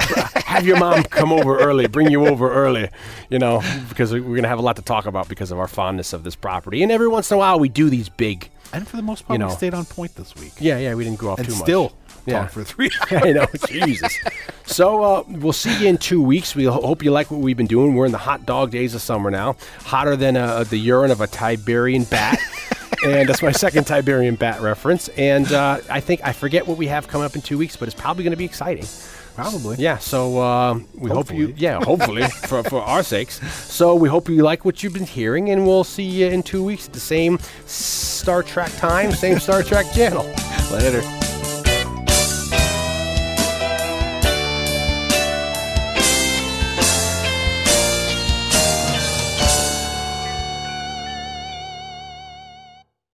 have your mom come over early, bring you over early, you know, because we- we're going to have a lot to talk about because of our fondness of this property. And every once in a while, we do these big.
and for the most part,
You
we
know.
stayed on point this week.
Yeah, yeah, we didn't go off
and
too much.
still
Yeah.
talked for three.
I know, Jesus. So uh, we'll see you in two weeks. We ho- hope you like what we've been doing. We're in the hot dog days of summer now, hotter than uh, the urine of a Tiberian bat. and that's my second Tiberian bat reference. And uh, I think I forget what we have coming up in two weeks, but it's probably going to be exciting.
Probably.
Yeah, so um, we hope
Hopefully.
you, yeah, hopefully for, for our sakes. So we hope you like what you've been hearing, and we'll see you in two weeks at the same Star Trek time, same Star Trek channel.
Later.